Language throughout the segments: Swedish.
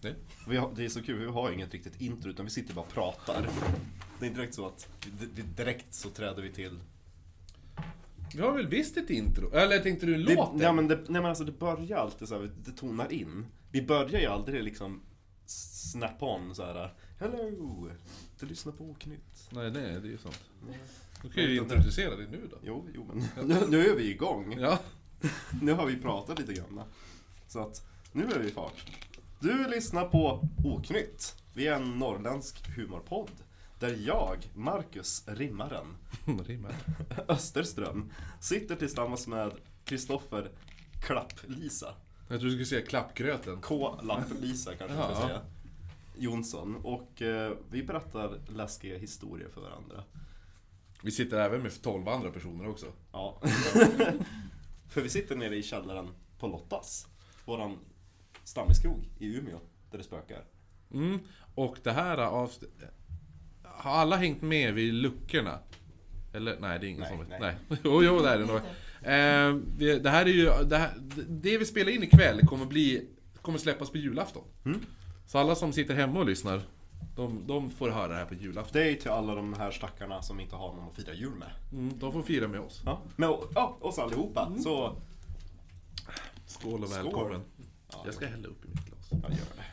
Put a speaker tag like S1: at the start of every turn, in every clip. S1: Nej. Vi har, det är så kul, vi har inget riktigt intro utan vi sitter bara och pratar. Det är inte direkt så att, vi- vi- direkt så träder vi till.
S2: Vi har väl visst ett intro? Eller tänkte du
S1: Det,
S2: låten?
S1: nej, men det, nej men alltså det börjar alltid så här, det tonar in. Vi börjar ju aldrig liksom snap-on så här. Hello! Du lyssnar på Knut.
S2: nej, nej, det är ju sant. Då kan
S1: Nej,
S2: ju
S1: utan det-
S2: introducera dig nu då.
S1: Jo, jo men nu, nu är vi igång.
S2: Ja.
S1: Nu har vi pratat lite grann. Så att nu är vi i fart. Du lyssnar på Oknytt. Vi är en norrländsk humorpodd. Där jag, Marcus Rimmaren
S2: Rimmar.
S1: Österström, sitter tillsammans med Kristoffer Klapp-Lisa.
S2: Jag tror du skulle säga klappgröten.
S1: K-Lapp-Lisa kanske
S2: Ja.
S1: jag ska säga. Jonsson. Och eh, vi berättar läskiga historier för varandra.
S2: Vi sitter även med 12 andra personer också.
S1: Ja. för vi sitter nere i källaren på Lottas. Våran stammiskrog i Umeå. Där det spökar.
S2: Mm. Och det här avsnittet... Har alla hängt med vid luckorna? Eller? Nej, det är ingen
S1: Nej,
S2: som vet.
S1: nej.
S2: Nej. Jo, jo, det är det nog. Eh, vi- det här är ju... Det, här, det vi spelar in ikväll kommer bli... Kommer släppas på julafton.
S1: Mm.
S2: Så alla som sitter hemma och lyssnar, de, de får höra det här på julafton.
S1: Det är till alla de här stackarna som inte har någon att fira jul med.
S2: Mm, de får fira med oss.
S1: Ja, men, ja oss allihopa. Så,
S2: Skål och
S1: Skål.
S2: välkommen.
S1: Ja.
S2: Jag ska hälla upp i mitt glas.
S1: jag gör det.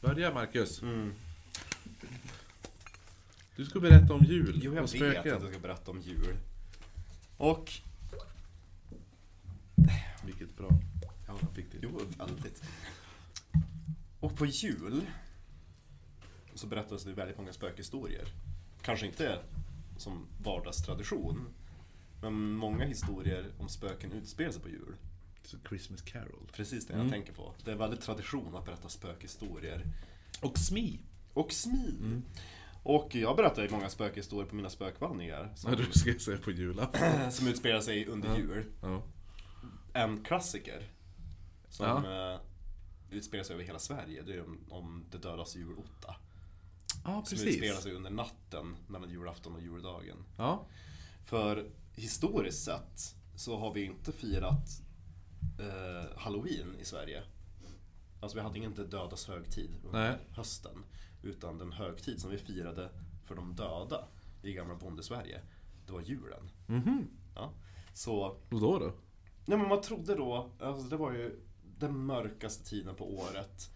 S2: Börja Marcus.
S1: Mm.
S2: Du ska berätta om jul
S1: Jo, jag
S2: och
S1: vet att
S2: spöken.
S1: jag ska berätta om jul. Och...
S2: Vilket bra.
S1: Ja,
S2: fick det.
S1: Jo, väldigt. Och på jul så berättas det väldigt många spökhistorier. Kanske inte som vardagstradition, men många historier om spöken utspelar sig på jul.
S2: Så Christmas Carol.
S1: Precis det jag tänker på. Det är väldigt tradition att berätta spökhistorier.
S2: Och Smi.
S1: Och smid. Och jag berättar ju många spökhistorier på mina spökvandringar som,
S2: När du ska säga på julafton.
S1: som utspelar sig under jul.
S2: Ja.
S1: En klassiker som eh, utspelar sig över hela Sverige, det är om, om det dödas julotta.
S2: ja,
S1: Som utspelar
S2: precis.
S1: sig under natten mellan julafton och juldagen.
S2: Ja.
S1: För historiskt sett så har vi inte firat eh, halloween i Sverige. Alltså vi hade ingen de dödas högtid under
S2: Nej.
S1: hösten. Utan den högtid som vi firade för de döda i gamla bondesverige, det var julen.
S2: Mhm.
S1: Ja. Så,
S2: Och då då?
S1: nej men man trodde då, alltså det var ju den mörkaste tiden på året.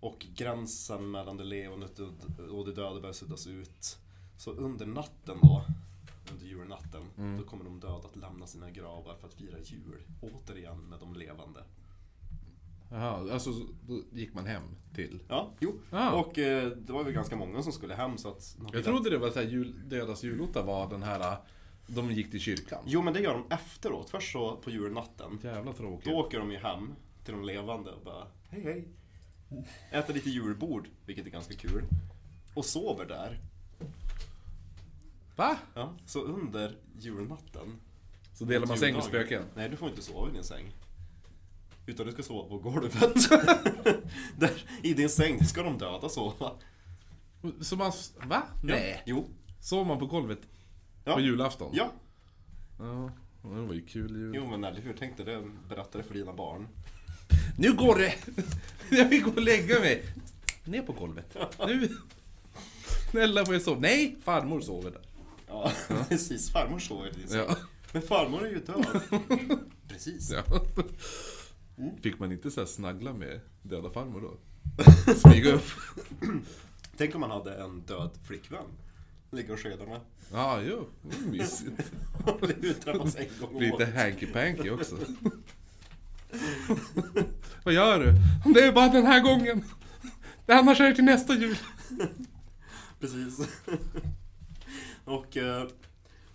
S1: Och gränsen mellan det levandet och- och det döda började suddas ut. Så under natten då, under julnatten, då kommer de döda att lämna sina gravar för att fira jul. Återigen med de levande.
S2: Jaha, alltså då gick man hem till.
S1: Ja, jo.
S2: Ah.
S1: Och eh, det var väl ganska många som skulle hem så att...
S2: Jag trodde det var så här jul, Dödas julotta var den här, äh, de gick till kyrkan.
S1: Jo men det gör de efteråt. Först så på julnatten.
S2: Jävla tråkigt.
S1: Då åker de ju hem till de levande och bara hej hej. Äter lite julbord, vilket är ganska kul. Och sover där.
S2: Va?
S1: Ja, så under julnatten.
S2: Så delar man säng med
S1: juldagen-
S2: spöken.
S1: Nej, du får inte sova i din säng. Utan du ska sova på golvet. där, I din säng, där ska de döda sova.
S2: Så man... Va?
S1: Ja,
S2: Nej.
S1: jo.
S2: Sov man på golvet
S1: Ja.
S2: på julafton?
S1: Ja.
S2: Ja, det var ju kul jul.
S1: Jo men eller hur, tänkte det berätta det för dina barn.
S2: Nu går det! Jag vill gå och lägga mig! Ner på golvet. Nu! Snälla får jag sova? Nej! Farmor sover där.
S1: Ja, precis. Farmor sover i din säng.
S2: Ja.
S1: Men farmor är ju död. precis.
S2: ja. Fick man inte så här snaggla med döda farmor då? Smyga upp?
S1: Tänk om man hade en död flickvän. Ligga och skeda med.
S2: Ja, jo. det är Mysigt.
S1: Utträffas en gång om
S2: Lite
S1: året.
S2: hanky-panky också. Vad gör du? Det är bara den här gången. Annars är det till nästa jul.
S1: Precis. och eh,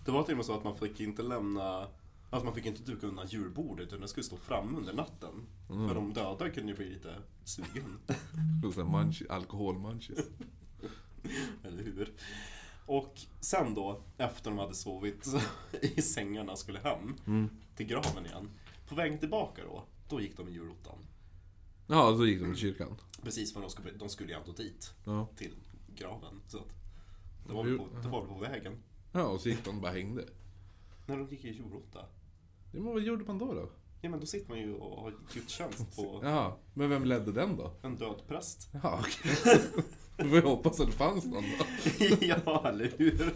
S1: det var till och med så att man fick inte lämna Alltså man fick inte duka undan julbordet utan det skulle stå framme under natten. För de döda kunde ju bli lite sugen.
S2: Och så här munchies, Alkoholmunchies.
S1: Eller hur? Och sen då, efter de hade sovit i sängarna skulle hem till graven igen. På vägen tillbaka då, då gick de i julottan.
S2: Ja, så gick de till kyrkan.
S1: Precis för de skulle, de skulle ju ändå dit,
S2: Ja.
S1: till graven. Så att det var väl på, det var väl på vägen.
S2: ja, och så gick de och bara hängde.
S1: När de gick i julotta.
S2: Ja, men vad gjorde man då då?
S1: Ja men då sitter man ju och har gudstjänst på
S2: Jaha, men vem ledde den då?
S1: en död präst.
S2: Ja, okej. Då får vi hoppas att det fanns någon då.
S1: ja, eller hur?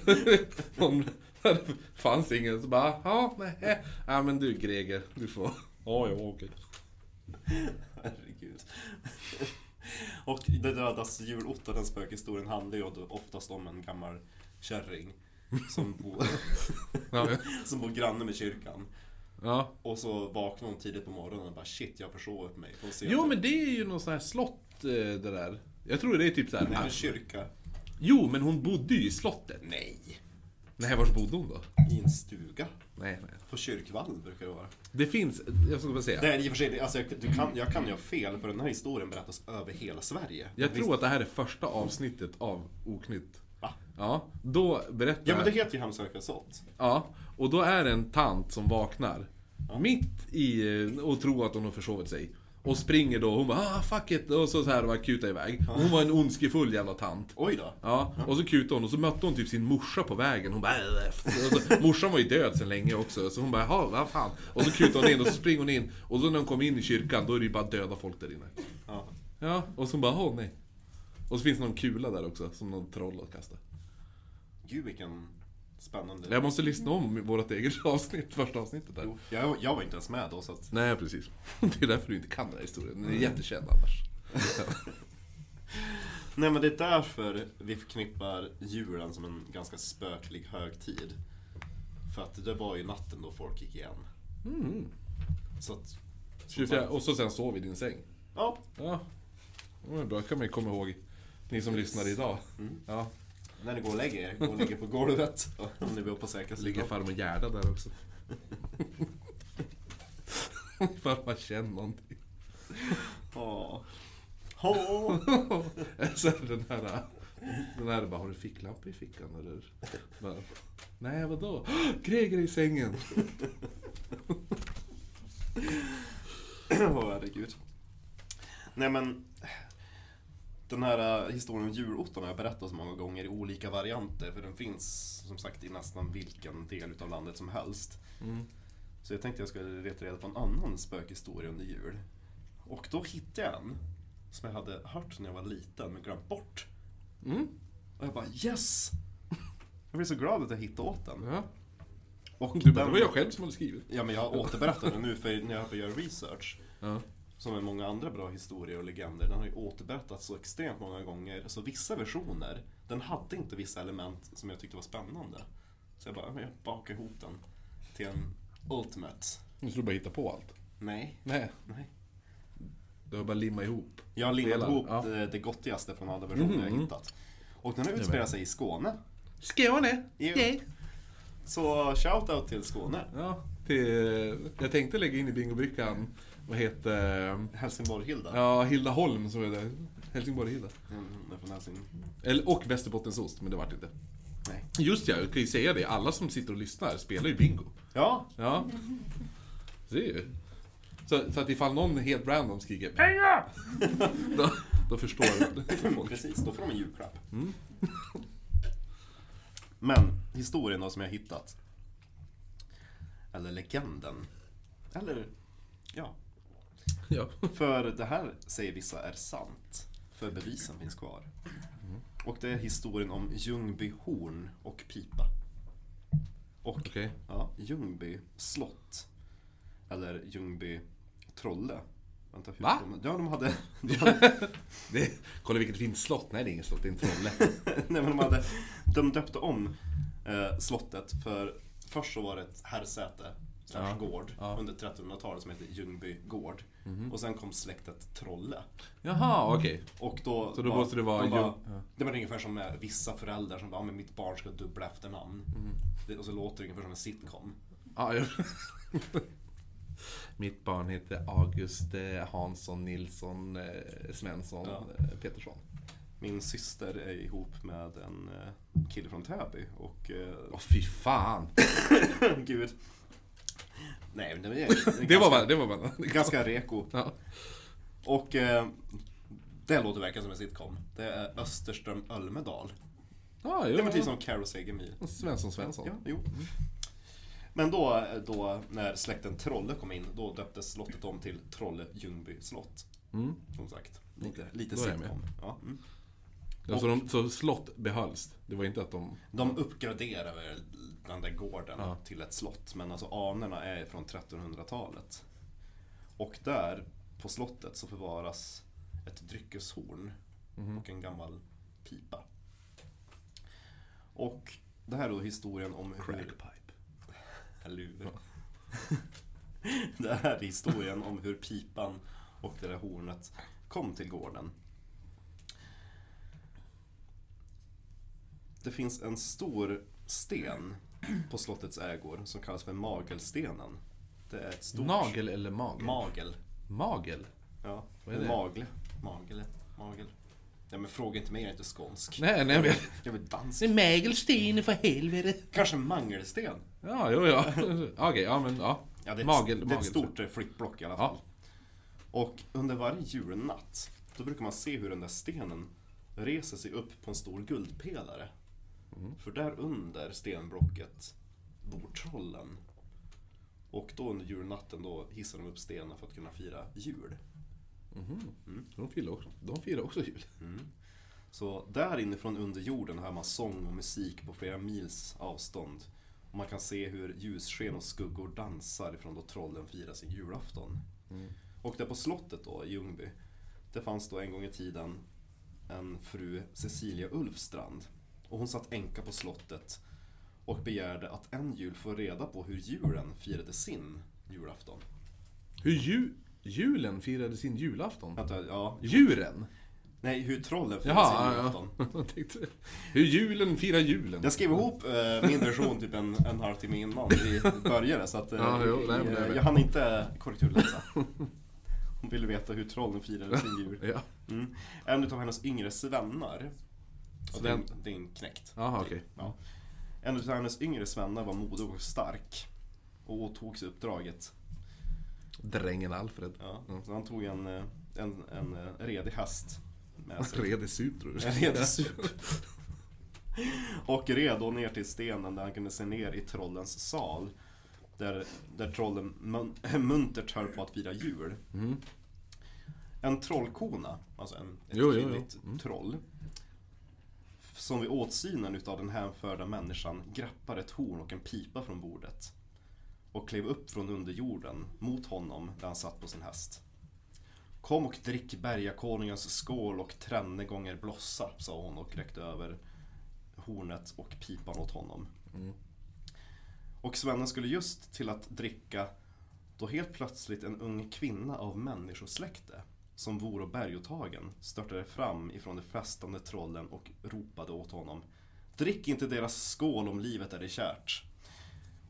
S2: Om det fanns ingen så bara, ja, nej. eh, Ja, men du Greger, du får. Ja, ja, okej.
S1: Herregud. Och det dödas julotta, den spökhistorien, handlar ju då oftast om en gammal kärring som bor,
S2: Ja, ja.
S1: som bor granne med kyrkan.
S2: ja.
S1: Och så vaknar hon tidigt på morgonen och bara shit, jag har försovit mig. Får se
S2: Jo,
S1: att-
S2: men det är ju någon sån här slott, eh, det där. Jag tror det är typ så
S1: Nej,
S2: här.
S1: men kyrka.
S2: Jo, men hon bodde ju i slottet.
S1: Nej.
S2: Nej, vars bodde hon då?
S1: I en stuga.
S2: Nej, nej.
S1: På kyrkvallen brukar det vara.
S2: Det finns, jag ska bara säga.
S1: Det är i och för sig, det- alltså, jag, du kan, jag kan ju ha fel för den här historien berättas över hela Sverige.
S2: Jag
S1: Visst-
S2: tror att det här är första avsnittet av Oknytt.
S1: Va?
S2: Ja, då berättar
S1: Ja men det heter ju Hemsökare sånt.
S2: Ja, och då är det en tant som vaknar. Mitt i, eh, och tror att hon har försovit sig. Och springer då, hon bara ah, fuck it, och så, så här och kutar iväg. Och Hon var en ondskefull jävla tant.
S1: Oj då.
S2: Ja, och så kutade hon och så mötte hon typ sin morsa på vägen. Hon bara "Äh, äh." och så, Morsan var ju död sen länge också, så hon bara jaha, vad fan. Och så kutade hon in och så springer hon in. Och så när hon kommer in i kyrkan, då är det ju bara döda folk där inne.
S1: Ja.
S2: Ja, och så bara åh nej. Och så finns det någon kula där också, som någon troll har kastat.
S1: Gud vilken spännande...
S2: Jag måste lyssna om vårt eget avsnitt, första avsnittet där.
S1: Jo, jag, jag var inte ens med då så att...
S2: Nej, precis. Det är därför du inte kan den här historien. Den är jättekänd annars.
S1: Nej men det är därför vi förknippar julen som en ganska spöklig högtid. För att det var ju natten då folk gick igen.
S2: Mm.
S1: Så att... som
S2: 24,
S1: sagt-
S2: och så sen sov i din säng.
S1: Ja,
S2: Ja. Det var bra, kan man ju komma ihåg. Ni som lyssnar idag. Ja.
S1: när ni går och lägger er, gå och lägger på golvet. Om ni vill på säkra
S2: Ligger
S1: sidan.
S2: farmor Gerda där också. Farmor känner någonting.
S1: Ja. Ja.
S2: Så här, den här... Den här bara, har du ficklampa i fickan eller? Bara, Nej, vadå? Greger är i sängen!
S1: Åh, herregud. Nej men, den här eh, historien om julottan har jag berättat så många gånger i olika varianter. För den finns som sagt i nästan vilken del utav landet som helst.
S2: Mm.
S1: Så jag tänkte jag skulle leta reda på en annan spökhistoria under jul. Och då hittade jag en som jag hade hört när jag var liten men glömt bort.
S2: Mm.
S1: Och jag bara yes! Jag blev så glad att jag hittade åt den.
S2: Ja.
S1: Och
S2: Du bara, det var jag själv som hade skrivit.
S1: Ja men jag återberättar den nu för när jag gör research
S2: Ja.
S1: som med många andra bra historier och legender, den har ju återberättats så extremt många gånger. Så vissa versioner, den hade inte vissa element som jag tyckte var spännande. Så jag bara, ja, men jag bakar ihop den till en ultimate.
S2: Nu ska du bara hitta på allt.
S1: Nej,
S2: Nej.
S1: nej.
S2: Du har bara limma ihop.
S1: Jag har limmat
S2: Delar,
S1: ihop
S2: ja. Mhm.
S1: det, det gottigaste från alla versioner jag hittat. Och den har utspelat sig i Skåne.
S2: Skåne!
S1: Jo. yay. Så shout-out till Skåne.
S2: Ja, till, jag tänkte lägga in i bingobrickan, vad heter...
S1: Helsingborg-Hilda.
S2: Ja, Hilda Holm som är där. Helsingborg-Hilda.
S1: Hon är från Helsing...
S2: Eller, och Västerbottensost, men det vart inte.
S1: Nej.
S2: Just ja, jag kan ju säga det. Alla som sitter och lyssnar spelar ju bingo.
S1: Ja,
S2: Ja. Det är ju. Så, så att ifall någon helt random skriker pengar! då, då förstår folk. Mm.
S1: Precis, då får de en julklapp. Men historien då som jag hittat. Eller legenden. Eller, ja.
S2: Ja.
S1: För det här säger vissa är sant. För bevisen finns kvar.
S2: Mm.
S1: Och det är historien om Ljungbyhorn och pipa. Och
S2: Okej.
S1: ja, Ljungby slott. Eller Ljungby trolle. Vänta, hur
S2: Va?
S1: Ja, de hade, de hade
S2: Det- Kolla vilket fint slott. Nej, det är inget slott, det är en trolle.
S1: Nej men de hade, de döpte om eh, slottet för först så var det ett herrsäte, slash gård, under 1300-talet som hette Ljungby gård.
S2: Mhm.
S1: Och sen kom släktet Trolle.
S2: Jaha, okej.
S1: Och då,
S2: Så då måste det vara
S1: de bara,
S2: Ljung-
S1: Det var ungefär som med vissa föräldrar som bara, "Ja, men mitt barn ska ha dubbla efternamn.
S2: Mhm.
S1: Det, och så låter det ungefär som en sitcom.
S2: Ja, ja. Mitt barn heter August eh, Hansson Nilsson eh, Svensson
S1: Ja.
S2: eh, Petersson.
S1: Min syster är ihop med en eh, kille från Täby och eh,
S2: Åh fy fan!
S1: gud. Nej men det, är
S2: Det var
S1: ganska-
S2: bara... Det var bara
S1: Ganska reko.
S2: ja.
S1: Och eh, det låter verkligen som en sitcom. Det är Österström Ölmedal.
S2: Ja,
S1: Det
S2: jo,
S1: var typ som Carro Segemyhr.
S2: Svensson Svensson.
S1: Ja, jo. Men då, då när släkten Trolle kom in, då döptes slottet om till Trolle Ljungby slott.
S2: Mm.
S1: Som sagt, lite,
S2: Okej,
S1: lite
S2: då är jag
S1: sitcom. Ja. Mm.
S2: Alltså de, så slott behölls. Det var inte att de...
S1: De uppgraderade den där gården
S2: Ja.
S1: till ett slott, men alltså anorna är från 1300-talet. Och där, på slottet, så förvaras ett dryckeshorn
S2: Mhm.
S1: och en gammal pipa. Och det här är då historien om hur...
S2: Crackpipe.
S1: Eller hur? det här är historien om hur pipan och det där hornet kom till gården. Det finns en stor sten på slottets ägor som kallas för Magelstenen. Det är ett stort...
S2: Nagel eller magel?
S1: Magel.
S2: magel?
S1: Ja,
S2: Vad är det?
S1: Magle. Magel. Magel. Ja, men fråga inte mig, jag är inte skånsk.
S2: Nej, nej jag vet.
S1: Jag vill dansa.
S2: Det är Mägelsten för helvete.
S1: Kanske Mangelsten?
S2: Ja, jo, ja. Okej, ja men ja.
S1: Ja, det är,
S2: magel,
S1: ett, det är
S2: magel.
S1: ett stort eh, flippblock i alla fall. Och under varje julnatt, då brukar man se hur den där stenen reser sig upp på en stor guldpelare. För där under stenblocket bor trollen. Och då under julnatten då hissar de upp stenen för att kunna fira jul.
S2: De firar också, de firar också jul.
S1: Så där inifrån under jorden hör man sång och musik på flera mils avstånd. Och man kan se hur ljussken och skuggor dansar ifrån då trollen firar sin julafton.
S2: Mm.
S1: Och där på slottet då, i Ljungby, det fanns då en gång i tiden en fru Cecilia Ulfstrand. Och hon satt änka på slottet och begärde att en jul få reda på hur julen firade sin julafton.
S2: Hur ju, julen firade sin julafton?
S1: Vänta, ja.
S2: Djuren?
S1: Nej, hur trollen firade sin
S2: Jaha,
S1: julafton.
S2: ja. Jag tänkte, hur julen firar julen?
S1: Jag skrev ihop eh, min version typ en, en halvtimme innan vi började så att eh,
S2: Ja, jo, nej, men det är
S1: jag,
S2: väl-
S1: jag hann inte korrekturläsa. Hon ville veta hur trollen firade sin jul.
S2: Ja,
S1: Mm. En utav hennes yngre svennar, och det, är en, det är en knäckt.
S2: jaha okej.
S1: Ja. En utav hennes yngre svennar var modig och stark och åtog sig uppdraget.
S2: Drängen Alfred.
S1: Ja. Så han tog en, eh, en, en eh, redig häst med sig.
S2: Red i sup tror du?
S1: En redig sup. Och red då ner till stenen där han kunde se ner i trollens sal. Där, där trollen mun- muntert höll på att fira jul.
S2: Mm.
S1: En trollkona, alltså en, ett
S2: Jo, Mm. jo, jo.
S1: kvinnligt troll. Som vid åtsynen utav den hänförda människan grappar ett horn och en pipa från bordet. Och klev upp från underjorden mot honom där han satt på sin häst. Kom och drick bergakonungens skål och tränne gånger blossa, sa hon och räckte över hornet och pipan åt honom.
S2: Mm.
S1: Och svennen skulle just till att dricka då helt plötsligt en ung kvinna av människosläkte som vore bergotagen störtade fram ifrån de festande trollen och ropade åt honom Drick inte deras skål om livet är det kärt.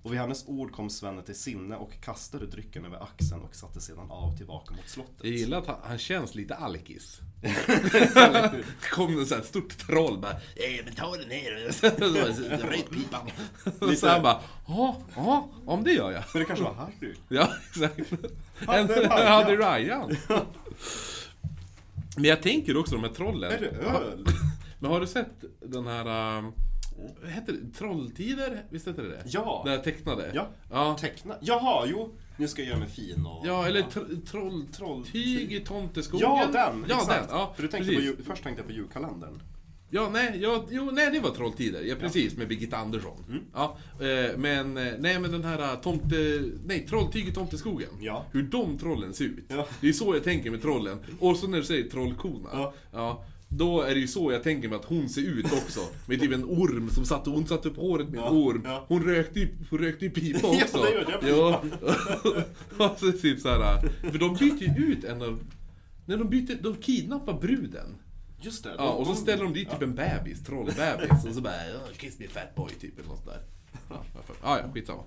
S1: Och vid hennes ord kom svennen till sinne och kastade drycken över axeln och satte sedan av tillbaka mot slottet.
S2: Jag gillar att han, han känns lite alkis. kom något sånt här stort troll bara "Eh, men ta den här och så- så- så- så- röjt pipan. Och så han bara ja, ja, om det gör jag.
S1: Men det kanske var Harry?
S2: Ja, exakt.
S1: Hade
S2: En-
S1: Ryan.
S2: Hade Ryan. Men jag tänker också de här trollen.
S1: Är det öl?
S2: Men har du sett den här... ähm, Vad heter det? Trolltider? Visst heter det det?
S1: Ja.
S2: Den här tecknade?
S1: Ja.
S2: Ja,
S1: Teckna? Jaha, jo! Nu ska jag göra mig fin och...
S2: ja eller tr- troll... Tyg i tomteskogen?
S1: Ja, den!
S2: Ja,
S1: exakt.
S2: den! Ja,
S1: För du tänkte på,
S2: precis.
S1: ju- först tänkte jag på julkalendern.
S2: Ja, nej, ja, jo, nej, det var Trolltider. Ja, precis, med Birgitta Andersson.
S1: Mm.
S2: Ja, eh, men, eh, nej, men den här eh, tomte... Nej, Trolltyg i Tomteskogen.
S1: Ja.
S2: Hur de trollen ser ut.
S1: Ja.
S2: Det är så jag tänker med trollen. Och så när du säger trollkona.
S1: Ja.
S2: då är det ju så jag tänker mig att hon ser ut också. Med typ en orm som satt, hon satte upp håret med
S1: Ja,
S2: en orm.
S1: ja.
S2: Hon rökte ju, hon rökte ju pipa
S1: Ja,
S2: också.
S1: det gjorde jag.
S2: Ja. Och så typ så här, eh, för de byter ju ut en av... När de byter, de kidnappar bruden.
S1: Just det.
S2: Ja, och så ställer de dit typ en bebis, trollbebis, och så bara "Oh, 'Kiss me fat boy' typ eller något där. Ja, varför? ja, ja, skitsamma.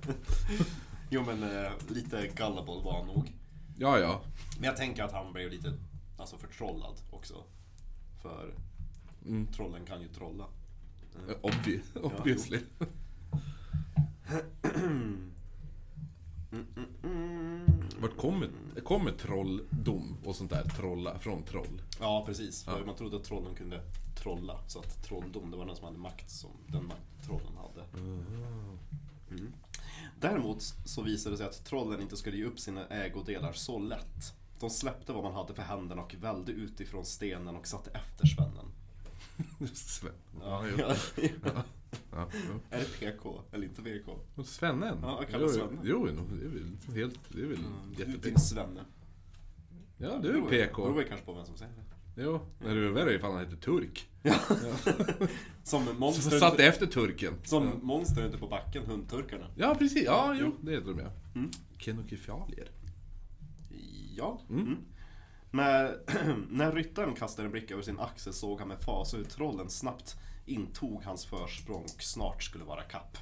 S1: Jo men eh, lite gullible var han nog.
S2: Ja, ja.
S1: Men jag tänker att han blev lite alltså, förtrollad också. För
S2: Mm.
S1: trollen kan ju trolla.
S2: Eh, Obvi, obviously. Vart kommer, kommer trolldom och sånt där trolla från troll?
S1: Ja, precis. För man trodde att trollen kunde trolla. Så att trolldom, det var den som hade makt som den makt trollen hade. Mm. Däremot så visade det sig att trollen inte skulle ge upp sina ägodelar så lätt. De släppte vad man hade för händerna och välde ut ifrån stenen och satte efter svennen.
S2: Sven.
S1: Ja,
S2: ja. ja.
S1: Är det PK eller inte VK?
S2: Och Svennen?
S1: Ja, jag kallar
S2: Jo,
S1: Svennen.
S2: Jo, det är väl helt... Det är väl
S1: Du,
S2: jätte
S1: din svenne.
S2: Ja, Mm, du är PK.
S1: Det beror ju kanske på vem som säger det.
S2: Jo, men det är värre ifall han heter Turk.
S1: Som
S2: Så
S1: monster,
S2: satt efter turken.
S1: som monster inte på backen, hundturkarna.
S2: Ja, precis. Ja, jo, Mm. det heter de ja. Kenokefalier.
S1: Ja. Mm. När, när ryttaren kastade en blick över sin axel såg han med fasa hur trollen snabbt intog hans försprång och snart skulle vara kapp.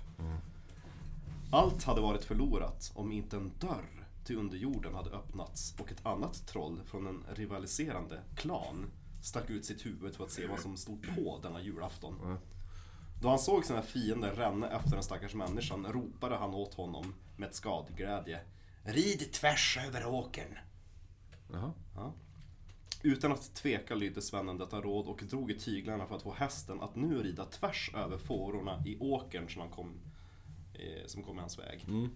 S1: Allt hade varit förlorat om inte en dörr till underjorden hade öppnats och ett annat troll från en rivaliserande klan stack ut sitt huvud för att se vad som stod på denna julafton. Då han såg sina fiender ränna efter den stackars människan ropade han åt honom med skadglädje. Rid tvärs över åkern!
S2: Jaha.
S1: Ja. Utan att tveka lydde svennen detta råd och drog i tyglarna för att få hästen att nu rida tvärs över fårorna i åkern som, han kom, eh, som kom i hans väg.
S2: Mm.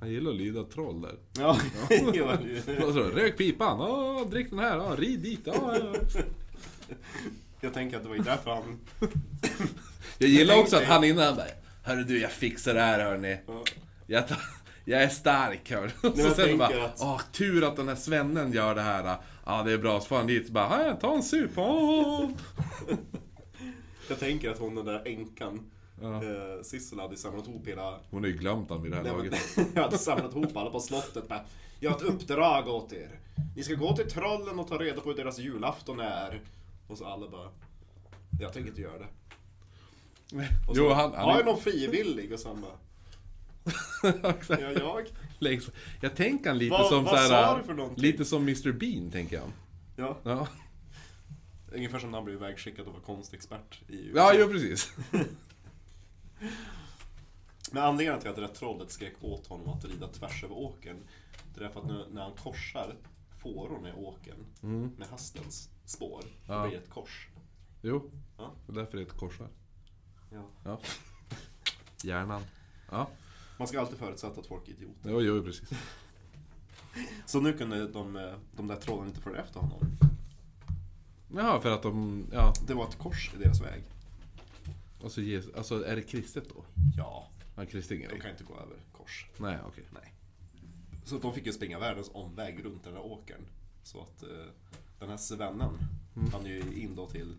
S2: Han gillar att lyda troll där.
S1: Ja, det var ju-
S2: Vad sa du? Rök pipan, Åh, drick den här, Åh, rid dit. Åh, ja.
S1: jag tänker att det var ju därför han...
S2: Jag gillar
S1: Jag
S2: också att
S1: tänkte-
S2: han innan han bara, Hörru du, jag fixar det här hörni. Jag, tar, jag är stark hörru.
S1: jag
S2: Och så sen bara,
S1: tänker att-
S2: åh tur att den här svennen gör det här. Ja det är bra, så får han dit så bara, här, ta en sup. Åh.
S1: Jag tänker att hon den där änkan,
S2: Ja.
S1: eh, Sissela, hade samlat ihop hela...
S2: Hon har ju glömt han vid det här
S1: Nej,
S2: laget.
S1: men, jag hade samlat ihop alla på slottet bara, Jag har ett uppdrag åt er. Ni ska gå till trollen och ta reda på hur deras julafton är. Och så alla bara... Jag tänker inte göra det. Och så,
S2: Jo, han, han
S1: har
S2: är
S1: jag någon frivillig? Och sen bara,
S2: Exakt.
S1: ja, jag?
S2: Längst- Jag tänker han lite
S1: Vad-
S2: som
S1: vad
S2: så
S1: sa
S2: här,
S1: du för någonting?
S2: Lite som Mr Bean tänker jag.
S1: Ja.
S2: Ja,
S1: Ungefär som när han blev ivägskickad och var konstexpert i USA.
S2: ja jo, precis.
S1: Men anledningen till att det där trollet skrek åt honom att rida tvärs över åkern, det är för att nu, när han korsar fårorna i åkern med hästens spår,
S2: Mm. Ja.
S1: det blir ett kors.
S2: Jo,
S1: Ja.
S2: och därför är det ett korsar.
S1: Ja.
S2: Ja. Hjärnan. Ja,
S1: Man ska alltid förutsätta att folk är idioter.
S2: jo, jo precis.
S1: Så nu kunde de, eh, de där trollen inte följa efter honom.
S2: Ja, för att de, ja,
S1: Det var ett kors i deras väg.
S2: alltså, Jesus, alltså är det kristet då?
S1: Ja,
S2: Ja, kristingen.
S1: de kan inte gå över kors.
S2: Nej, okej.
S1: Nej. Så att de fick ju springa världens omväg runt den där åkern. Så att eh, den här svennen, han är ju in då till,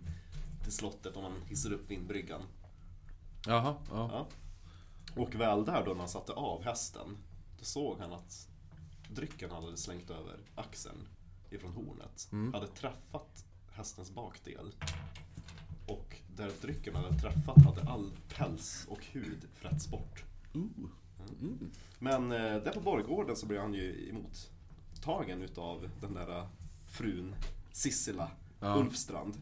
S1: till slottet om man hissar upp vindbryggan.
S2: Jaha, ja.
S1: Ja. Och väl där då när han satte av hästen, då såg han att drycken han hade slängt över axeln ifrån hornet hade träffat hästens bakdel. Och där drycken hade träffat hade all päls och hud frätts bort. Mm.
S2: Ooh. Mm.
S1: Men eh, där på borggården så blev han ju emottagen utav den där eh, frun Sissela
S2: Ja.
S1: Ulfstrand.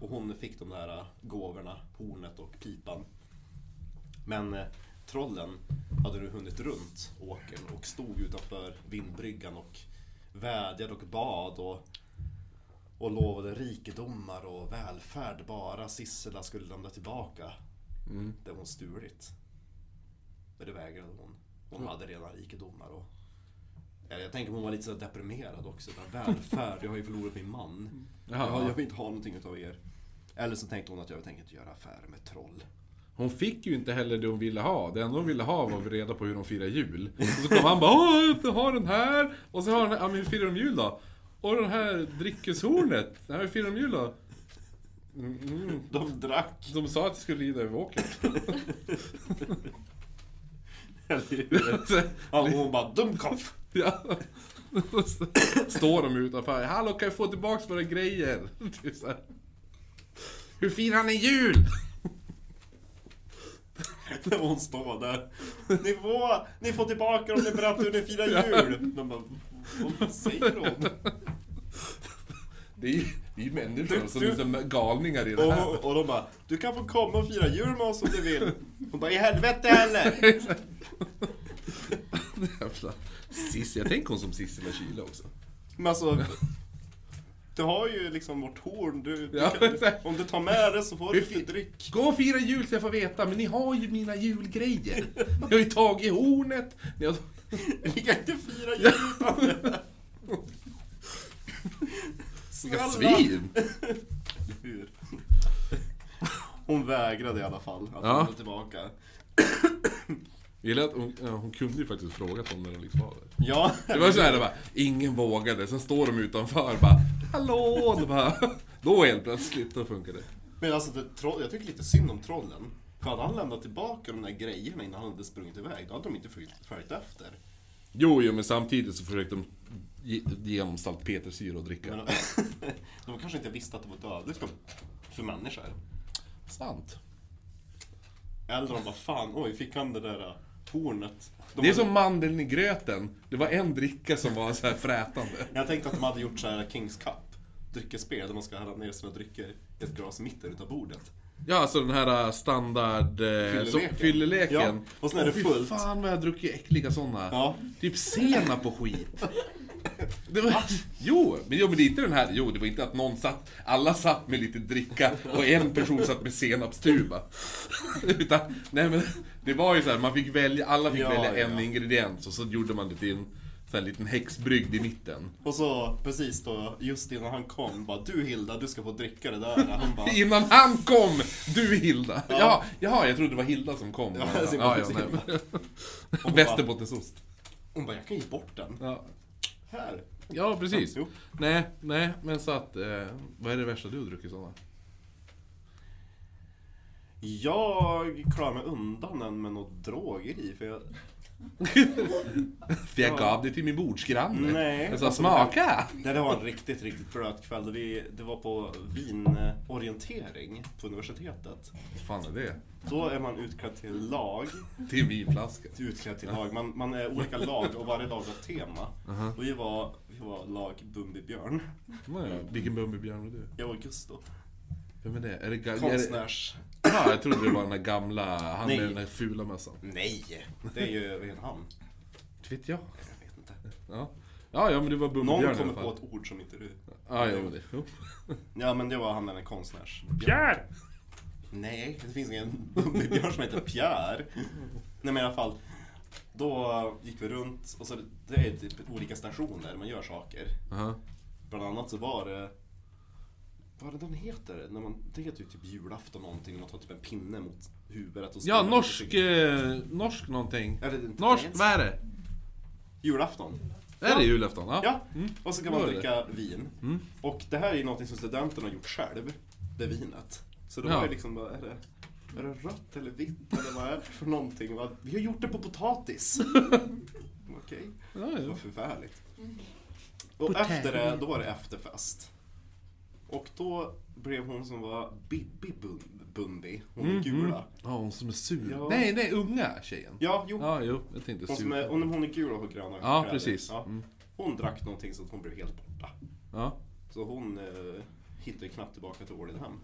S1: Och hon fick de där eh, gåvorna, hornet och pipan. Men eh, trollen hade nu hunnit runt åkern och stod utanför vindbryggan och vädjade och bad och, och lovade rikedomar och välfärd bara Sissela skulle lämna tillbaka
S2: Mm.
S1: det hon stulit. Men det vägrade hon. Hon hade redan rikedomar och... Eller Jag tänker hon var lite så här deprimerad också. Bara, Välfärd, jag har ju förlorat min man.
S2: Jaha.
S1: Jag, jag vill inte ha någonting utav er. Eller så tänkte hon att jag tänker inte göra affärer med troll.
S2: Hon fick ju inte heller det hon ville ha. Det enda hon ville ha var reda på hur de firar jul. Och så kom han bara Åh, jag har den här! Och så har han, ja men hur firar de jul då? Och den här dryckeshornet, ja, hur firar de jul då? Mm.
S1: De drack!
S2: De sa att jag skulle rida över åkern. Så-
S1: Ja, och hon bara dumkopf!
S2: ja. Och så Står de utanför, hallå kan jag få tillbaks våra grejer? Typ så här. Hur firar ni jul?
S1: Och Hon står där. Ni får, ni får tillbaka om ni berättar hur ni firar jul! De bara, vad säger hon?
S2: Det är ju, det är ju människor
S1: Du-
S2: som liksom
S1: du-
S2: är som galningar i det här.
S1: Och, och de bara, du kan få komma och fira jul med oss om du vill. Hon bara, i helvete heller!
S2: Jävla Cissi, jag tänker hon som Sissela Kyle också.
S1: Men alltså, Du har ju liksom vårt horn. Du, du
S2: Ja,
S1: kan, om du tar med det så får du
S2: Vi-
S1: lite dryck.
S2: Gå och fira jul så jag får veta, men ni har ju mina julgrejer. Ni har ju tagit hornet. Ni har...
S1: Vi kan inte fira jul utan det.
S2: Vilka
S1: Snälla.
S2: svin!
S1: Hur? Hon vägrade i alla fall att
S2: Ja.
S1: ja. tillbaka.
S2: Jag gillar att hon, ja, hon kunde ju faktiskt frågat om när de liksom var där.
S1: Ja,
S2: Det var så här, det bara, ingen vågade. Sen står de utanför bara, hallå! Det bara, då helt plötsligt, då funkar det.
S1: men alltså det, troll, jag tycker lite synd om trollen. För hade han lämnat tillbaka de där grejerna innan han hade sprungit iväg, då hade de inte följt, följt efter.
S2: Jo, jo, men samtidigt så försökte de ge, ge honom salpetersyra att dricka.
S1: Men de, de kanske inte visste att det var dödligt för, för människor.
S2: Sant.
S1: Eller de bara, fan, oj, fick han det där äh, hornet? De
S2: Det är
S1: hade-
S2: som mandeln i gröten. Det var en dricka som var så här frätande.
S1: Jag tänkte att de hade gjort så här Kings Cup, dryckesspel, där man ska hälla ner sina drycker i ett glas mitt utav bordet.
S2: Ja, alltså den här äh, standard... eh, som-
S1: Fylleleken.
S2: Fylleleken.
S1: Ja, och sen är
S2: Åh,
S1: det
S2: fy
S1: fullt.
S2: fan vad jag har druckit äckliga sådana.
S1: Ja.
S2: Typ senap och skit. Det var, jo, men, jo, men det är inte den här... Jo, det var inte att någon satt... Alla satt med lite dricka och en person satt med senapstuba. Utan, nej men, det var ju så här, man fick välja... Alla fick
S1: Ja,
S2: välja
S1: ja.
S2: en ingrediens och så gjorde man det till en sån här liten häxbrygd i mitten.
S1: Och så precis då, just innan han kom, bara du Hilda, du ska få dricka det där. Han bara,
S2: Innan han kom! Du Hilda! Ja. Ja, jaha, jag trodde det var Hilda som kom.
S1: Ja,
S2: ja,
S1: det
S2: ja,
S1: var
S2: nej,
S1: Hilda.
S2: men-
S1: hon bara,
S2: Västerbottensost.
S1: hon bara, jag kan ge bort den.
S2: Ja.
S1: Här.
S2: ja, precis.
S1: Jo.
S2: Nej, nej, men så att... Eh, vad är det värsta du har druckit sådana?
S1: Jag klarar mig undan en med något droger i, för jag...
S2: För jag gav det till min bordsgranne.
S1: Nej.
S2: Jag sa smaka!
S1: Nej, det var en riktigt, riktigt blöt kväll. Vi, det var på vinorientering på universitetet.
S2: Vad fan är det?
S1: Då är man utklädd till lag.
S2: Till vinflaska.
S1: Utklädd till lag. Man, man är olika lag och varje lag har ett tema. Och vi var, vi var lag Bumbibjörn.
S2: Nej, Vilken Bumbibjörn var du?
S1: Jag var Gusto.
S2: Vem är det? Är det ga- är det-
S1: Konstnärs...
S2: Ja, jag trodde det var den där gamla, han
S1: Nej.
S2: med den där fula mössan.
S1: Nej! Det är ju ren han.
S2: Inte vet jag.
S1: Jag vet inte.
S2: Ja, ja, ja men du var Bumbibjörn
S1: Någon
S2: i alla
S1: kommer på
S2: fall.
S1: ett ord som inte du...
S2: Ja, ja, men det. Jo.
S1: Ja men det var han den där konstnärs...
S2: Pierre!
S1: Nej, det finns ingen Bumbibjörn som heter Pierre. Nej men i alla fall. Då gick vi runt och så det är typ olika stationer man gör saker.
S2: Aha.
S1: Bland annat så var det... Vad är det den heter? När man, det heter ju typ julafton någonting, man tar typ en pinne mot huvudet och
S2: Ja,
S1: springer
S2: norsk,
S1: runt
S2: eh, norsk någonting.
S1: och- Eller inte
S2: Norsk,
S1: ens.
S2: vad är det?
S1: Julafton.
S2: Är det julafton?
S1: Ja, och så kan man
S2: Då Mm. är det. Mm.
S1: dricka vin. Och det här är ju någonting som studenterna har gjort själv, det vinet. Så då
S2: Ja.
S1: var det liksom bara, är det, är det rött eller vitt eller vad är det för någonting? Va? Vi har gjort det på potatis! Okej,
S2: Ja,
S1: vad
S2: ja.
S1: förfärligt. Och
S2: Potatis.
S1: efter det, då var det efterfest. Och då blev hon som var Bibi Bum- Bumbi, hon
S2: Mhm.
S1: är gula.
S2: Ja, hon som är sur.
S1: Ja.
S2: Nej, nej, unga tjejen.
S1: Ja, jo.
S2: Ja, jo, jag tänkte
S1: Hon, som
S2: sur.
S1: är, hon, hon är gul och har gröna
S2: Ja,
S1: kläder.
S2: precis.
S1: Ja.
S2: Mm.
S1: Hon drack någonting så att hon blev helt borta.
S2: Ja,
S1: Så hon eh, hittade ju knappt tillbaka till Ålidhem.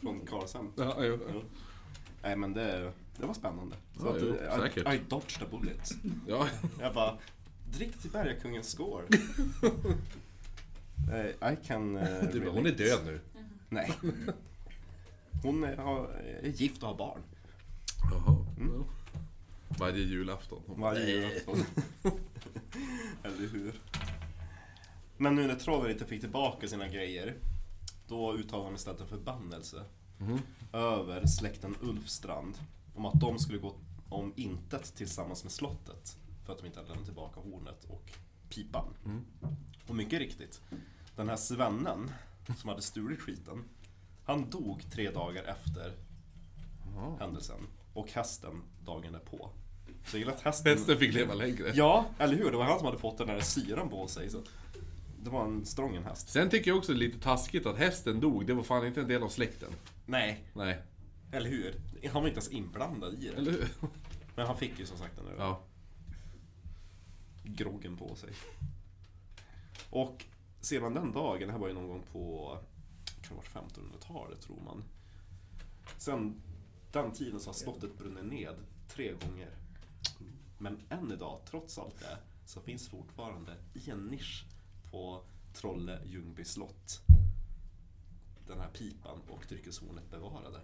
S1: Från Karlshem.
S2: ja, jo.
S1: Ja. Nej men det, det var spännande. Så
S2: Ja,
S1: att,
S2: jo,
S1: eh,
S2: säkert.
S1: I, I dodged a bullet.
S2: ja.
S1: Jag bara, drick till Bergakungens skål. Nej, I can eh,
S2: Du,
S1: relate.
S2: hon är död nu.
S1: Nej. Hon är, har, eh, är gift och har barn.
S2: Jaha. Ja. Varje julafton.
S1: Mm. Varje julafton. Eller hur? Men nu när trollen inte fick tillbaka sina grejer, då uttalade han istället en förbannelse över släkten Ulfstrand om att de skulle gå om intet tillsammans med slottet för att de inte hade lämnat tillbaka hornet och pipan. Och mycket riktigt, den här svennen som hade stulit skiten, han dog tre dagar efter
S2: Jaha.
S1: händelsen och hästen dagen därpå. Så jag gillar att hästen...
S2: Hästen fick leva längre.
S1: Ja, eller hur? Det var han som hade fått den där syran på sig. Så. Det var en strången häst.
S2: Sen tycker jag också det är lite taskigt att hästen dog. Det var fan inte en del av släkten.
S1: Nej,
S2: Nej,
S1: eller hur? Han var inte ens inblandad i
S2: eller
S1: det.
S2: hur?
S1: Men han fick ju som sagt den där
S2: Ja.
S1: groggen på sig. Och sedan den dagen, det här var ju någon gång på kan det ha varit 1500-talet tror man. Sen den tiden så har slottet brunnit ned tre gånger. Men än idag, trots allt det, så finns fortfarande i en nisch på Trolle Ljungby slott den här pipan och dryckeshornet bevarade.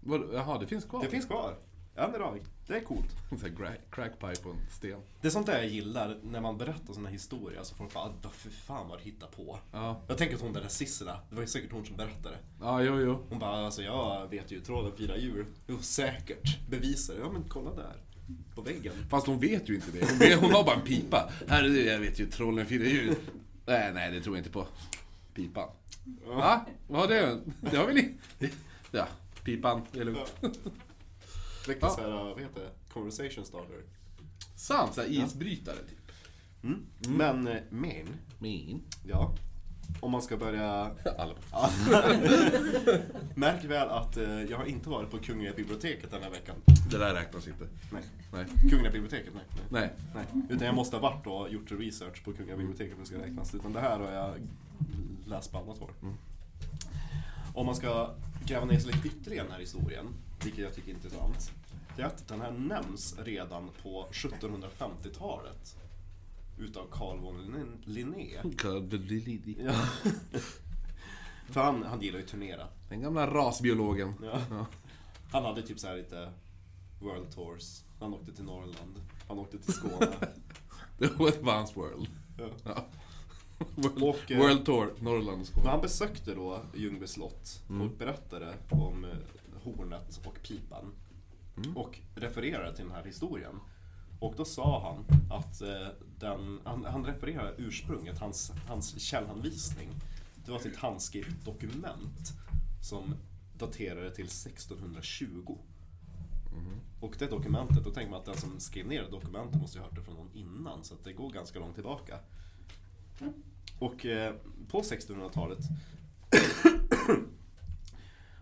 S2: Vad- Jaha, det finns kvar?
S1: Det finns kvar, än idag. Det är coolt.
S2: En sån här gra- crackpipe och en sten.
S1: Det är sånt där jag gillar när man berättar såna här historier. Alltså folk bara "Ah, för fan vad du hittar på.
S2: Ja,
S1: Jag tänker att hon den där Sissela, det var ju säkert hon som berättade.
S2: ja jo, jo.
S1: Hon bara alltså jag vet ju hur trollen firar jul. Jo säkert, bevisa det. Ja men kolla där. På väggen.
S2: Fast hon vet ju inte det. Hon, vet, hon har bara en pipa. Här är det, jag vet ju, trollen firar jul. Nej, nej, det tror jag inte på. Pipan. Va? Vad har det? Det har väl inte... Ja, pipan. Det är lugnt.
S1: Vilken så här, vad heter det? Conversation starter.
S2: Sant, såhär isbrytare typ.
S1: Men eh, men,
S2: Min.
S1: ja. Om man ska börja
S2: Alla.
S1: Märk väl att eh, jag har inte varit på Kungliga biblioteket den här veckan.
S2: Det där räknas inte.
S1: Nej.
S2: Nej.
S1: Kungliga biblioteket, nej. nej.
S2: Nej.
S1: nej. Utan jag måste ha varit och gjort research på Kungliga biblioteket för att det ska räknas. Utan det här har jag läst på annat håll. Om man ska gräva ner sig lite ytterligare i den här historien, vilket jag tycker är intressant, det är att den här nämns redan på 1750-talet utav Carl von Linné. Ja. För han, han gillar ju att turnera.
S2: Den gamla rasbiologen.
S1: Ja.
S2: Ja.
S1: Han hade typ så här lite World Tours. Han åkte till Norrland. Han åkte till Skåne.
S2: Det var ett Vans World.
S1: Ja.
S2: Ja. World,
S1: Och, eh,
S2: World Tour, Norrland och
S1: Men
S2: Skåne.
S1: han besökte då Ljungby slott och berättade om eh, hornet och pipan. Och refererade till den här historien. Och då sa han att eh, den, han, han refererade ursprunget, hans, hans källhänvisning. Det var till ett handskrivet dokument som daterade till 1620. Och det dokumentet, då tänker man att den som skrev ner det dokumentet måste ha hört det från någon innan, så att det går ganska långt tillbaka. Och eh, på 1600-talet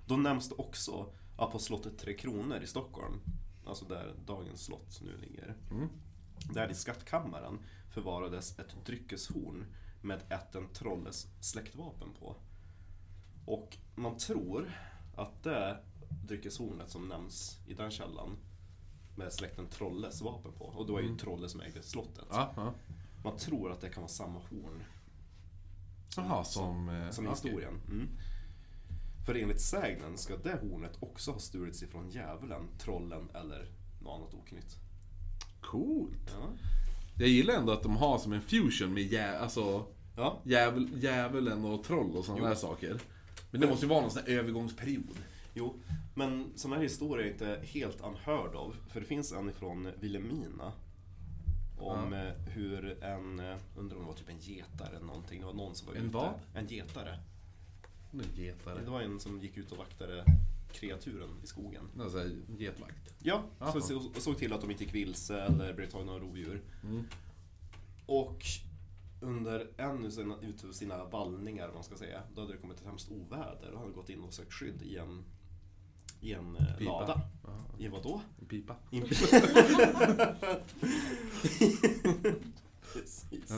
S1: då nämns det också att på slottet Tre Kronor i Stockholm, alltså där dagens slott nu ligger, där i skattkammaren förvarades ett dryckeshorn med ätten trolles släktvapen på. Och man tror att det dryckeshornet som nämns i den källan med släkten Trolles vapen på, och då är ju Trolle som ägde slottet.
S2: Ja, ja.
S1: Man tror att det kan vara samma horn
S2: Jaha, som... eh,
S1: som i
S2: okej.
S1: historien. Mm. För enligt sägnen ska det hornet också ha stulits ifrån djävulen, trollen eller något annat oknytt.
S2: Coolt.
S1: Ja.
S2: Jag gillar ändå att de har som en fusion med jä, alltså,
S1: Ja.
S2: djävul, djävulen och troll och sådana
S1: Jo.
S2: där saker. Men det måste ju vara någon sån här övergångsperiod.
S1: Jo, men sådana här historier är inte helt unheard of. För det finns en ifrån Vilhelmina. Om eh, hur en, eh, undrar om det var typ en getare eller någonting. Det var någon som var
S2: En
S1: ute.
S2: vad?
S1: En getare.
S2: Nu getare.
S1: Det var en som gick ut och vaktade kreaturen i skogen.
S2: Någon sån här getvakt.
S1: Ja,
S2: Jaha.
S1: så så- såg till att de inte gick vilse eller blev tagna av rovdjur. Och under en av sina, utav sina vallningar, om man ska säga, då hade det kommit ett hemskt oväder och han hade gått in och sökt skydd i en, i en eh,
S2: Pipa.
S1: lada.
S2: Ja,
S1: I vad då?
S2: en pipa.
S1: I en pipa. Precis.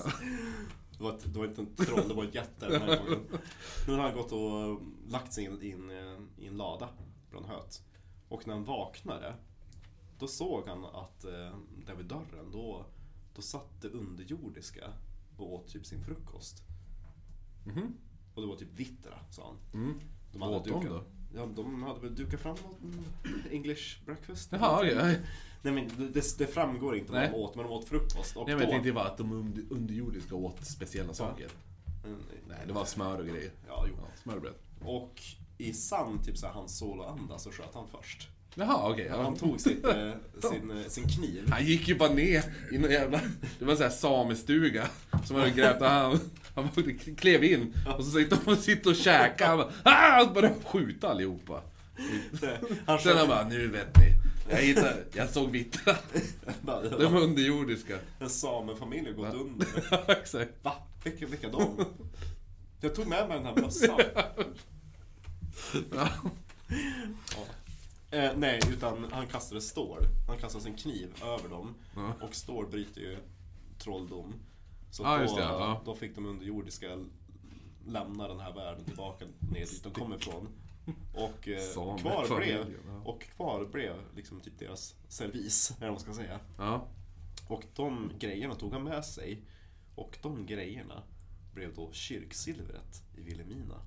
S1: Det, var ett, det var inte en troll, det var en jätte den här gången. Nu har han gått och eh, lagt sig i en- i en, eh, i en lada bland höet. Och när han vaknade, då såg han att eh, där vid dörren, då, då satt det underjordiska och åt typ sin frukost.
S2: Mhm.
S1: Och det var typ vittra, sa han.
S2: Mm.
S1: De
S2: Vad åt de
S1: dukat-
S2: då?
S1: Ja, de hade väl dukat fram någon English breakfast.
S2: Jaha, okej.
S1: Nej men det- det, det framgår inte vad
S2: Nej.
S1: de åt, men de åt frukost. Och
S2: Nej, men jag
S1: då-
S2: tänkte bara att de under- underjordiska åt speciella saker.
S1: Mm,
S2: Nej, det var smör och grejer.
S1: Ja, jo.
S2: Ja, smörbröd.
S1: Och i sann typ så här, hans soloanda så sköt han först.
S2: Jaha, okej. ja.
S1: Han tog sitt, eh, sin, eh, sin kniv.
S2: Han gick ju bara ner i någon jävla... Det var en sån här samestuga som hade grävt och han, han bara klev in och så sitter de och, sitter och käkar. Han bara, ah! och började skjuta allihopa.
S1: Han
S2: Sen han
S1: sköt
S2: bara, nu vet ni. Jag hittade, jag såg vittra.
S1: bara,
S2: De underjordiska.
S1: en samefamilj har gått under.
S2: Ja, Exakt.
S1: Va? Vilka, vilka de? Jag tog med mig den här mössan.
S2: Ja.
S1: Eh, nej, utan han kastade stål. Han kastade sin kniv över dem.
S2: Ja.
S1: Och stål bryter ju trolldom. Så
S2: Ja,
S1: då,
S2: just det, ja.
S1: då fick de underjordiska l- lämna den här världen tillbaka ner dit de kom ifrån. Och, eh,
S2: Samer,
S1: kvar,
S2: familjen,
S1: blev,
S2: ja.
S1: och kvar blev liksom typ deras servis, eller vad man ska säga.
S2: Ja.
S1: Och de grejerna tog han med sig. Och de grejerna, blev då kyrksilvret i Vilhelmina.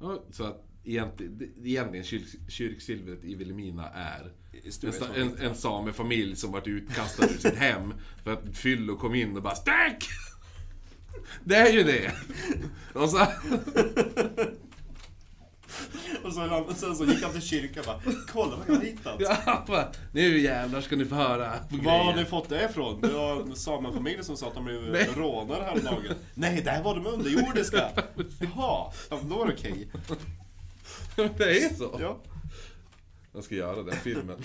S2: Ja, Så att egentligen, det- egentligen kyrk, kyrksilvret i Vilhelmina är
S1: I- i
S2: en,
S1: stora
S2: sta-
S1: sammanhang.
S2: en, en samefamilj som varit utkastad ur sitt hem för att Fyllo kom in och bara STÄCK! Det är ju det! Och så,
S1: Och så, och sen så gick han till kyrkan och bara Kolla vad jag har hittat!
S2: ja, bara, nu jävlar ska ni få höra på
S1: Var har ni
S2: grejer.
S1: fått det ifrån? Det var en samefamilj som sa att de blev
S2: Nej.
S1: rånade häromdagen. Nej, där var de underjordiska! Jaha, ja, men då var det okej.
S2: Det är så.
S1: Ja.
S2: Jag ska göra den filmen.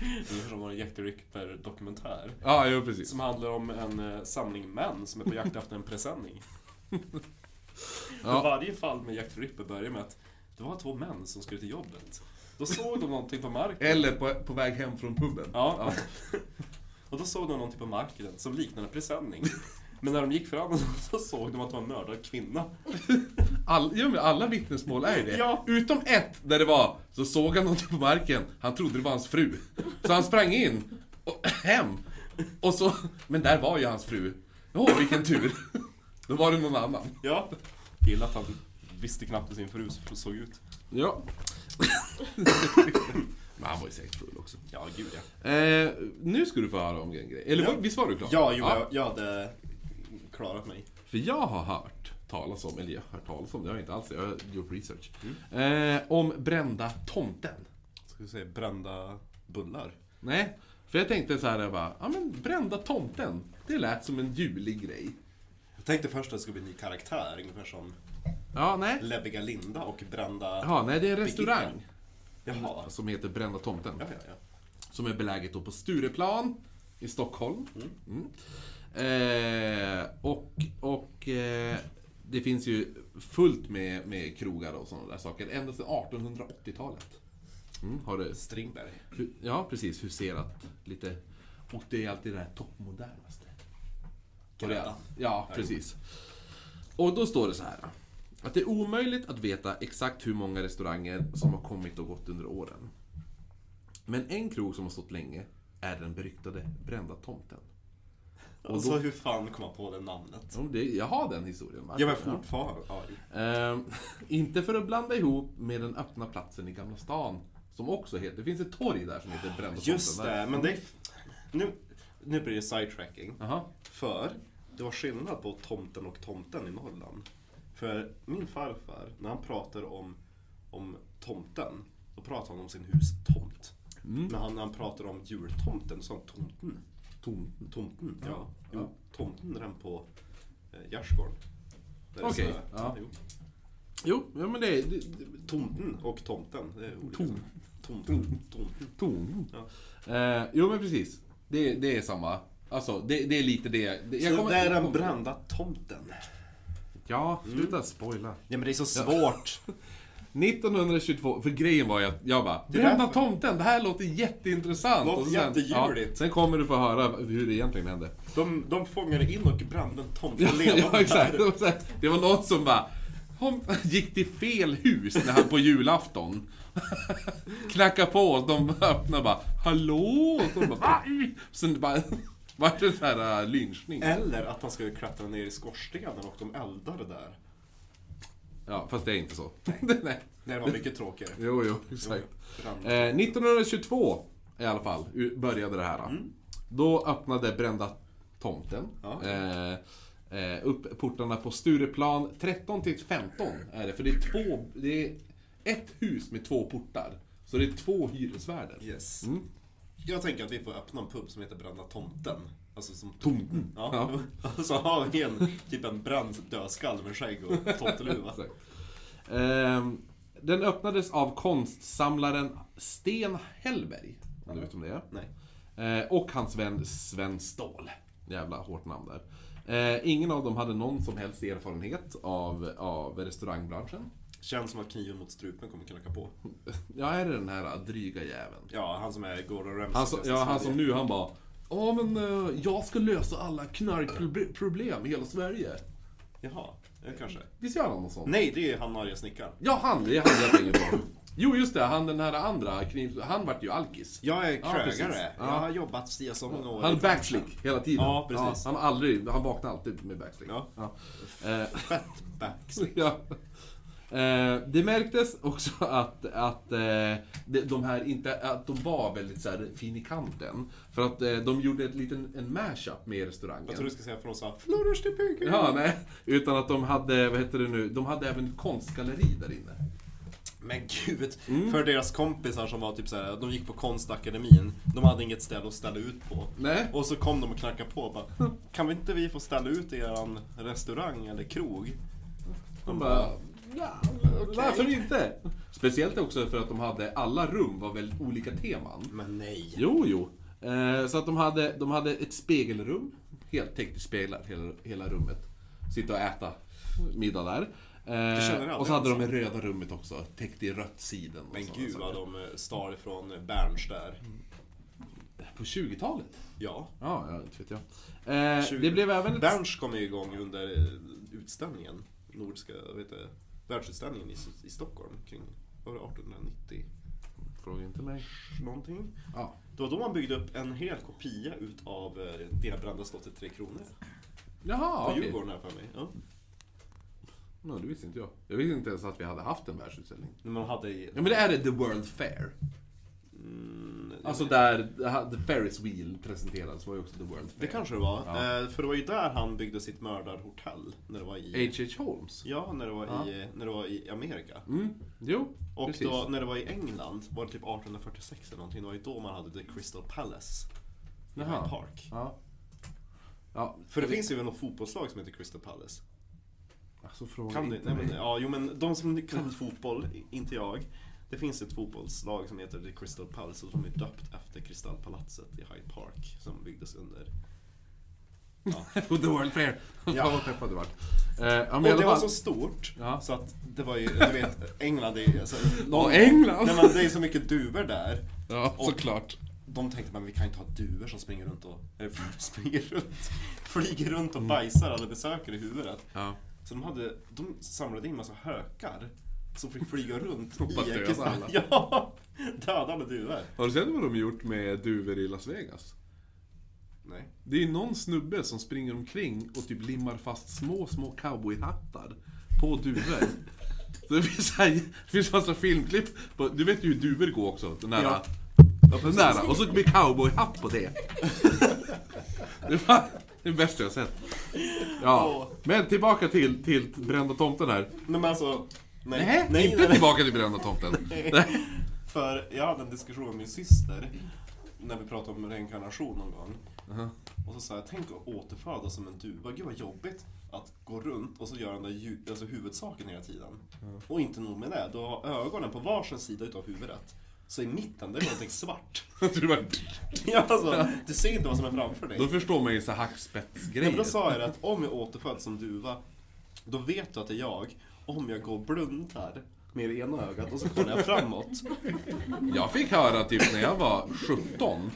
S1: Nu har de en Jack the Ripper-dokumentär.
S2: Ja, jo precis.
S1: Som handlar om en eh, samling män som är på jakt efter en presenning.
S2: Ja.
S1: Varje fall med Jack the Ripper börjar med att det var två män som skulle till jobbet. Då såg de någonting på marken.
S2: Eller på, på väg hem från puben.
S1: Ja. Och då såg de någonting på marken som liknade en presenning. Men när de gick fram så såg de att det var en mördad kvinna.
S2: All, ja, men alla vittnesmål är ju det.
S1: Ja.
S2: Utom ett, där det var, så såg han någonting på marken, han trodde det var hans fru. Så han sprang in, och, hem, och så, men där var ju hans fru. Åh, vilken tur. Då var det någon annan.
S1: Ja. Gillar att han visste knappt hur sin fru såg ut.
S2: Ja. men han var ju säkert full också.
S1: Ja, gud ja.
S2: Eh, nu ska du få höra om en grej. Eller
S1: Ja.
S2: var- visst var du klar?
S1: Ja, jo, jag, jag hade klarat mig.
S2: För jag har hört talas om, eller jag har hört talas om, det har jag inte alls, jag har gjort research.
S1: Mm.
S2: Eh, om brända tomten.
S1: Ska vi säga brända bullar?
S2: Nej, för jag tänkte så här, jag bara, ja men brända tomten, det lät som en julig grej.
S1: Jag tänkte först att det skulle bli en ny karaktär, ungefär som
S2: Ja, nej.
S1: Läbbiga Linda och brända...
S2: Ja, nej, det är en restaurang
S1: Jaha.
S2: som heter Brända tomten.
S1: Ja, ja, ja.
S2: Som är beläget då på Stureplan i Stockholm. Mm. Eh, och och eh, det finns ju fullt med, med krogar och sådana där saker. Ända sedan 1880-talet. Mm, har det
S1: Strindberg.
S2: Hu- Ja, precis. Huserat lite. Och det är alltid det här toppmodernaste. Och det-
S1: Grötan.
S2: Ja, precis. Och då står det så här. Att det är omöjligt att veta exakt hur många restauranger som har kommit och gått under åren. Men en krog som har stått länge är den beryktade Brända Tomten.
S1: Och, så hur fan kom man på det namnet?
S2: Om det, jag har den historien. va?
S1: Ja, men fortfarande. Ja.
S2: Ehm, inte för att blanda ihop med den öppna platsen i Gamla stan. Som också heter, det finns ett torg där som heter Brända Tomten.
S1: Just det, men det... Nu, nu blir det sidetracking.
S2: Jaha.
S1: För det var skillnad på tomten och tomten i Norrland. För min farfar, när han pratar om, om tomten, då pratar han om sin hustomt.
S2: Mm.
S1: Men han, när han pratar om jultomten så sa han tomten.
S2: Tom.
S1: Tomten, ja.
S2: Ja,
S1: Jo,
S2: ja.
S1: tomten rann på eh, gärdsgården. Där det är
S2: Okej,
S1: snö.
S2: ja.
S1: Jo.
S2: Jo, ja, men det är... det- det-
S1: Tomten och tomten, det är olika.
S2: Tom.
S1: Tomten, tomten.
S2: Tom.
S1: Ja.
S2: Eh, jo, men precis. Det, det är samma. Alltså, det, det är lite det. det
S1: Så det är
S2: jag
S1: den
S2: kommer-
S1: brända tomten.
S2: Ja, sluta spoila.
S1: Ja men det är så svårt.
S2: 1922, för grejen var ju att jag bara
S1: är
S2: Brända
S1: därför.
S2: tomten, det här låter jätteintressant.
S1: Låter
S2: Och
S1: jättejuligt.
S2: sen kommer du få höra hur det egentligen hände.
S1: De, de fångade in och brände en tomte levande.
S2: ja, exakt. Det var, så här, det var någon som bara "Hon gick till fel hus när han på julafton. Knackade på och de öppnade och bara Hallå? Och de bara Va? Sen bara vart det så här äh, lynchning.
S1: Eller att han skulle klättra ner i skorstenen och de eldade där.
S2: Ja, fast det är inte så. Nej.
S1: Det var mycket tråkigare.
S2: Jo, jo, exakt.
S1: Brand.
S2: Eh, 1922 i alla fall u- började det här. Då öppnade Brända Tomten.
S1: Ja.
S2: Eh, eh, upp portarna på Stureplan 13 till 15 är det, för det är två... Det är ett hus med två portar. Så det är två hyresvärdar.
S1: Yes.
S2: Mm.
S1: Jag tänker att vi får öppna en pub som heter Brända Tomten. Alltså som
S2: Tomten.
S1: Ja. Och så har vi en, typ en bränd dödskalle med skägg och tomteluva.
S2: Exakt. Ehm, den öppnades av konstsamlaren Sten Hellberg. Om du vet om det är.
S1: Nej.
S2: Eh, och hans vän Sven Ståhl. Jävla hårt namn där. Eh, ingen av dem hade någon som helst erfarenhet av, av restaurangbranschen.
S1: Känns som att kniven mot strupen kommer knacka på.
S2: Ja, är det den här dryga jäveln?
S1: Ja, han som är Gordon Ramsay.
S2: Han som,
S1: bäst i
S2: ja, han
S1: Sverige.
S2: som nu, han bara Ja men eh, jag ska lösa alla knarkproblem i hela Sverige.
S1: Jaha, det kanske.
S2: Visst gör han något sånt?
S1: Nej, det är han arga snickaren.
S2: Ja, han! Det är han jag tänker på. Jo, just det. Han den här andra kniv... Han vart ju alkis.
S1: Jag är
S2: Ja, precis.
S1: krögare.
S2: Ja.
S1: Jag har jobbat si och så många år. i
S2: Han
S1: branschen.
S2: backslick hela tiden.
S1: Ja, precis.
S2: han, har aldrig, han vaknar alltid med backslick.
S1: Ja.
S2: Eh,
S1: Fett backslick.
S2: ja. Eh, det märktes också att, att, eh, de, de här inte, att de var väldigt så här fin i kanten. För att eh, de gjorde ett liten, en mashup med restaurangen.
S1: Jag tror du ska säga för de sa Flourish the pig.
S2: Ja, nej. Utan att de hade, vad heter det nu, de hade även ett konstgalleri där inne.
S1: Men gud,
S2: Mm.
S1: för deras kompisar som var typ såhär, de gick på konstakademin, de hade inget ställe att ställa ut på.
S2: Nej.
S1: Och så kom de och knackade på och bara, kan vi inte vi få ställa ut i eran restaurang eller krog?
S2: De bara, "Ja, varför inte? Speciellt också för att de hade, alla rum var väldigt olika teman.
S1: Men nej.
S2: Jo, jo. Eh, så att de hade, de hade ett spegelrum, helt täckt i speglar hela, hela rummet. Sitta och äta middag där.
S1: känner
S2: Eh,
S1: jag
S2: och så hade
S1: aldrig,
S2: de det röda rummet också, täckt i rött siden. och
S1: Men
S2: sådana
S1: gud
S2: saker.
S1: vad de eh, stal ifrån Berns där.
S2: Mm. På 20-talet?
S1: Ja.
S2: Ja, ja, inte vet jag. Eh,
S1: 20.
S2: Det blev även ett...
S1: Berns kom ju igång under eh, utställningen, Nordiska, vet du, världsutställningen i, i Stockholm kring, var det 1890
S2: Fråga inte mig.
S1: någonting?
S2: Ja.
S1: Det var då man byggde upp en hel kopia utav eh, det brända slottet Tre Kronor.
S2: Jaha,
S1: På
S2: okej.
S1: Djurgården här för mig. Ja.
S2: Nej, det visste inte jag. Jag visste inte ens att vi hade haft en världsutställning.
S1: När man hade i...
S2: Ja, men det är det The World Fair.
S1: Mm,
S2: Alltså där The Ferris Wheel presenterades var ju också The World
S1: det
S2: Fair.
S1: kanske det var.
S2: Ja.
S1: Eh, För det var ju där han byggde sitt mördarhotell. När det var i...
S2: H.H. Holmes.
S1: Ja, när det var
S2: Ja.
S1: i, när det var i Amerika.
S2: Mm, jo,
S1: Och
S2: precis.
S1: då, när det var i England, var det typ 1846 eller någonting, det var ju då man hade The Crystal Palace. i Hyde
S2: Jaha.
S1: Park.
S2: Ja. ja.
S1: För det
S2: jag vet-
S1: finns ju något fotbollslag som heter Crystal Palace.
S2: Alltså, fråga
S1: Kan
S2: inte
S1: du? Nej, men,
S2: mig.
S1: ja, jo men de som kan fotboll, inte jag. Det finns ett fotbollslag som heter The Crystal Palace och de är döpt efter Kristallpalatset i Hyde Park som byggdes under
S2: The World Fair. Fan
S1: Ja.
S2: vad peppad du vart. Eh, ja, men i
S1: Och
S2: alla
S1: det var
S2: fall.
S1: så stort
S2: Ja.
S1: så att det var ju, du vet, England är ju... Alltså,
S2: Ja, England!
S1: Nej, men det är så mycket duvor där.
S2: Ja,
S1: och-
S2: såklart.
S1: De tänkte men vi kan inte ha duvor som springer runt och... Eller, springer runt, flyger runt
S2: Mm.
S1: och bajsar alla besökare i huvudet.
S2: Ja.
S1: Så de, hade, de samlade in massa hökar som fick flyga runt
S2: Och bara
S1: i
S2: döda
S1: Kristall-
S2: alla.
S1: Ja! Döda alla duvor.
S2: Har du sett vad de gjort med duvor i Las Vegas?
S1: Nej.
S2: Det är ju någon snubbe som springer omkring och typ limmar fast små, små cowboyhattar på duvor. Så det finns, här, det finns massa filmklipp. På, du vet ju hur duvor går också. Den där,
S1: Ja.
S2: den där och så blir cowboyhatt på det. Det var det bästa jag sett. Ja. Men tillbaka till, till brända tomten här.
S1: Men alltså... Nej,
S2: Nej,
S1: nej, nej,
S2: inte
S1: nej.
S2: tillbaka till brända tomten. Nej.
S1: För jag hade en diskussion med min syster när vi pratade om reinkarnation någon gång. Och så sa jag, tänk att återfödas som en duva. Gud vad jobbigt att gå runt och så göra den där ju, alltså huvudsaken hela tiden. Och inte nog med det, du har ögonen på varsin sida utav huvudet. Så i mitten, där är någonting svart.
S2: Jag tror det var-
S1: Ja, alltså, du ser inte vad som är framför dig.
S2: Då förstår man ju så här
S1: Nej, men då
S2: hackspettsgrejer.
S1: sa jag det att om jag återföds som duva, då vet du att det är jag. Om jag går och blundar med det ena ögat och så kollar jag framåt.
S2: Jag fick höra typ när jag var 17.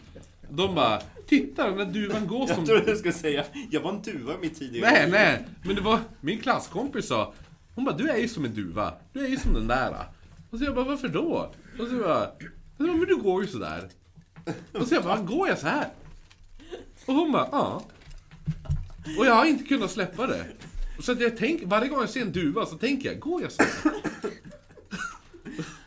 S2: De bara, titta den där duvan går som...
S1: Jag trodde du skulle säga, jag var en duva i mitt tidigare
S2: Nej,
S1: liv."
S2: nej. Men det var, min klasskompis sa, hon bara, du är ju som en duva. Du är ju som den där. Och så jag bara, varför då? Och så bara, "Ja, men du går ju sådär. Och så jag bara, går jag så här? Och hon bara, ja. Och jag har inte kunnat släppa det. Så att jag tänker, varje gång jag ser en duva så tänker jag, går jag så här?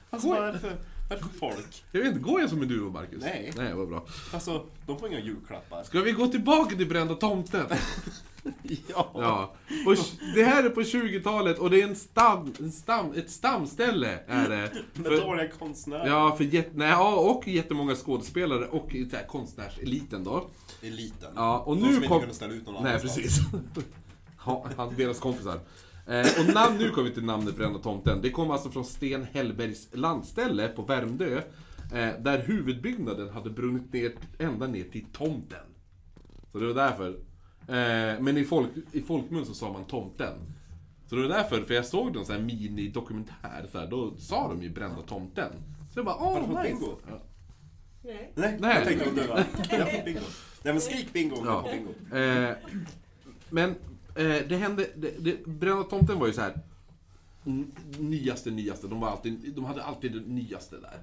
S1: Alltså, vad är det för, vad är det för folk?
S2: Jag vet inte, går jag som en duva Marcus?
S1: Nej.
S2: Nej, vad bra.
S1: Alltså, de får inga julklappar.
S2: Ska vi gå tillbaka till brända tomten?
S1: Ja.
S2: Ja. Och det här är på 20-talet och det är en stam, en stam, ett stamställe. Är det.
S1: Med
S2: För-
S1: dåliga konstnärer.
S2: Ja, för jätt, nej, ja, och jättemånga skådespelare och så här, konstnärseliten då.
S1: Eliten.
S2: Ja, och
S1: de
S2: nu
S1: som inte
S2: kom-
S1: kunde ställa ut någon
S2: Nej,
S1: annanstans.
S2: precis. Ja, han, deras kompisar. Eh, och namn, nu kommer vi till namnet Brända Tomten. Det kom alltså från Sten Hellbergs landställe på Värmdö. Eh, där huvudbyggnaden hade brunnit ner ända ner till tomten. Så det var därför. Eh, men i, folk, i folkmun så sa man tomten. Så det var därför, för jag såg någon sån här minidokumentär, så här, då sa de ju Brända Tomten. Så jag bara,
S1: Har du
S2: åh,
S1: fått
S2: nice.
S1: bingo?
S3: Nej.
S1: Nej,
S2: Nej.
S1: jag tänkte på duva. Jag har fått bingo. Nej men skrik bingo om
S2: Ja.
S1: du får bingo.
S2: Eh, men eh, det hände... Det, det, Brända tomten var ju så här. n- nyaste, nyaste. De, var alltid, de hade alltid det nyaste där.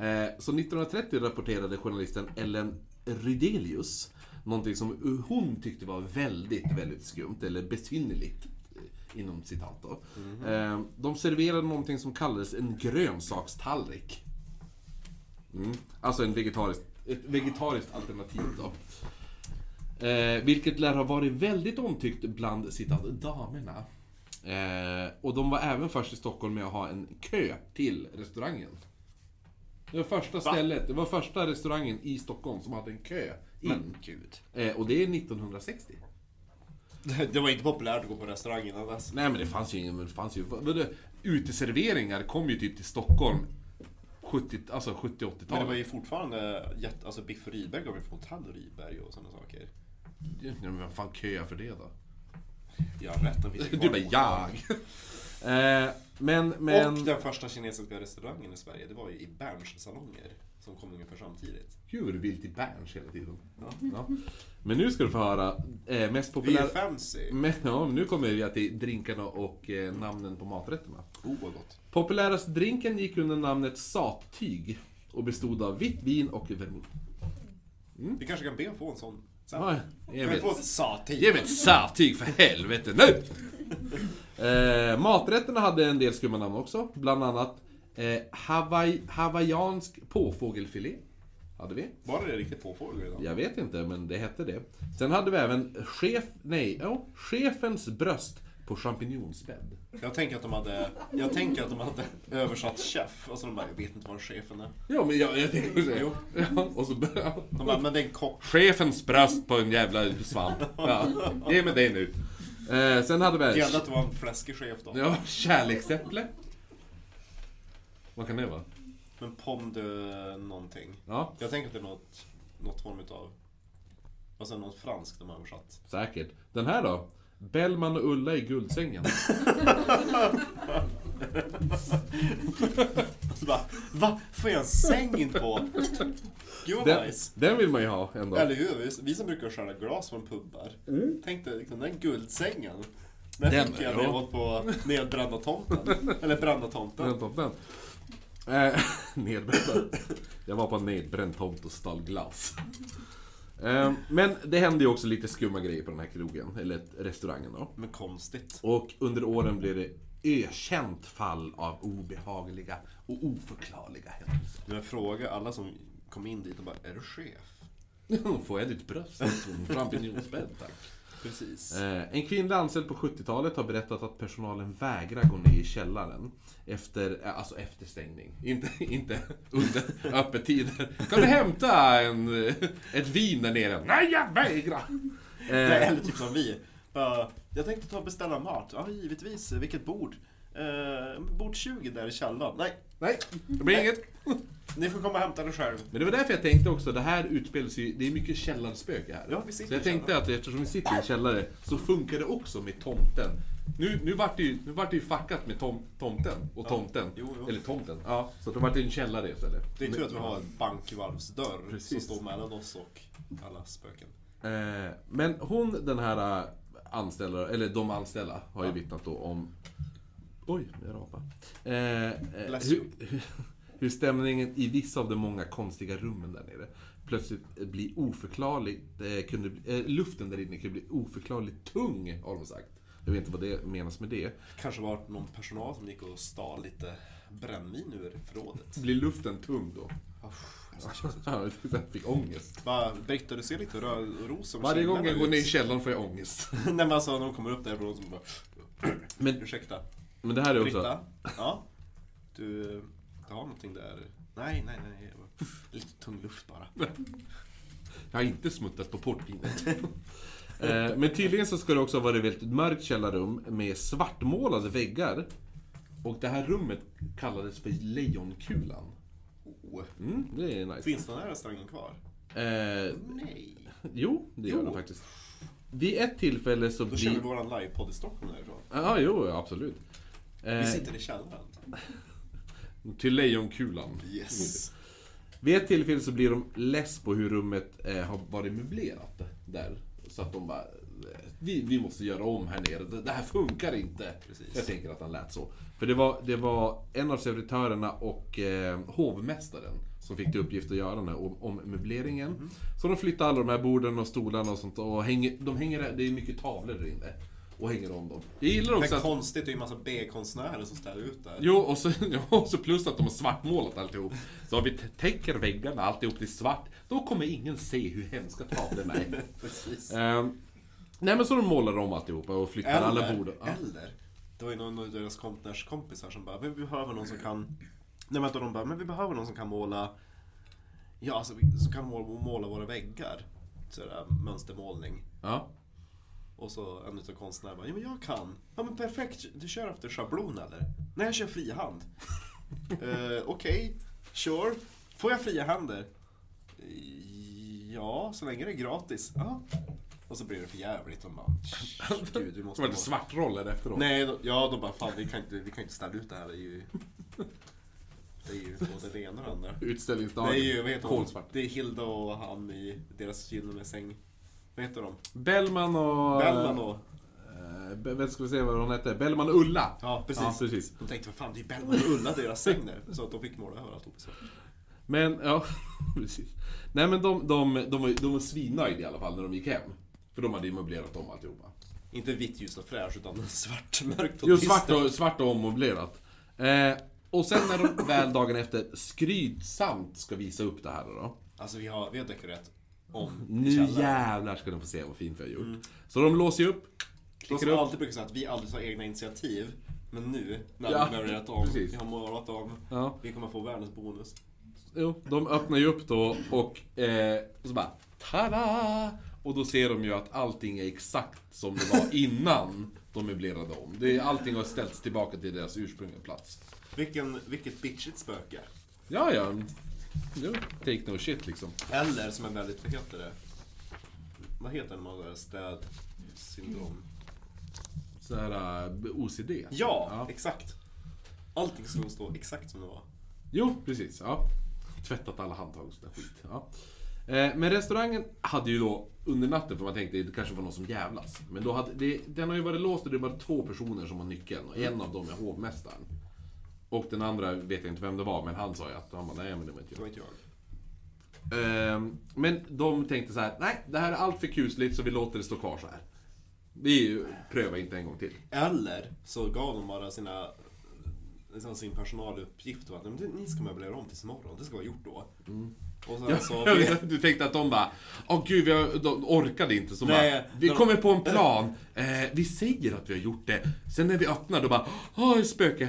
S2: Eh, så 1930 rapporterade journalisten Ellen Rydelius någonting som hon tyckte var väldigt, väldigt skumt, eller besynnerligt eh, inom citat då. Eh, de serverade någonting som kallades en grönsakstallrik. Mm. Alltså en vegetarisk, ett vegetariskt alternativ då. Eh, vilket lär ha varit väldigt omtyckt bland citat damerna. Eh, och de var även först i Stockholm med att ha en kö till restaurangen. Det var första stället, det var första restaurangen i Stockholm som hade en kö in.
S1: gud.
S2: Eh, och det är 1960.
S1: Det var inte populärt att gå på restaurangen annars.
S2: Nej men det fanns ju ingen, men det fanns ju... vadå? Uteserveringar kom ju typ till Stockholm 70, alltså 70-80-talet.
S1: Men det var ju fortfarande jätte... Alltså Biff och Rydberg gav ju från Hotell Rydberg och sådana saker.
S2: Ja, men vem fan köar för det då?
S1: Ja, rätt. de finns ju
S2: Du
S1: kvar.
S2: bara, jag! Eh, men,
S1: Och
S2: men...
S1: den första kinesiska restaurangen i Sverige, det var ju i Berns salonger. Som kom ungefär samtidigt.
S2: Djur vilt i Berns hela tiden.
S1: Ja.
S2: Ja. Men nu ska du få höra
S1: Vi är
S2: eh, mest
S1: ju
S2: populära...
S1: fancy.
S2: Men, ja, men nu kommer vi till drinkarna och eh, namnen på maträtterna.
S1: Oh, vad gott.
S2: Populärast drinken gick under namnet sattyg och bestod av vitt vin och vermouth.
S1: Mm. Vi kanske kan be att få en sån sen.
S2: Ja,
S1: kan
S2: jag
S1: vi
S2: vet.
S1: få ett sativ?
S2: Ge mig ett sattyg för helvete nu! Eh, maträtterna hade en del skumma namn också. Bland annat eh, Hawaii, hawaiiansk påfågelfilé. Hade vi.
S1: Var det riktigt påfågel idag?
S2: Jag vet inte, men det hette det. Sen hade vi även chef, nej, jo, chefens bröst på champinjonsbädd.
S1: Jag tänker att de hade, jag tänker att de hade översatt chef och så de bara, jag vet inte vad en chefen är.
S2: Ja, men jag, jag tänkte säga.
S1: Jo.
S2: Ja, och så började
S1: De bara, men det är en kock.
S2: Chefens bröst på en jävla svamp. Ja, ge mig det nu. Eh, sen hade vi...
S1: Det gällde att det var en fläskig chef då.
S2: Ja, kärleksäpple. Vad kan det vara?
S1: Men pom de någonting.
S2: Ja,
S1: Jag tänker att det är något, något form utav, alltså något franskt de har översatt.
S2: säkert. Den här då? Bellman och Ulla i Guldsängen.
S1: Och så bara, va? Får jag en säng in på? Gud vad
S2: Den,
S1: nice.
S2: den vill man ju ha ändå.
S1: Eller hur? Vi- Vi som brukar stjäla glas från pubbar. Tänk dig liksom, den guldsängen. Den,
S2: Den,
S1: fick jag när
S2: ja.
S1: jag var på nedbrända tomten. Eller brända tomten.
S2: Den toppen. Eh, nedbränd. Jag var på en nedbränd tomt och stal glass. Eh, men det hände ju också lite skumma grejer på den här krogen, eller restaurangen då.
S1: Men konstigt.
S2: Och under åren blev det ökänt fall av obehagliga och oförklarliga händelser.
S1: Men jag frågar alla som kom in dit och bara, är du chef?
S2: Får jag ditt bröst? Champinjonsbädd, tack.
S1: Precis.
S2: Eh, En kvinnlig anställd på 70-talet har berättat att personalen vägrar gå ner i källaren efter, eh, alltså efter stängning. Inte, inte under öppettider. Kan du hämta en, eh, ett vin där nere? Nej, jag vägrar!
S1: Det är
S2: Eh,
S1: Eller typ som vi. Bara, jag tänkte ta och beställa mat. Ja, givetvis. Vilket bord? Eh, bord 20 där i källaren. Nej,
S2: nej, det blir inget.
S1: ni får komma och hämta det själv.
S2: Men det var därför jag tänkte också, det här utspelas ju, det är mycket källarspöke här.
S1: Ja, vi sitter
S2: så jag
S1: i
S2: tänkte att eftersom vi sitter i en källare så funkar det också med tomten. Nu, nu vart det ju, nu vart det ju fuckat med tom, tomten och tomten.
S1: Jo, jo.
S2: Eller tomten, ja. Så då vart det en källare istället.
S1: Det är tur att vi har en bankvalvsdörr
S2: Precis.
S1: som står mellan oss och alla spöken.
S2: Eh, Men hon, den här eh, anställda, eller de anställda, har ju vittnat då om... Oj, jag rapade. Eh, eh,
S1: Bless
S2: hur, hur stämningen i vissa av de många konstiga rummen där nere plötsligt eh, blir oförklarlig. Eh, kunde, bli- eh, luften där inne kunde bli oförklarligt tung, har de sagt. Jag vet inte vad det menas med det.
S1: Kanske var det någon personal som gick och stal lite brännvin ur förrådet.
S2: Blir luften tung då?
S1: Usch, jag ska köpa-
S2: Jag fick ångest.
S1: Bara, Britta, du ser lite rö- ros som
S2: Varje gång
S1: kinden
S2: jag går
S1: ut.
S2: ner i källaren får jag ångest.
S1: Nej men alltså, när de kommer upp därifrån så bara...
S2: Men,
S1: Ursäkta.
S2: men det här är också...
S1: Britta? Ja? Du, du har någonting där? Nej, nej, nej. Lite tung luft bara.
S2: Jag har inte smuttat på portvinet. Eh, Men tydligen så ska det också ha varit ett väldigt mörkt källarrum med svartmålade väggar. Och det här rummet kallades för Lejonkulan.
S1: Oh.
S2: Mm, det är nice.
S1: Finns den här restaurangen kvar?
S2: Eh,
S1: Nej.
S2: jo, det gör
S1: Jo.
S2: det faktiskt. Vid ett tillfälle så...
S1: Då kör vi
S2: blir-
S1: våran livepodd i Stockholm därifrån.
S2: Ja, ah, jo, absolut. Eh,
S1: Vi sitter i källaren.
S2: till Lejonkulan.
S1: Yes.
S2: Mm. Vid ett tillfälle så blir de less på hur rummet eh, har varit möblerat där. Så att de bara, eh, vi, vi måste göra om här nere, det, det här funkar inte.
S1: Precis.
S2: Jag tänker att han lät så. För det var, det var en av servitörerna och eh, hovmästaren som fick till uppgift att göra den här om- ommöbleringen.
S1: Mhm.
S2: Så de flyttade alla de här borden och stolarna och sånt och hänger, de hänger, det är mycket tavlor där inne. Och hänger om dem. Jag gillar
S1: Men
S2: också att
S1: konstigt, det är ju en massa B-konstnärer som ställer ut där.
S2: Jo, och så, ja, och så plus att de har svartmålat alltihop. Så om vi t- täcker väggarna, alltihop till svart, då kommer ingen se hur hemska tavlorna är.
S1: Precis.
S2: Ehm, nej men så de målar om alltihopa och flyttar alla bord. Ja.
S1: eller, det var ju någon av deras konstnärskompisar som bara, men vi behöver någon som kan... Nej men då de bara, men vi behöver någon som kan måla... Ja, alltså, vi- som kan måla, måla våra väggar. Sådär, mönstermålning.
S2: Ja.
S1: Och så en utav konstnärerna bara, ja men jag kan. Ja men perfekt, du kör efter schablon eller? Nej jag kör frihand. uh, Okej, sure. Får jag fria händer? "Eh, Ja, så länge det är gratis. Ja. Och så blir det för jävligt. De bara, "Shh, gud du
S2: Så
S1: måste...
S2: var det
S1: gå."
S2: svartroller efteråt.
S1: Nej, då, ja de bara, fan vi kan, inte, vi kan inte ställa ut det här. Det är ju... Det är ju både det ena och det andra. Det
S2: Utställningsdagen.
S1: är ju, vad heter hon?
S2: Kolsvart.
S1: Det är Hilda och han i deras gyllene säng. Vad heter de?
S2: Bellman och...
S1: Bellman och...
S2: eh, Be- vem ska vi se vad hon hette? Bellman och Ulla.
S1: Ja, precis.
S2: Ja, precis.
S1: De tänkte, vad fan, det är Bellman och Ulla, deras säng där. Så att de fick måla överallt. Också.
S2: Men, ja, precis. Nej men de, de, de, var, de var svinnöjda i alla fall när de gick hem. För de hade ju möblerat om alltihopa.
S1: Inte vitt, ljust och fräscht, utan svart, mörkt och
S2: Jo,
S1: trist.
S2: svart och, svart och ommöblerat. Eh, och sen när de väl dagen efter skrytsamt ska visa upp det här då.
S1: Alltså, vi har, vi har dekorerat om
S2: Nu
S1: i källaren.
S2: jävlar ska de få se vad fint vi har gjort. Så de låser ju upp,
S1: De
S2: klickar
S1: som
S2: upp.
S1: alltid brukar säga att vi aldrig tar egna initiativ. Men nu, när
S2: Ja,
S1: vi har röjat om,
S2: precis.
S1: vi har målat om,
S2: Ja,
S1: vi kommer få världens bonus.
S2: jo, de öppnar ju upp då och, eh, och så bara Tada! Och då ser de ju att allting är exakt som det var innan de möblerade om. Det, är- allting har ställts tillbaka till deras ursprungliga plats.
S1: Vilken, vilket bitchigt spöke.
S2: Ja, ja. Jo, Take no shit liksom.
S1: Eller som är väldigt, vad heter det? Vad heter man där?
S2: Mm.
S1: Städsyndrom?
S2: Såhär eh, OCD.
S1: Ja, exakt. Allting skulle stå exakt som det var.
S2: Jo, precis. Ja. Tvättat alla handtag och sådär skit. Ja. Eh, Men restaurangen hade ju då under natten, för man tänkte det kanske var någon som jävlas. Men då hade, det, den har ju varit låst och det är bara två personer som har nyckeln. Och en av dem är hovmästaren. Och den andra vet jag inte vem det var, men han sa ju att han bara, nej men det var inte
S1: Det
S2: jag.
S1: var inte jag.
S2: Ehm, Men de tänkte så här: nej det här är allt för kusligt så vi låter det stå kvar så här. Vi prövar inte en gång till.
S1: Eller så gav de bara sina liksom sin personaluppgift och att "Men det- ni ska möblera om tills imorgon, det ska vara gjort då. Och sen så...
S2: Jag vet, Du tänkte att de bara, åh gud, vi har, de orkade inte. Så
S1: Nej,
S2: bara, vi
S1: de-
S2: kommer på en plan, eh, vi säger att vi har gjort det. Sen när vi öppnar, då bara, åh, ett spöke.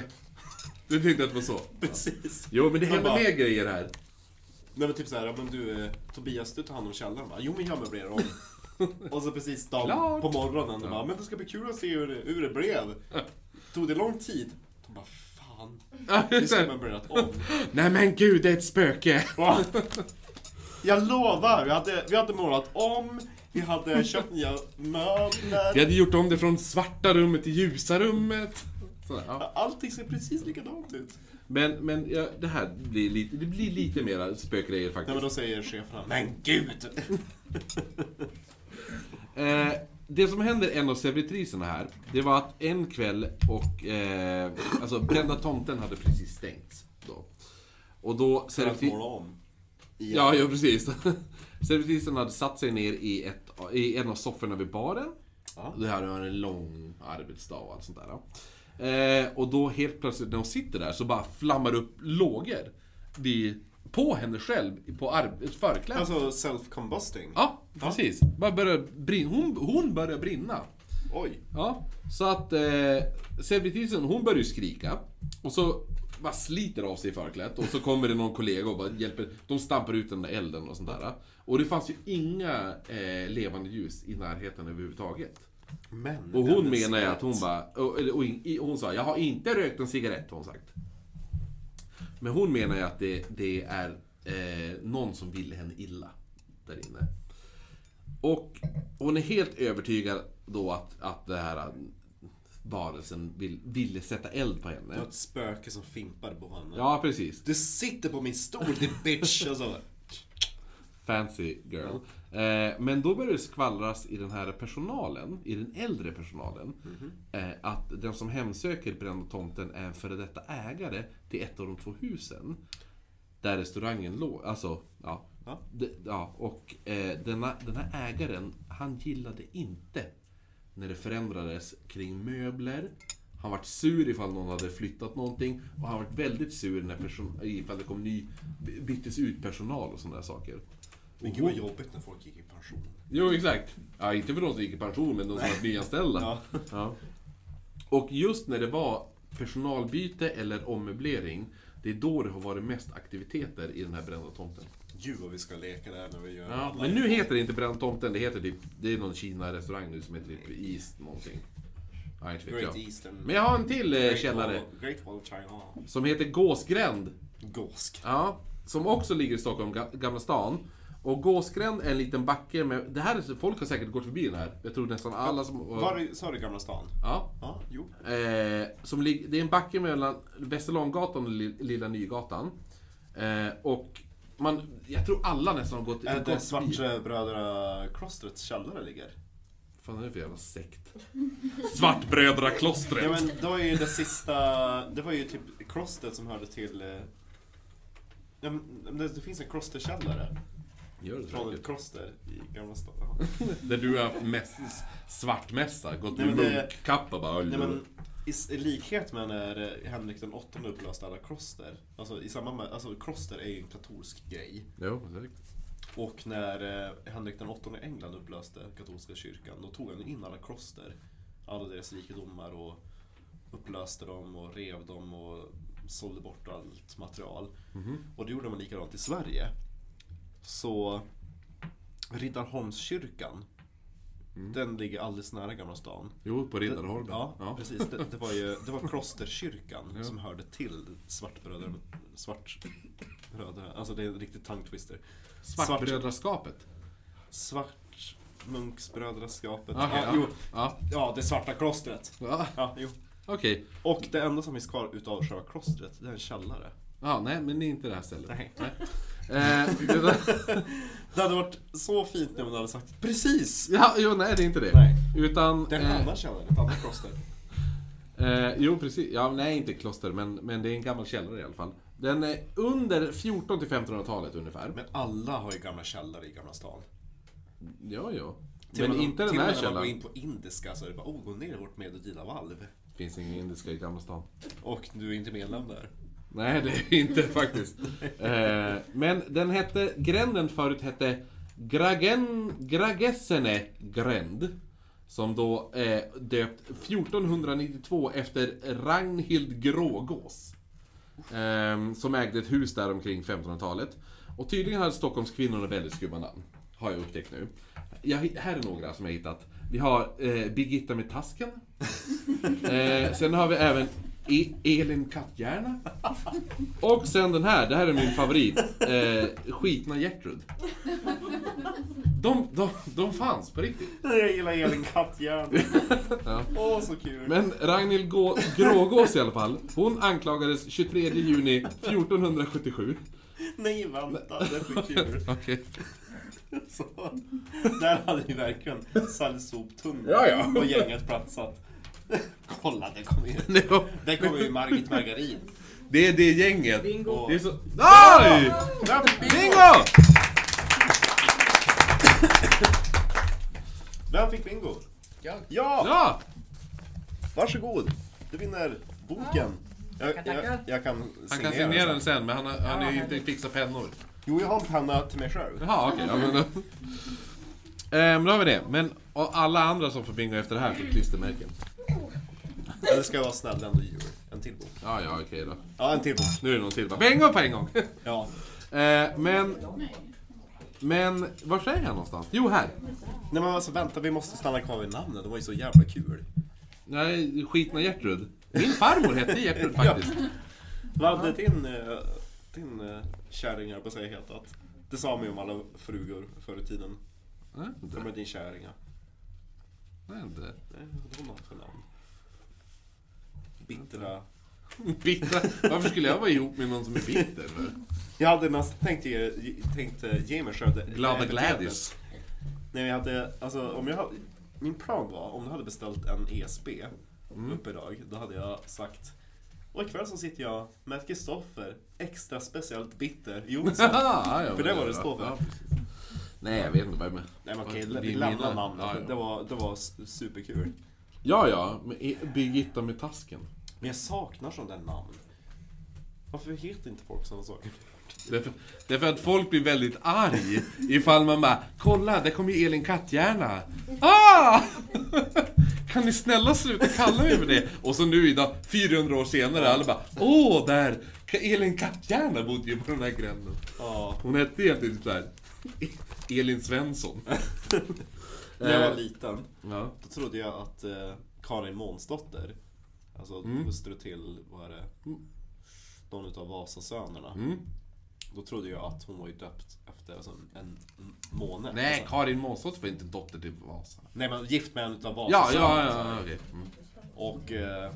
S2: Du tänkte att det var så?
S1: Precis.
S2: Jo, men det
S1: De
S2: händer
S1: bara-
S2: mer grejer här.
S1: Nej men typ såhär, "Ja, men du eh, Tobias du tar hand om källaren va? Jo men jag möblerar om. och så precis dagen
S2: Klart.
S1: på morgonen de bara, men det ska bli kul att se hur det, hur det blev. Tog det lång tid? De bara, fan. Vi ska möblera om.
S2: Nej men gud, det är ett spöke.
S1: Va? Jag lovar, vi hade, vi hade målat om, vi hade köpt nya möbler.
S2: Vi hade gjort om det från svarta rummet till ljusa rummet. Sådär, ja.
S1: Allting ser precis likadant ut.
S2: Men, men ja, det här blir lite, det blir lite mera spökgrejer
S1: Nej
S2: faktiskt.
S1: men då säger cheferna, men gud!
S2: Eh, det som händer en av servitriserna här, det var att en kväll och... Eh, alltså brända tomten hade precis stängts då. Och då...
S1: För att
S2: Servitri-
S1: måla om. I-
S2: ja, ja, precis. servitrisen hade satt sig ner i, ett, i en av sofforna vid baren.
S1: Ja.
S2: Det här var en lång arbetsdag och allt sånt där. ja. Eh, och då helt plötsligt när hon sitter där så bara flammar upp lågor vid, på henne själv, på ar- förklädet.
S1: Alltså self-combusting.
S2: Ja, precis. Bara börjar brinna. Hon, hon börjar brinna.
S1: Oj.
S2: Ja, så att eh, servitrisen hon börjar ju skrika och så bara sliter av sig förklädet och så kommer det någon kollega och bara hjälper. De stampar ut den där elden och sånt där. Och det fanns ju inga eh, levande ljus i närheten överhuvudtaget.
S1: Men,
S2: Och hon
S1: hennes
S2: menar ju
S1: skratt.
S2: att hon bara... Och, eller- och, in- i- hon sa, jag har inte rökt en cigarett, har hon sagt. Men hon menar ju att det, det är eh, någon som vill henne illa där inne. Och hon är helt övertygad då att, att det här eh, varelsen vill, ville sätta eld på henne.
S1: Det var ett spöke som fimpade på henne.
S2: Ja, precis.
S1: Du sitter på min stol din bitch! Alltså.
S2: fancy girl. Eh, men då började det skvallras i den här personalen, i den äldre personalen, eh, att den som hemsöker brända tomten är en före detta ägare till ett av de två husen. Där restaurangen låg. Alltså, ja.
S1: Ja.
S2: D- ja och eh, denna, den här ägaren, han gillade inte när det förändrades kring möbler. Han vart sur ifall någon hade flyttat någonting och han vart väldigt sur när person, ifall det kom ny, by- byttes ut personal och sådana där saker.
S1: Men gud vad jobbigt när folk gick i pension.
S2: Jo, exakt. Ja, inte för de som gick i pension, men de som var nyanställda.
S1: Ja.
S2: Ja. Och just när det var personalbyte eller ommöblering, det är då det har varit mest aktiviteter i den här brända tomten.
S1: Gud vad vi ska leka där när vi gör
S2: Ja,
S1: alla-
S2: men nu heter det inte brända tomten, det heter typ, det är någon Kina-restaurang nu som heter typ East någonting. Ja, inte vet
S1: Great
S2: jag.
S1: Eastern.
S2: Men jag har en till eh,
S1: Great
S2: källare
S1: Wall- Great Wall of China.
S2: som heter Gåsgränd.
S1: Gåsk.
S2: Ja, som också ligger i Stockholm, Ga- Gamla stan. Och Gåsgränd är en liten backe med... Det här är, så- folk har säkert gått förbi den här. Jag tror nästan alla som...
S1: Var är- sa du Gamla stan?
S2: Ja.
S1: Ja, jo.
S2: Eh, som lig- det är en backe mellan Västerlånggatan och Li- Lilla Nygatan. Eh, och man, jag tror alla nästan har gått,
S1: Är
S2: gått
S1: det
S2: förbi.
S1: Svartbrödra-klostrets eh, källare ligger?
S2: fan är det för jävla sekt? Svartbrödraklostret!
S1: Ja men det var ju det sista, det var ju typ klostret som hörde till... eh, Ja, men det, det finns en klosterkällare
S2: Gör det
S1: från ett
S2: säkert.
S1: kloster i Gamla stan. Ja.
S2: Där du har haft mäss, svartmässa, gått
S1: Nej,
S2: med
S1: men det-
S2: munkkappa och bara...
S1: Nej, men i, s- i likhet med när eh, Henrik den åttonde upplöste alla kloster, alltså i samband med, alltså kloster är ju en katolsk grej.
S2: Jo, säkert.
S1: Och när eh, Henrik den åttonde i England upplöste katolska kyrkan, då tog han in alla kloster, alla deras rikedomar och upplöste dem och rev dem och sålde bort allt material.
S2: Mhm.
S1: Och det gjorde man likadant i Sverige. Så Riddarholmskyrkan, den ligger alldeles nära Gamla stan.
S2: jo på Mm. Riddarholmen.
S1: Ja,
S2: Ja.
S1: precis. Det, det var ju det var klosterkyrkan
S2: Ja.
S1: som hörde till svartbröder, svartbröder, alltså det är en riktig tongue twister.
S2: Svartbrödraskapet.
S1: Svartmunksbrödraskapet.
S2: Okej,
S1: ja,
S2: Ah, ja.
S1: Jo,
S2: Ja.
S1: ja, det svarta klostret.
S2: Ja.
S1: Ja, jo.
S2: Okej.
S1: Och det enda som finns kvar utav själva klostret, det är en källare.
S2: Ja, nej, men det är inte det här stället.
S1: Nej.
S2: Eh, det där...
S1: Det hade varit så fint när man hade sagt precis!
S2: Ja, jo, nej det är inte det.
S1: Nej.
S2: Utan...
S1: Det är en annan källare, ett annat kloster.
S2: eh, jo, precis. Ja, nej, inte kloster, men, men det är en gammal källare i alla fall. Den är under 14 till 1500-talet ungefär.
S1: Men alla har ju gamla källare i Gamla stan.
S2: Ja, ja.
S1: Till och
S2: Men
S1: med-
S2: inte den
S1: till och
S2: här
S1: med när man går
S2: källaren.
S1: in på indiska så är det bara oh, gå ner i vårt medeltida valv.
S2: finns ingen indiska i Gamla stan.
S1: Och du är inte medlem där.
S2: Nej, det är inte faktiskt. eh, men den hette... Gränden förut hette Gragen, Gragesene gränd. Som då eh, döpt 1492 efter Ragnhild Grågås. Ehm, som ägde ett hus där omkring 1500-talet. Och tydligen hade Stockholms kvinnorna väldigt skumma namn. Har jag upptäckt nu. Jag, hitt- här är några som jag hittat. Vi har eh, Birgitta med tasken. eh, sen har vi även e- Elin Katthjärna. Och sen den här, det här är min favorit. Eh, Skitna Gertrud. De, de, de fanns på riktigt.
S1: Jag gillar Elin Katthjärn.
S2: Ja.
S1: Åh, så kul.
S2: Men Ragnhild Gå- Grågås i alla fall, hon anklagades 23 juni 1477.
S1: Nej, vänta. Det är så kul.
S2: Okej.
S1: Så, där hade ju verkligen sallsoptunnan
S2: Ja, ja.
S1: och gänget platsat. Kolla, det kommer ju,
S2: Det var-
S1: det kommer ju Margit Margarin.
S2: Det är det gänget.
S3: Bingo.
S2: Det är så... Oj! Bingo!
S1: Vem fick bingo?
S3: Jag.
S1: Ja,
S2: Ja!
S1: varsågod. Du vinner boken. Jag,
S3: Tackar,
S1: jag,
S3: tackar.
S1: jag kan
S2: Han kan signera den sen, men han har, han har ju inte fixat pennor.
S1: Jo, jag har en penna till mig själv.
S2: Jaha, okej. ja, men då... Ehm, då har vi det. Men och alla andra som får bingo efter det här får klistermärken.
S1: Eller ska jag vara snäll ändå, Jury? En till bok.
S2: Ja, ja, okej då.
S1: Ja, en till bok.
S2: Nu är det någon till bara, Bingo på en gång!
S1: Ja.
S2: Ehm, men... Men, var är jag någonstans? Jo, här.
S1: Nej men alltså vänta, vi måste stanna kvar vid namnen. Det var ju så jävla kul.
S2: Nej, skitna Gertrud. Min farmor hette Gertrud faktiskt.
S1: Vad hade din, eh, din eh, kärring, höll jag på att säga, hetat? Det sa man ju om alla frugor förr i tiden.
S2: Nej,
S1: De
S2: inte.
S1: är din kärringa.
S2: Nej, inte.
S1: Nej, vad hade hon haft för namn? Bittra
S2: Bittra? Varför skulle jag vara ihop med någon som är bitter? För?
S1: Jag hade mest tänkt ge, tänkt eh, ge mig själv det-
S2: Glada
S1: det epitetet.
S2: Gladys.
S1: Nej, men jag hade, alltså, om jag, ha- min plan var, om du hade beställt en ESB
S2: Mm.
S1: upp idag, då hade jag sagt och ikväll så sitter jag med Kristoffer, extra speciellt bitter, Jonsson.
S2: Ja, ja,
S1: För det
S2: men
S1: var det står för.
S2: Ja, precis. Nej, jag vet inte vad jag menar.
S1: Nej men okej, vi
S2: Vi
S1: lämnar
S2: menar-
S1: namnet.
S2: Ja, ja.
S1: Det, var, det var s- superkul.
S2: Ja, ja. men i- Birgitta med tasken.
S1: Men jag saknar sådana där namn. Varför heter inte folk sådana saker?
S2: Det är, för, det är för att folk blir väldigt arg ifall man bara Kolla, där kommer ju Elin Katthjärna. Ah! Kan ni snälla sluta kalla mig för det? Och så nu idag, 400 år senare, alla bara Åh, där! Elin Katthjärna bodde ju på den här gränden.
S1: Ja,
S2: Hon hette egentligen såhär E- Elin Svensson.
S1: när jag
S2: Eh.
S1: var liten,
S2: Ja.
S1: då trodde jag att eh, Karin Månsdotter, alltså
S2: Mm.
S1: hustru till, vad är det, någon utav Vasasönerna.
S2: Mm.
S1: Då trodde jag att hon var ju döpt efter alltså, en m- måne.
S2: Nej,
S1: alltså.
S2: Karin Månsdotter var inte dotter till Vasa.
S1: Nej men gift med en utav
S2: Ja, ja,
S1: Vasasönerna.
S2: ja, ja okej. Mm.
S1: Och eh,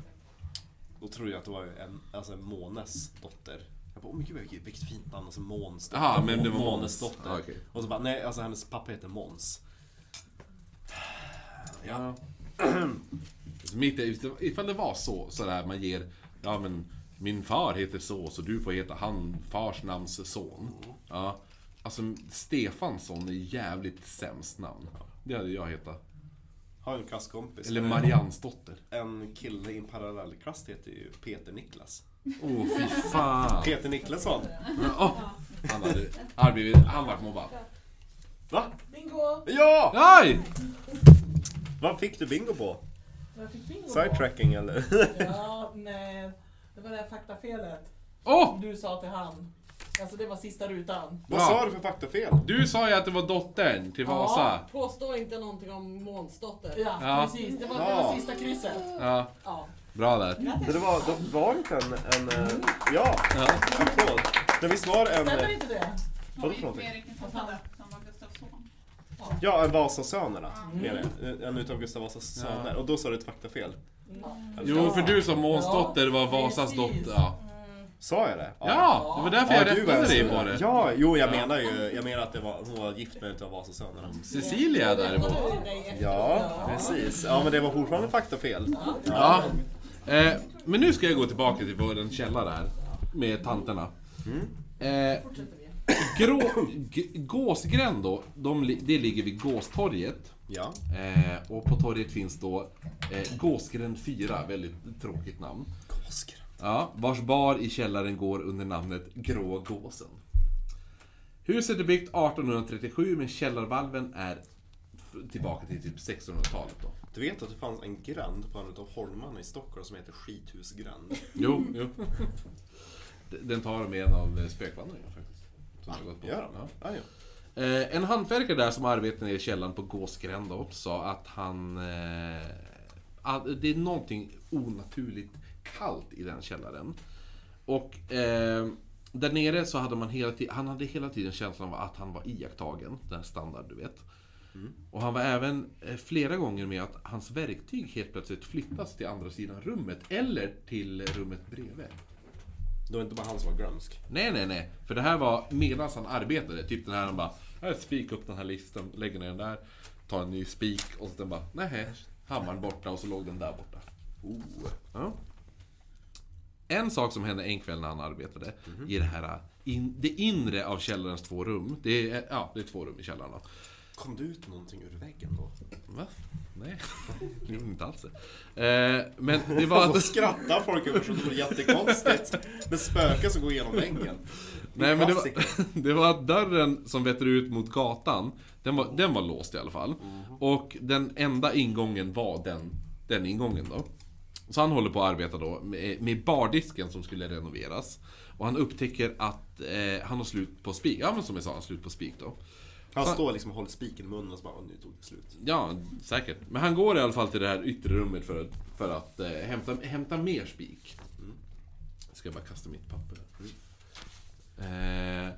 S1: då trodde jag att det var en, alltså en månes dotter. Jag bara, åh men gud vilket- vilket fint namn, alltså Måns dotter.
S2: Jaha, men det var
S1: Månes
S2: Måns.
S1: dotter.
S2: Ah, okej.
S1: Och så bara, nej alltså hennes pappa heter Måns.
S2: Ja. Mitt, i- ifall det var så, sådär man ger, ja men min far heter så, så du får heta han fars namns son. Ja. Alltså Stefansson är jävligt sämst namn. Det hade jag hetat.
S1: Har en klasskompis.
S2: Eller Mariannsdotter.
S1: En kille i en parallellklass heter ju Peter Niklas.
S2: Åh oh, fy fan.
S1: Peter Niklasson.
S2: Åh, han hade, han hade blivit, han vart mobbad.
S1: Va?
S3: Bingo!
S1: Ja!
S2: Aj!
S1: Vad fick du bingo på?
S3: Vad fick bingo på?
S1: Sidetracking eller?
S3: Ja, nej. Det var det här faktafelet
S2: Åh!
S3: som du sa till han. Alltså det var sista rutan.
S1: Vad
S2: Ja.
S1: sa du för faktafel?
S2: Du sa ju att det var dottern till Vasa.
S4: Påstå inte någonting om Månsdotter.
S3: Ja,
S2: Ja.
S3: precis. Det var, det
S1: Ja.
S3: var sista krysset.
S2: Ja,
S3: Ja.
S2: bra där.
S1: Det var, det var inte en... en eh, ja, applåd. Men visst var det en...
S3: Stämmer
S1: eh,
S3: inte det?
S1: Vad är det för någonting?
S5: Erik Nilsson döpt, som var Gustavs son.
S1: Ja, en Vasasönerna menar jag. En utav Gustav Vasas söner. Och då sa du ett faktafel.
S3: Ja.
S2: Jo, för du sa Månsdotter var Vasas
S3: precis.
S2: dotter. Ja.
S1: Sa jag det?
S2: Ja, det var därför jag rättade dig på det.
S1: Ja, jo jag menar ju, jag menar att det var, hon var gift med utav Vasasönerna.
S2: Cecilia däremot.
S1: Ja, precis. Ja men det var fortfarande faktafel.
S2: Ja. Eh, men nu ska jag gå tillbaka till vår källare här. Med tanterna. Eh, grå, g- gåsgränd då, de, li- det ligger vid Gåstorget.
S1: Ja.
S2: Eh, och på torget finns då eh, Gåsgränd 4, väldigt tråkigt namn.
S1: Gåsgränd.
S2: Ja, vars bar i källaren går under namnet Grå Gåsen. Huset är byggt 1837 men källarvalven är f- tillbaka till typ 1600-talet då.
S1: Du vet att det fanns en gränd på en utav holmarna i Stockholm som heter Skithusgränd.
S2: Jo, jo. D- Den tar med en av eh, spökvandringarna faktiskt. Som jag gått på.
S1: Gör han?
S2: Ja.
S1: Ja, ja.
S2: Eh, en hantverkare där som arbetar nere i källaren på Gåsgränd då, sa att han... Eh, att det är någonting onaturligt kallt i den källaren. Och eh, där nere så hade man hela tiden, han hade hela tiden känslan av att han var iakttagen. Den här standard du vet. Och han var även eh, flera gånger med att hans verktyg helt plötsligt flyttas till andra sidan rummet eller till rummet bredvid.
S1: Det var inte bara han som var glömsk.
S2: Nej, nej, nej. För det här var medan han arbetade. Typ den här, han bara... "Här, Spik upp den här listan, lägger ner den där. Tar en ny spik och så den bara... Nej, hammaren borta och så låg den där borta. Oh. Ja. En sak som hände en kväll när han arbetade i det här... In, det inre av källarens två rum. Det är, ja, det är två rum i källaren då.
S1: Kom det ut någonting ur väggen då?
S2: Va? Nej, det gjorde inte alls det. Eh, men det var...
S1: Då skrattar folk över så det var jättekonstigt. Med spöken som går igenom väggen.
S2: Nej men det var,
S1: Klassiker.
S2: det var att dörren som vetter ut mot gatan, den var, den var låst i alla fall. Och den enda ingången var den, den ingången då. Så han håller på att arbeta då med, med bardisken som skulle renoveras. Och han upptäcker att eh, han har slut på spik. Ja men som jag sa, han har slut på spik då.
S1: Han står liksom och håller spiken i munnen och så bara, "Åh, nu tog det slut.
S2: Ja, säkert. Men han går i alla fall till det här yttre rummet för att, för att eh, hämta, hämta mer spik. Jag ska bara kasta mitt papper. Eh,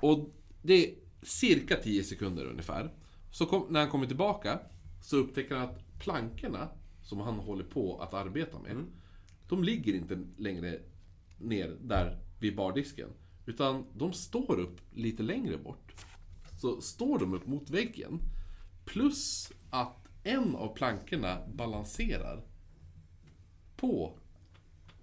S2: och det är cirka 10 sekunder ungefär. Så kom, när han kommer
S1: Mm.
S2: tillbaka så upptäcker han att plankorna som han håller på att arbeta med de ligger inte längre ner där vid bardisken. Utan de står upp lite längre bort. Så står de upp mot väggen. Plus att en av plankorna balanserar på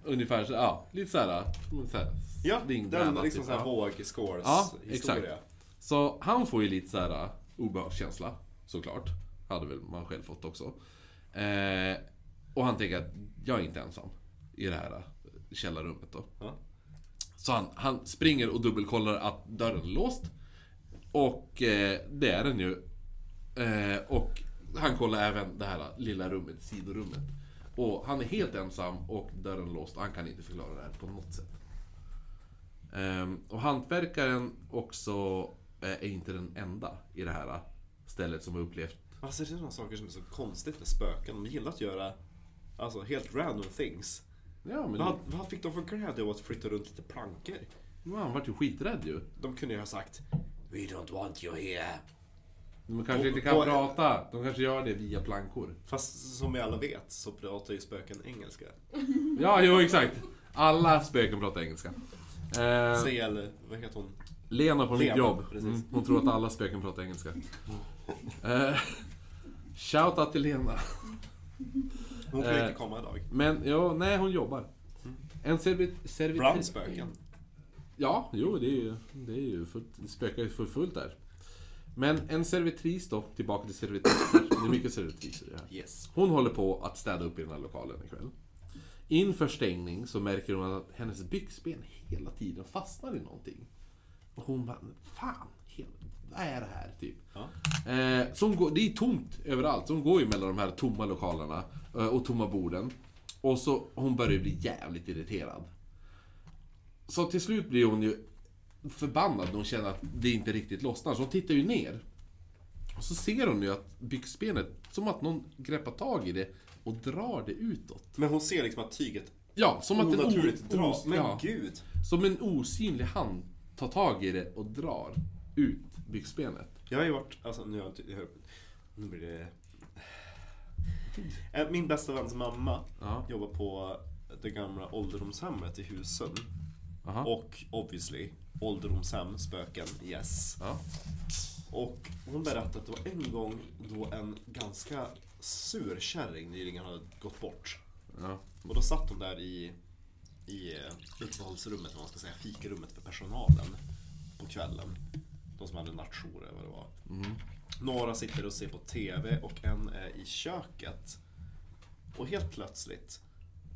S2: ungefär så, ja, lite såhär, så här,
S1: Ja,
S2: svingbräda
S1: den liksom
S2: typ,
S1: såhär
S2: ja.
S1: vågskåls
S2: Ja, exakt.
S1: historia.
S2: Så han får ju lite så här uh, obehagskänsla, såklart. Hade väl man själv fått också. Eh, och han tänker att jag är inte ensam i det här uh, källarrummet då.
S1: Ja.
S2: Så han, han springer och dubbelkollar att dörren är låst. Och eh, det är den ju. Eh, och han kollar även det här äh, lilla rummet, sidorummet. Och han är helt ensam och dörren är låst. Han kan inte förklara det här på något sätt. Ehm, och hantverkaren också eh, är inte den enda i det här eh, stället som har upplevt.
S1: Alltså det är sådana saker som är så konstigt med spöken. De gillar att göra alltså, helt random things.
S2: Ja, men
S1: Vad,
S2: han,
S1: vad fick de för glädje av att flytta runt lite plankor?
S2: han vart ju skiträdd ju.
S1: De kunde ju ha sagt We don't want you here.
S2: De kanske
S1: På-
S2: inte kan
S1: på-
S2: prata. De kanske gör det via plankor.
S1: Fast som vi alla vet så pratar ju spöken engelska.
S2: Ja, jo exakt. Alla spöken pratar engelska. Ehm,
S1: CL, vad heter hon?
S2: Lena på mitt
S1: Lena,
S2: jobb.
S1: precis.
S2: Mm, hon tror att alla spöken pratar engelska. Eh, Shoutout till Lena.
S1: Hon kunde
S2: Eh,
S1: inte komma idag.
S2: Men ja, nej hon jobbar. En servit... servitris-
S1: Brown spöken.
S2: Ja, jo det är ju, det är ju fullt, det spökar ju för fullt där. Men en servitris då, tillbaka till servitriser. Det är mycket servitriser i det här.
S1: Yes.
S2: Hon håller på att städa upp i den här lokalen ikväll. Inför stängning så märker hon att hennes byxben hela tiden fastnar i någonting. Och hon bara, fan, hel- vad är det här? Typ.
S1: Ja.
S2: Eh, så hon går, det är tomt överallt, så hon går ju mellan de här tomma lokalerna eh, och tomma borden. Och så hon börjar ju bli jävligt irriterad. Så till slut blir hon ju förbannad när hon känner att det inte riktigt lossnar, så hon tittar ju ner. Och så ser hon ju att byxbenet, som att någon greppar tag i det och drar det utåt.
S1: Men hon ser liksom att tyget
S2: Ja, som att en
S1: onaturligt
S2: o-
S1: dras.
S2: os-
S1: Men
S2: ja,
S1: gud.
S2: Som en osynlig hand tar tag i det och drar ut byxbenet.
S1: Jag har ju varit, alltså nu har jag inte, jag, nu blir det... Eh, Min bästa väns mamma
S2: Ja.
S1: jobbar på det gamla ålderdomshemmet i Husum.
S2: Aha.
S1: Och obviously, ålderdomshem, spöken, yes.
S2: Ja.
S1: Och hon berättade att det var en gång då en ganska sur kärring nyligen hade gått bort.
S2: Ja.
S1: Och då satt hon där i, i eh, uppehållsrummet, eller vad man ska säga, fikarummet för personalen på kvällen. De som hade nattjour eller vad det var. Några sitter och ser på TV och en är i köket. Och helt plötsligt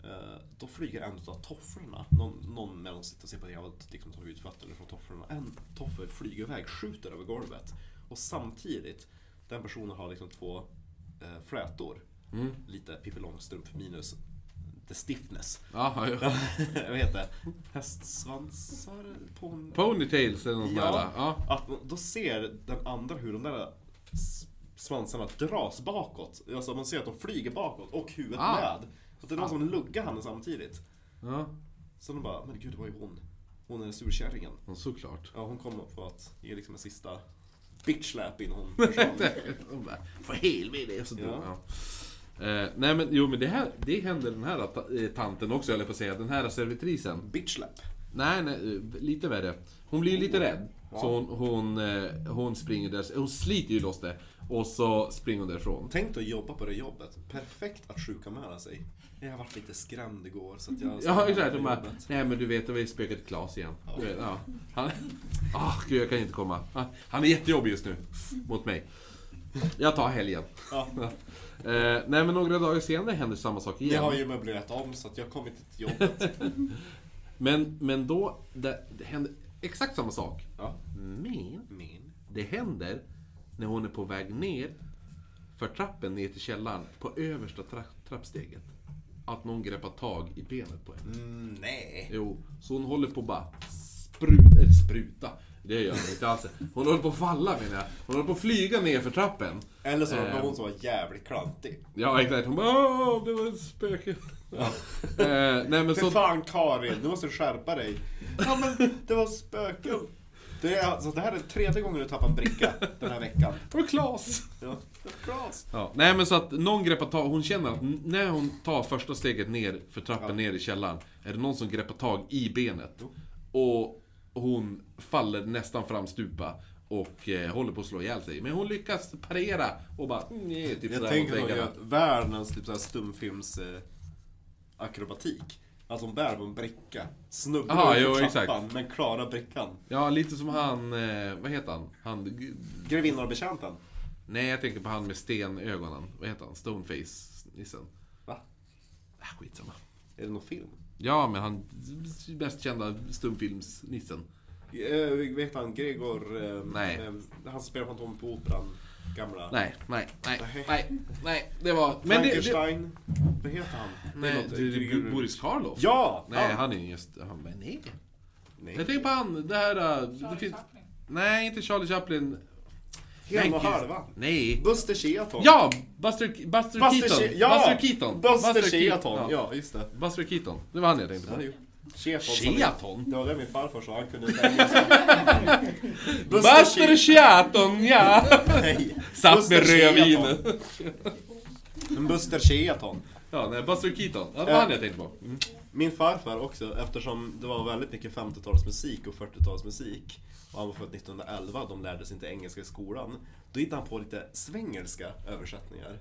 S1: eh, då flyger en av tofflorna, någon, någon medan de sitter och ser på TV har liksom tagit ut fötterna från tofflorna. En toffel flyger iväg, skjuter över golvet. Och samtidigt, den personen har liksom två eh, flätor.
S2: Mm.
S1: Lite Pippi Långstrump minus the stiffness.
S2: Aha, ja.
S1: Vad heter det? Hästsvansar på
S2: Ponytails eller något sånt där. Ja.
S1: att då ser den andra hur de där s- svansarna dras bakåt. Alltså man ser att de flyger bakåt och huvudet
S2: Ah.
S1: med. Att det är någon som luggar henne samtidigt.
S2: ja.
S1: Så de bara, men gud det var ju hon. Hon är surkärringen.
S2: ja, såklart.
S1: Ja hon kom för att ge liksom en sista bitch-slap innan hon försvann.
S2: De bara, För helvete! jag är så dum."
S1: Ja.
S2: Ja. Eh, nej men jo men det, här, det händer den här ta- eh, tanten också, jag höll på att säga. Den här servitrisen.
S1: Bitch-slap.
S2: Nej, nej, eh, lite värre. Hon blir ju lite rädd. Så hon, hon, eh, hon springer där, hon sliter ju loss det. Och så springer hon därifrån.
S1: Tänk dig att jobba på det jobbet. Perfekt att sjukanmäla sig. Jag har varit lite skrämd igår så att jag...
S2: Ja, exakt. Hon bara, nej men du vet, det var ju spöket Klas igen. Du vet, ja. Han, ah, gud jag kan inte komma. Han- Han är jättejobbig just nu. Mot mig. Jag tar helgen.
S1: Ja.
S2: Eh, nej men några dagar senare händer samma sak igen.
S1: Jag har ju möblerat om så att jag kom inte till jobbet.
S2: Men, men då, det, det händer exakt samma sak.
S1: Ja.
S2: Men
S1: Min.
S2: Det händer när hon är på väg ner för trappen ner till källaren på översta tra- trappsteget. Att någon greppar tag i benet på henne.
S1: Mm, nej.
S2: Jo, så hon håller på att bara spruta, eller spruta. Det gör hon inte alls. Hon håller på att falla menar jag. Hon håller på att flyga ner för trappen.
S1: Eller så var det
S2: Ehm.
S1: någon som var jävligt klantig.
S2: Ja exakt, hon bara Åh, det var ett spöke. Ja. Eh, nej men
S1: För
S2: så...
S1: fan Karin, nu måste du skärpa dig. Ja men det var spöken. Det, är, alltså, det här är tredje gången du tappar en bricka den här veckan.
S2: Det var Klas!
S1: Ja. Klas.
S2: Ja, nej men så att någon greppar tag, hon känner att n- när hon tar första steget ner för trappen
S1: Ja.
S2: ner i källaren Är det någon som greppar tag i benet
S1: Jo.
S2: Och hon faller nästan framstupa Och eh, håller på att slå ihjäl sig Men hon lyckas parera och bara nej, typ
S1: Jag
S2: sådär mot
S1: tänker att hon
S2: väggarna
S1: gör världens typ, så här stumfilms eh, akrobatik. Att hon bär på en bricka,
S2: Aha,
S1: snubblar
S2: jo,
S1: över
S2: exakt.
S1: trappan, men klarar brickan.
S2: Ja, lite som han, eh, vad heter han? han g-
S1: Grevinnan och betjänten.
S2: nej jag tänker på han med stenögonen Vad heter han? Stoneface-nissen
S1: Va?
S2: Ah, skitsamma
S1: Är det någon film?
S2: Ja, men han mest kända stumfilmsnissen
S1: Eh, vet han Gregor? Eh,
S2: Nej.
S1: Eh, han spelar Fantomen på Operan, gamla.
S2: Nej, nej, nej,
S1: Nej.
S2: nej, nej, det var... Men det, det,
S1: Frankenstein. Vad heter han? är
S2: nej,
S1: något-
S2: det, är typ Boris Karloff?
S1: Ja!
S2: Nej,
S1: han.
S2: han är ju just... Han, men nej.
S1: Nej.
S2: Jag tänker på han, det här... äh, Det
S5: Charlie
S2: finns,
S5: Chaplin.
S2: nej, inte Charlie Chaplin.
S1: Hel och
S2: Nej,
S1: halva.
S2: Nej.
S1: Buster Keaton.
S2: Ja! Buster,
S1: Buster,
S2: Buster, Keaton.
S1: Ke- ja!
S2: Buster Keaton.
S1: Buster
S2: Keaton.
S1: Keaton.
S2: Ja.
S1: Ja, just det.
S2: Buster Keaton. Det var han jag tänkte
S1: Ja, det är
S2: på.
S1: ju- Keaton. som-
S2: Keaton?
S1: Ja, det är min farfar så han kunde välja sig.
S2: Buster Keaton, ja!
S1: Nej.
S2: Satt
S1: Buster
S2: med
S1: Keaton.
S2: rödvin.
S1: Men Buster Keaton.
S2: Ja, nej, Buster Keaton. Ja, det var han jag tänkte på.
S1: Min farfar också, eftersom det var väldigt mycket 50-talsmusik och 40-talsmusik och han var född 1911, de lärde sig inte engelska i skolan. Då hittade han på lite svengelska översättningar.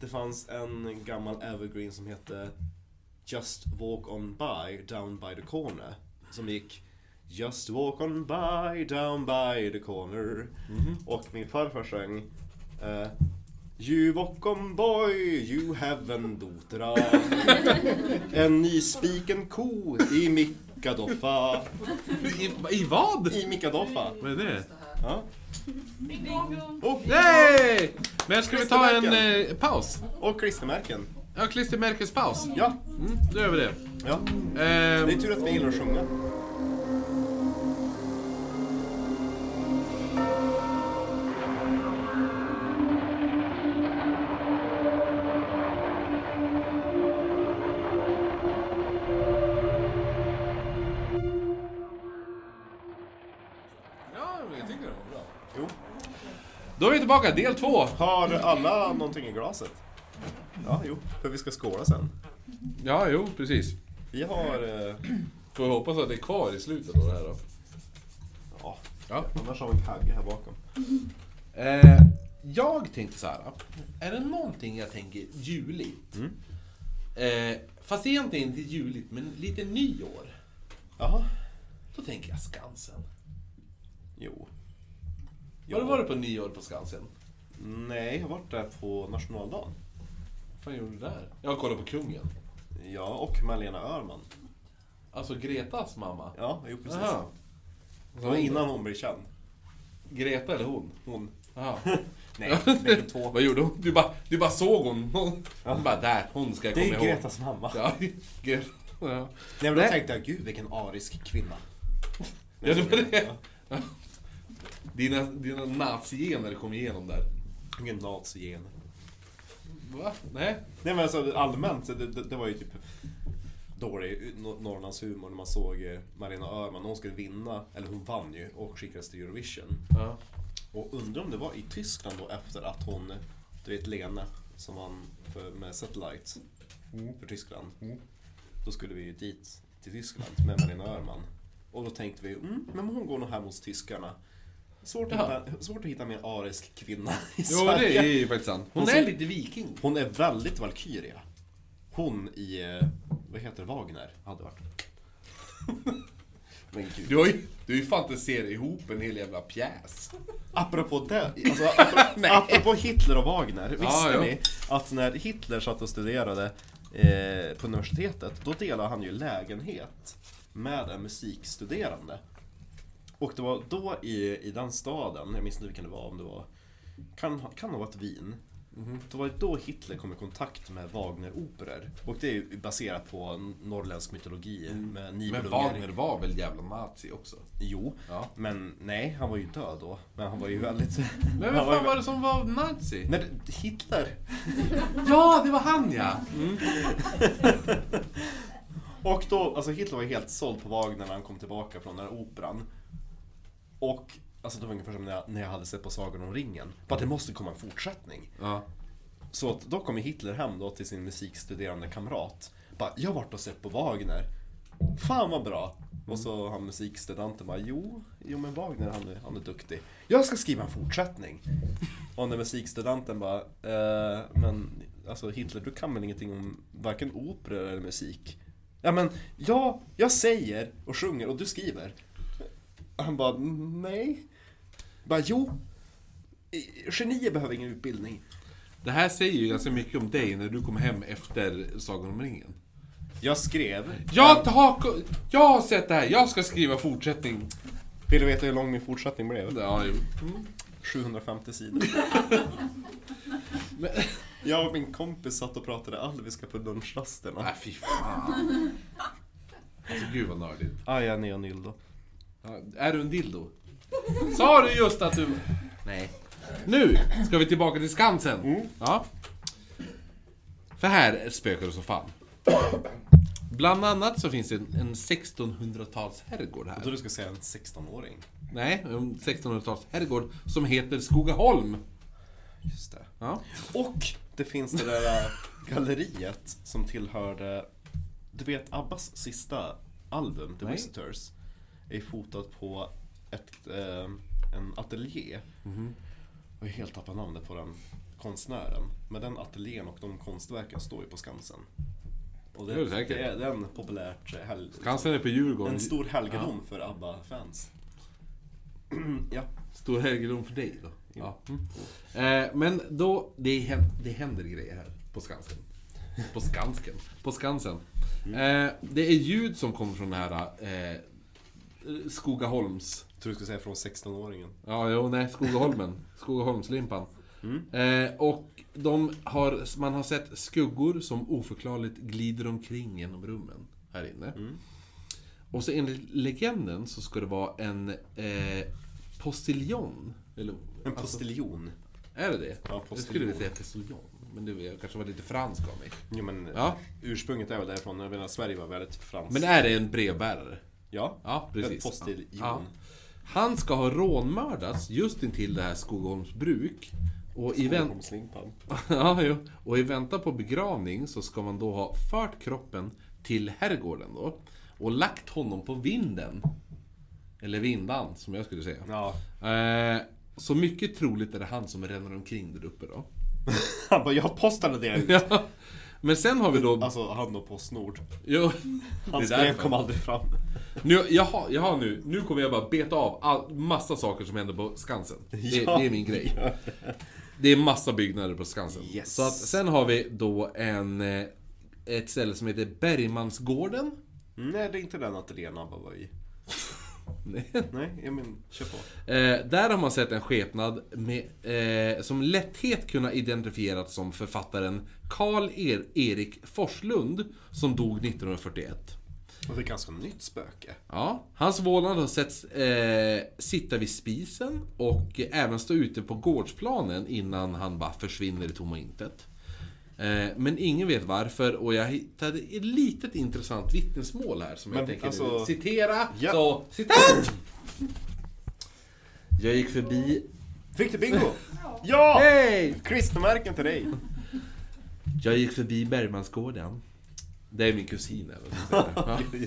S1: Det fanns en gammal evergreen som hette Just walk on by, down by the corner. Som gick Just walk on by, down by the corner. Och min farfar sjöng eh, You walk on boy, you have en dotra. en nyspiken ko i Mikkadoffa.
S2: I, I vad?
S1: I Mikkadoffa.
S2: Vad är det?
S1: Ja.
S5: Bingo!
S1: Och,
S2: Nej! Men ska vi ta en eh, paus?
S1: och klistermärken.
S2: Ja, klistermärkespaus.
S1: Ja,
S2: Mm, då gör vi det.
S1: ja. Det är
S2: Ehm,
S1: tur att vi gillar att sjunga.
S2: ja, men jag tycker det var bra.
S1: Jo.
S2: Då är vi tillbaka, del två.
S1: Har alla någonting i glaset? Ja, jo. För vi ska skåla sen.
S2: Ja, jo, precis.
S1: Vi har... Eh,
S2: Får vi hoppas att det är kvar i slutet av det här då.
S1: ja,
S2: Ja.
S1: annars har vi en kagge här bakom.
S2: Eh, jag tänkte så här. Är det någonting jag tänker juligt? Eh, fast egentligen inte juligt, men lite nyår.
S1: Jaha.
S2: Då tänker jag Skansen.
S1: Jo.
S2: Har du varit på nyår på Skansen?
S1: Nej, jag har varit där på nationaldagen.
S2: Vad fan gjorde du där? Jag kollade på Kungen.
S1: Ja, och Malena Öhrman.
S2: Alltså Gretas mamma.
S1: Ja, jo precis.
S2: Aha.
S1: Det var innan hon blev känd.
S2: Greta eller hon?
S1: Hon.
S2: Aha.
S1: Nej, bägge två.
S2: Vad gjorde hon? Du bara, du bara såg hon. Hon hon bara, där, hon ska jag
S1: Det
S2: komma
S1: är ju
S2: ihåg.
S1: Gretas mamma.
S2: Ja, Greta. Ja.
S1: Nej, men då
S2: Nej.
S1: tänkte jag, gud vilken arisk kvinna.
S2: ja, det var det. Dina, dina nazigener kom igenom där.
S1: Ingen nazigen.
S2: Va? Nej?
S1: Nej men alltså allmänt, så det, det, det var ju typ dålig no- Norrlandshumor när man såg eh, Malena Öhrman, hon skulle vinna, eller hon vann ju och skickades till Eurovision.
S2: Ja.
S1: Och undrar om det var i Tyskland då efter att hon, du vet Lene som vann för, med Satellite
S2: Mm.
S1: för Tyskland. Då skulle vi ju dit, till Tyskland med Marina Öhrman. Och då tänkte vi, mm, men hon går nog här mot tyskarna. Svårt att,
S2: Ja.
S1: hitta, svårt att hitta med en arisk kvinna i
S2: Jo,
S1: Sverige.
S2: det är ju faktiskt sant. Hon
S1: Hon
S2: är
S1: ser-
S2: lite viking.
S1: Hon är väldigt Valkyria. Hon i, eh, vad heter det, Wagner? Hade varit. Men gud.
S2: Du har ju, du har ju fantiserat ihop en hel jävla pjäs.
S1: Apropå det, alltså, apropå, apropå Hitler och Wagner, visste
S2: ja.
S1: ni att när Hitler satt och studerade eh, på universitetet, då delade han ju lägenhet med en musikstuderande. Och det var då i, i den staden, jag minns inte vilken det var, om det var, kan, ha- kan ha varit Wien,
S2: Mhm.
S1: det var då Hitler kom i kontakt med Wagner-operor. Och det är ju baserat på norrländsk mytologi med
S2: Mm. Men
S1: Nibelungen.
S2: Wagner var väl jävla nazi också?
S1: Jo,
S2: Ja.
S1: men nej, han var ju död då. Men han var ju väldigt...
S2: Men
S1: han
S2: vem
S1: var ju
S2: fan var det som var nazi?
S1: Nej, det- Hitler!
S2: Ja, det var han ja!
S1: Och då, alltså Hitler var ju helt såld på Wagner när han kom tillbaka från den här operan. Och alltså, det var ungefär som när jag, när jag hade sett på Sagan om ringen. Bara det måste komma en fortsättning.
S2: Ja.
S1: Så att då kommer Hitler hem då till sin musikstuderande kamrat. Bara, jag har varit och sett på Wagner. Fan vad bra! Och så han musikstudenten bara, jo, jo men Wagner han är, han är duktig. Jag ska skriva en fortsättning. Och när musikstudenten bara, eh, men alltså Hitler du kan väl ingenting om varken opera eller musik? Ja men, ja, jag säger och sjunger och du skriver. Han bara, nej. Bara, jo. Genier behöver ingen utbildning.
S2: Det här säger ju ganska mycket om dig när du kom hem efter Sagan om ringen.
S1: Jag skrev.
S2: Jag har, jag har sett det här, jag ska skriva fortsättning.
S1: Vill du veta hur lång min fortsättning blev?
S2: Ja, jo.
S1: 750 sidor.
S2: Men,
S1: Jag och min kompis satt och pratade alviska på
S2: nej,
S1: lunchrasterna.
S2: fy fan. Alltså gud vad nördigt.
S1: Aja, neo nildo.
S2: Ja, Är du en dildo? Sa du just att du... Nej. Nu ska vi tillbaka till Skansen.
S1: Mm.
S2: Ja. För här spökar det så fan. Bland annat så finns det en, en 1600-tals herrgård
S1: Jag
S2: här.
S1: trodde du skulle säga en 16-åring.
S2: Nej, en 1600-tals herrgård som heter Skogaholm.
S1: Just det.
S2: Ja.
S1: Och det finns det där äh, galleriet som tillhörde, du vet Abbas sista album, The
S2: Nej.
S1: Visitors, är fotat på ett, eh, en ateljé.
S2: Mhm.
S1: Och jag har helt tappat namnet på den konstnären. Men den ateljén och de konstverken står ju på Skansen. Och
S2: Det är det säkert.
S1: det är den populärt eh, hel,
S2: Skansen är på Djurgården.
S1: en stor helgedom för ABBA-fans. ja.
S2: Stor helgedom för dig då. Ja. Mm. Eh, men då, det, hän- det händer grejer här på Skansen. På Skansken. På Skansen. Eh, det är ljud som kommer från den här eh, Skogaholms...
S1: Jag tror du skulle säga från 16-åringen.
S2: Ja, jo, nej, Skogaholmen. Skogaholmslimpan.
S1: Mm.
S2: Eh, och de har, man har sett skuggor som oförklarligt glider omkring genom rummen här inne.
S1: Mm.
S2: Och så enligt legenden så ska det vara en eh, postiljon. Eller,
S1: En
S2: alltså-
S1: postiljon.
S2: är det det?
S1: Ja,
S2: jag skulle
S1: postiljon.
S2: vilja säga postiljon. Men det jag kanske var lite fransk av mig.
S1: Jo men
S2: Ja.
S1: ursprunget är väl därifrån, jag menar Sverige var väldigt franskt.
S2: Men är det en brevbärare?
S1: ja,
S2: Ja, precis.
S1: En postiljon.
S2: Ja. Han ska ha rånmördats just intill det här Skogholms bruk. Och i, vänt-
S1: Stockholmslimpan.
S2: ja, jo. och i väntan på begravning så ska man då ha fört kroppen till herrgården då. Och lagt honom på vinden. Eller vindan, som jag skulle säga.
S1: Ja.
S2: Eh, så mycket troligt är det han som ränner omkring där uppe då.
S1: Han bara, jag postade det!
S2: Ja. Men sen har vi då...
S1: Alltså han och Postnord.
S2: Jo,
S1: Hans
S2: det är
S1: brev
S2: därför.
S1: kom aldrig fram.
S2: Nu, jag, har, jag har nu, nu kommer jag bara beta av all, massa saker som händer på Skansen. Det,
S1: Ja.
S2: det är min grej. Det är massa byggnader på Skansen.
S1: Yes.
S2: Så att, sen har vi då en, eh, ett ställe som heter Bergmansgården.
S1: Nej, det är inte den ateljén ABBA var i. Nej, jag men kör på.
S2: Eh, där har man sett en skepnad med, eh, som lätthet kunnat identifieras som författaren Karl er- Erik Forslund som dog 1941.
S1: Och det är ett ganska nytt spöke.
S2: Ja, hans vålnad har setts eh, sitta vid spisen och även stå ute på gårdsplanen innan han bara försvinner i tomma intet. Eh, men ingen vet varför och jag hittade ett litet intressant vittnesmål här som
S1: Men
S2: jag tänker
S1: alltså-
S2: nu citera.
S1: Ja.
S2: Så, citat! Jag gick förbi...
S1: Fick du bingo? ja!
S2: Hej!
S1: Klistermärken till dig!
S2: Jag gick förbi Bergmansgården. Det är min kusin även. som säger det.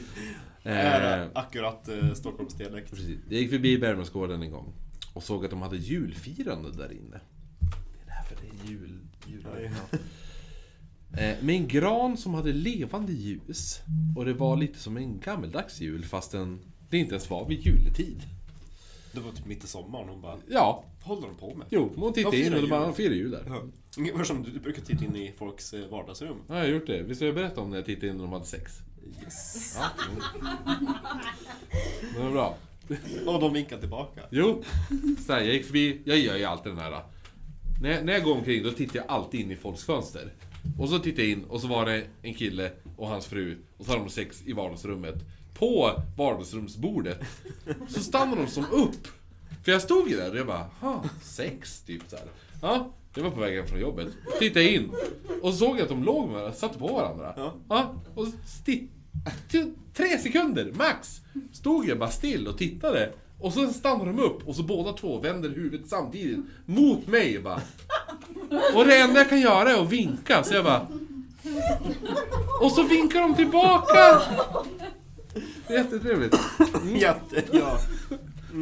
S2: Ja. Eh,
S1: Är akkurat eh, Stockholmsdialekt.
S2: Precis. Jag gick förbi Bergmansgården en gång och såg att de hade julfirande där inne. Det är därför det är jul. jul
S1: Ja,
S2: Eh, Med en gran som hade levande ljus. Och det var lite som en gammeldags jul fastän det inte ens var vid juletid.
S1: Det var typ mitt i sommaren hon bara,
S2: Ja,
S1: vad håller de på med?
S2: jo, hon tittade
S1: De
S2: in
S1: firar
S2: och de bara,
S1: jul.
S2: "De firar jul där.
S1: Ja. Ungefär som du, du brukar titta in i folks eh, vardagsrum.
S2: Ja, jag har gjort det. Visst har jag berättat om när jag tittade in och de hade sex?
S1: Yes.
S2: Ja. Det var bra.
S1: Och de vinkar tillbaka.
S2: Jo, så här, jag gick förbi, jag gör ju alltid den här. När jag, när jag går omkring då tittar jag alltid in i folks fönster. Och så tittar jag in och så var det en kille och hans fru och så hade de sex i vardagsrummet. På vardagsrumsbordet så stannade de som upp. För jag stod ju där och jag bara, ha, sex typ så här. Ja, jag var på väg hem från jobbet. Tittade in och så såg jag att de låg med varandra, satt på varandra.
S1: Ja.
S2: och sti- t- tre sekunder max stod jag bara still och tittade Och så stannar de upp och så båda två vänder huvudet samtidigt mot mig bara. Och det enda jag kan göra är att vinka, så jag bara... Och så vinkar de tillbaka! Det är Jättetrevligt.
S1: Jätte, ja.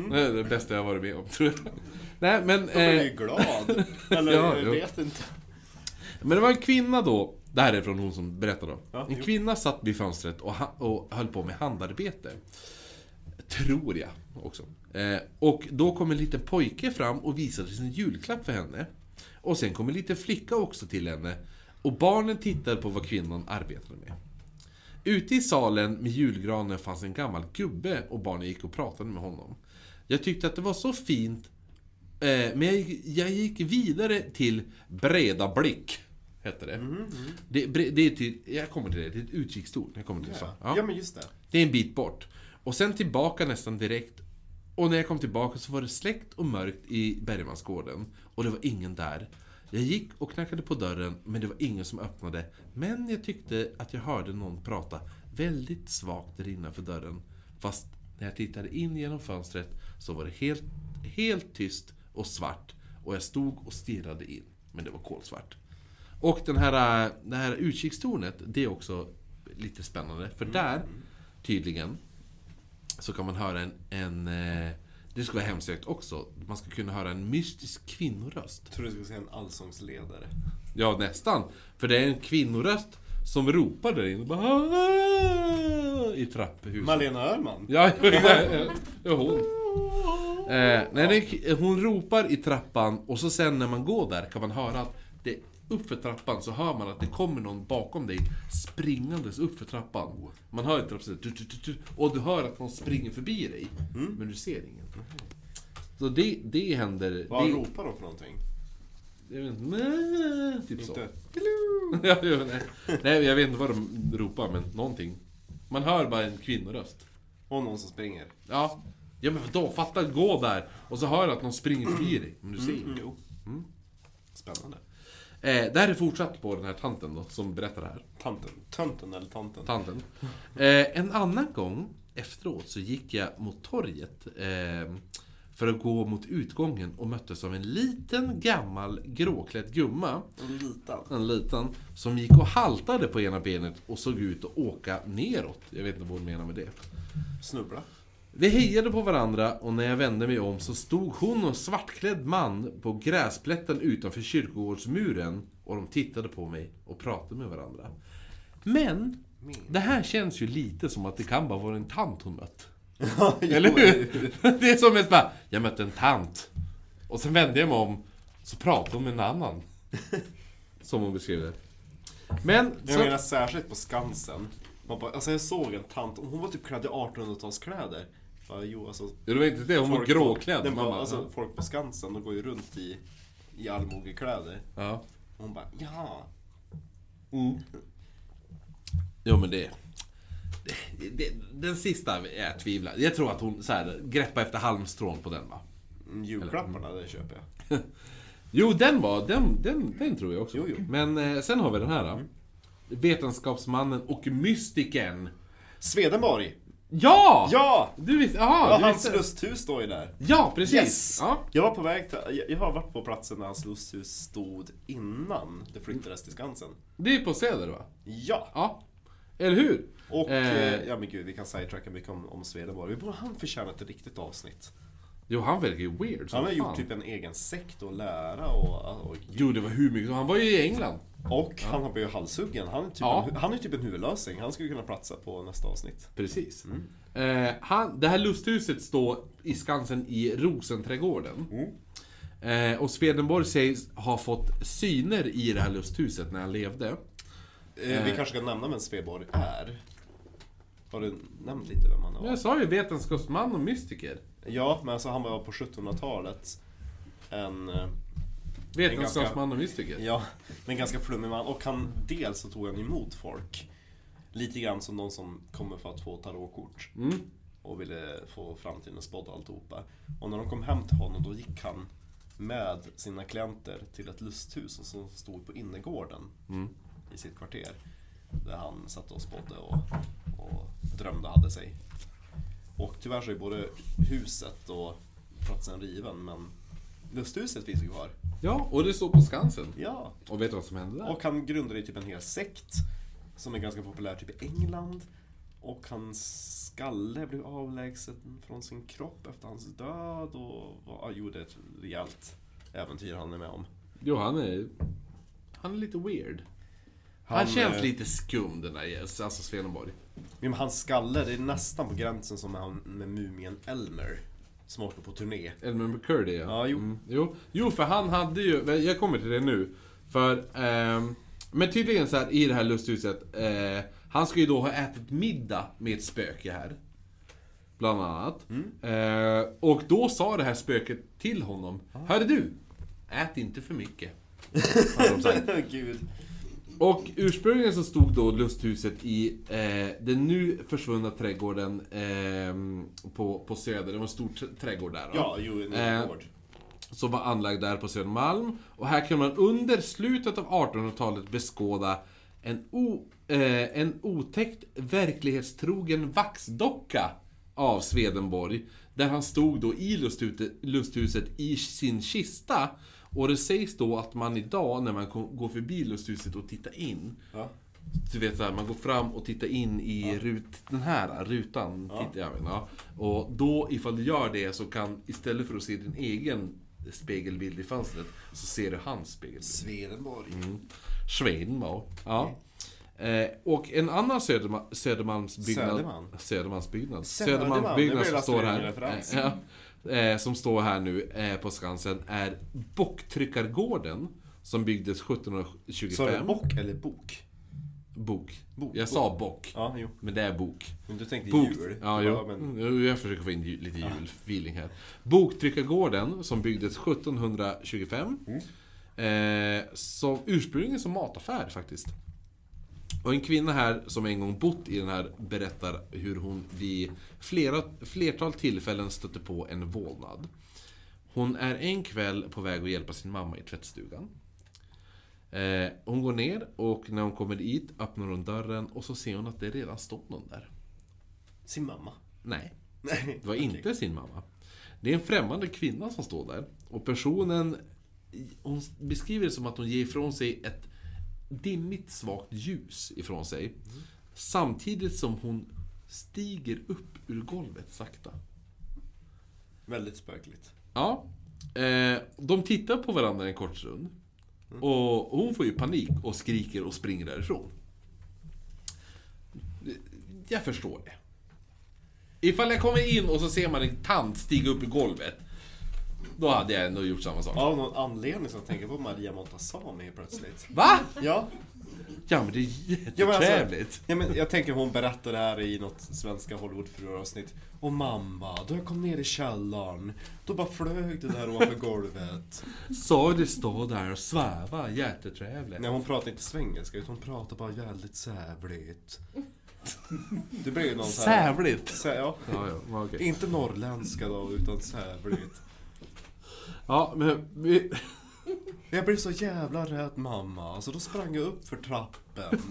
S2: Det är det bästa jag har varit med om, tror jag. Nej, men...
S1: Jag blir
S2: Eh,
S1: ju glad. Eller
S2: Ja,
S1: jag
S2: jo.
S1: vet inte.
S2: Men det var en kvinna då, det här är från hon som berättade då.
S1: Ja,
S2: en
S1: jo.
S2: kvinna satt vid fönstret och, ha- och höll på med handarbete. Tror jag också. Eh, och då kom en liten pojke fram och visade sin julklapp för henne. Och sen kom en liten flicka också till henne. Och barnen tittade på vad kvinnan arbetade med. Ute i salen med julgranen fanns en gammal gubbe och barnen gick och pratade med honom. Jag tyckte att det var så fint Eh, men jag, gick- jag gick vidare till Breda Blick. Hette
S1: Mm,
S2: det. Det, bre- det är till, jag kommer till det, det är ett utkikstorn. Jag kommer till det. sen.
S1: Ja men just det.
S2: Det är en bit bort. Och sen tillbaka nästan direkt. Och när jag kom tillbaka så var det släckt och mörkt i Bergmansgården. Och det var ingen där. Jag gick och knackade på dörren, men det var ingen som öppnade. Men jag tyckte att jag hörde någon prata väldigt svagt där innanför dörren. Fast när jag tittade in genom fönstret så var det helt, helt tyst och svart. Och jag stod och stirrade in. Men det var kolsvart. Och den här, äh, det här utkikstornet, det är också lite spännande. För där, tydligen, så kan man höra en... en eh, det ska vara hemsökt också. Man ska kunna höra en mystisk kvinnoröst.
S1: Jag trodde du skulle säga en allsångsledare.
S2: Ja, nästan. För det är en kvinnoröst som ropar där inne. Bara, "Aah!" I trapphuset.
S1: Malena Öhrman.
S2: Ja, ja, ja, ja hon. Eh, nej, det, är- hon ropar i trappan och så sen när man går där kan man höra att det uppför trappan så hör man att det kommer någon bakom dig springandes uppför trappan. Man hör ett trappsteg tu, tu, tu, tu, och du hör att någon springer förbi dig.
S1: Mm.
S2: Men du ser ingen. Så det, det händer.
S1: Vad
S2: det,
S1: ropar de för någonting?
S2: jag vet inte, "Mä", typ så.
S1: Inte...
S2: ja, ja, nej. nej, jag vet inte vad de ropar men någonting. Man hör bara en kvinnoröst.
S1: Och någon som springer.
S2: Ja. Ja men vadå, fatta gå där och så hör du att någon springer förbi dig. Men du ser mm.
S1: Jo. Spännande.
S2: eh, Det här är fortsatt på den här tanten då, som berättar det här.
S1: Tanten. Tönten eller tanten?
S2: Tanten. Eh, en annan gång efteråt så gick jag mot torget eh, för att gå mot utgången och möttes av en liten gammal gråklädd gumma.
S1: En liten.
S2: En liten. Som gick och haltade på ena benet och såg ut att åka neråt. Jag vet inte vad hon menar med det.
S1: Snubbla.
S2: Vi hejade på varandra och när jag vände mig om så stod hon och en svartklädd man på gräsplätten utanför kyrkogårdsmuren och de tittade på mig och pratade med varandra. Men, det här känns ju lite som att det kan bara vara en tant hon mött. Eller hur? Det är som ett bara, jag mötte en tant. Och sen vände jag mig om, så pratade hon med en annan. Som hon beskrev det. Men,
S1: Jag
S2: så,
S1: menar särskilt på Skansen. Man bara, alltså jag såg en tant, och hon var typ klädd i 1800-talskläder. Bara, Jo, alltså,
S2: det var inte det, hon var
S1: folk-
S2: gråklädd.
S1: Nej,
S2: Man
S1: men
S2: bara,
S1: alltså, folk på Skansen, de går ju runt i, i allmogekläder.
S2: ja.
S1: Och hon bara, ja.
S2: Mm. Jo men det... det, det den sista är jag tvivlar. Jag tror att hon så här, greppar efter halmstrån på den va?
S1: Mm, Julklapparna, det köper jag.
S2: Jo den var, den, den, den tror jag också.
S1: Jo, Mm. jo.
S2: Men eh, sen har vi den här. Då. Vetenskapsmannen och mystiken.
S1: Svedenborg!
S2: Ja!
S1: Ja!
S2: Du visste, jaha,
S1: ja
S2: du
S1: hans
S2: visste.
S1: lusthus står ju där.
S2: Ja, precis.
S1: Yes!
S2: Ja.
S1: Jag var på väg till, jag- jag har varit på platsen där hans lusthus stod innan det flyttades till Skansen.
S2: Det är på Söder va?
S1: Ja!
S2: Ja. Eller hur?
S1: Och,
S2: Eh.
S1: eh, ja men gud, vi kan sidetracka mycket om, om Svedenborg. Vi borde, han förtjänar ett riktigt avsnitt.
S2: Jo, han verkar ju weird som
S1: Han har
S2: fan.
S1: gjort typ en egen sekt och lära och... och,
S2: Jo, det var hur mycket Han var ju i England.
S1: och han har blivit halshuggen. Han är, typ
S2: Ja.
S1: en, han är typ en huvudlösning. Han skulle kunna platsa på nästa avsnitt.
S2: Precis.
S1: Mm.
S2: Eh, han, det här lusthuset står i Skansen i Rosenträdgården.
S1: Mm.
S2: Eh, och Swedenborg sägs ha fått syner i det här lusthuset när han levde.
S1: Eh, vi kanske kan nämna vem Sveborg är. Har du nämnt lite vem han
S2: Jag
S1: var?
S2: sa ju vetenskapsman och mystiker.
S1: Ja, men alltså han var på 1700-talet. En, eh,
S2: Vetenskapsman och mystiker.
S1: ja, en ganska flummig man. Och han, dels så tog han emot folk. Lite grann som någon som kommer för att få tarotkort. Och ville få framtiden spådd och alltihopa. Och när de kom hem till honom då gick han med sina klienter till ett lusthus som stod på innergården i sitt kvarter. Där han satt och spådde och, och drömde och hade sig. Och tyvärr så är både huset och platsen riven men lusthuset finns ju kvar.
S2: Ja, och det står på Skansen.
S1: Ja.
S2: Och vet du vad som hände där?
S1: Och han grundade ju typ en hel sekt som är ganska populär typ i England. Och hans skalle blev avlägsen från sin kropp efter hans död och ja, gjorde ett rejält äventyr han är med om.
S2: Jo, han är... Han är lite weird. Han, känns
S1: eh,
S2: lite skum den där yes, alltså Swedenborg.
S1: Ja, men hans skalle, det är nästan på gränsen som med, han, med mumien Elmer. Som åker på turné.
S2: Edmund McCurdy ja. Mm.
S1: Ja, jo.
S2: jo. Jo, för han hade ju, jag kommer till det nu. För, ehm, men tydligen så här i det här lusthuset, eh, han ska ju då ha ätit middag med ett spöke här. Bland annat.
S1: Mm.
S2: Eh, och då sa det här spöket till honom, Hörru du, ät inte för mycket. Har de sagt.
S1: Gud.
S2: Och ursprungligen så stod då lusthuset i eh, den nu försvunna trädgården ehm, på, på Söder. Det var en stor t- trädgård där. va?
S1: Ja, jo, en
S2: Eh,
S1: egen gård.
S2: som var anlagd där på Södermalm. Och här kan man under slutet av 1800-talet beskåda en, o, eh, en otäckt verklighetstrogen vaxdocka av Swedenborg. Där han stod då i lusthute- lusthuset i sin kista. Och det sägs då att man idag när man kom- går förbi lusthuset och tittar in
S1: Ja.
S2: du vet såhär, man går fram och tittar in i rut, den här rutan.
S1: Ja.
S2: Tittar jag med, ja. Och då, ifall du gör det, så kan istället för att se din egen spegelbild i fönstret, så ser du hans spegelbild.
S1: Swedenborg.
S2: Swedenborg. Ja.
S1: Mm.
S2: Eh, och en annan Söderma, Södermalmsbyggnad
S1: Södermalm?
S2: Södermalmsbyggnad
S1: Södermalm,
S2: Södermalmsbyggnad
S1: det
S2: som
S1: blir
S2: står
S1: Lasse
S2: här
S1: Lindgren-referens.
S2: eh, ja, eh, Som står här nu eh, på Skansen är Bocktryckargården Som byggdes 1725
S1: Sa du bock eller bok?
S2: Bok.
S1: Bok,
S2: Jag
S1: bok.
S2: sa bock
S1: Ja, jo.
S2: Men det är bok.
S1: Men du tänkte
S2: Bok.
S1: jul?
S2: Ja,
S1: Du
S2: jo.
S1: bara, men-
S2: Mm, Jag försöker få in ju- lite julfeeling här. Boktryckargården som byggdes 1725. Eh, som ursprungligen som mataffär faktiskt. Och en kvinna här som en gång bott i den här berättar hur hon vid flera, flertal tillfällen stötte på en vålnad. Hon är en kväll på väg att hjälpa sin mamma i tvättstugan. Eh, hon går ner och när hon kommer dit öppnar hon dörren och så ser hon att det redan står någon där.
S1: Sin mamma?
S2: Nej,
S1: Nej.
S2: det var inte sin mamma. Det är en främmande kvinna som står där. Och personen, hon beskriver det som att hon ger ifrån sig ett dimmigt svagt ljus ifrån sig. Samtidigt som hon stiger upp ur golvet sakta.
S1: Väldigt spökligt.
S2: Ja. Eh, de tittar på varandra en kort stund.
S1: Mm.
S2: Och hon får ju panik och skriker och springer därifrån. Jag förstår det. Ifall jag kommer in och så ser man en tant stiga upp i golvet. Då hade jag ändå gjort samma sak.
S1: Av någon anledning så tänker jag på Maria Montazami plötsligt.
S2: Va?
S1: Ja,
S2: Ja men det är
S1: Ja, men alltså-
S2: jättetrevligt.
S1: ja men jag tänker hon berättar det här i något svenska Hollywoodfruar-avsnitt. Och mamma, då jag kom ner i källaren, då bara flög det där ovanför golvet.
S2: Såg du stå där och sväva, jättetrevligt.
S1: Nej, hon pratar inte svengelska utan hon pratar bara jävligt sävligt. Det blir ju någon så här...
S2: Sävligt.
S1: Sä, ja.
S2: Ja, ja, vad okej.
S1: Inte norrländska då, utan sävligt.
S2: ja men vi...
S1: Jag blev så jävla rädd mamma, så då sprang jag upp för trappen.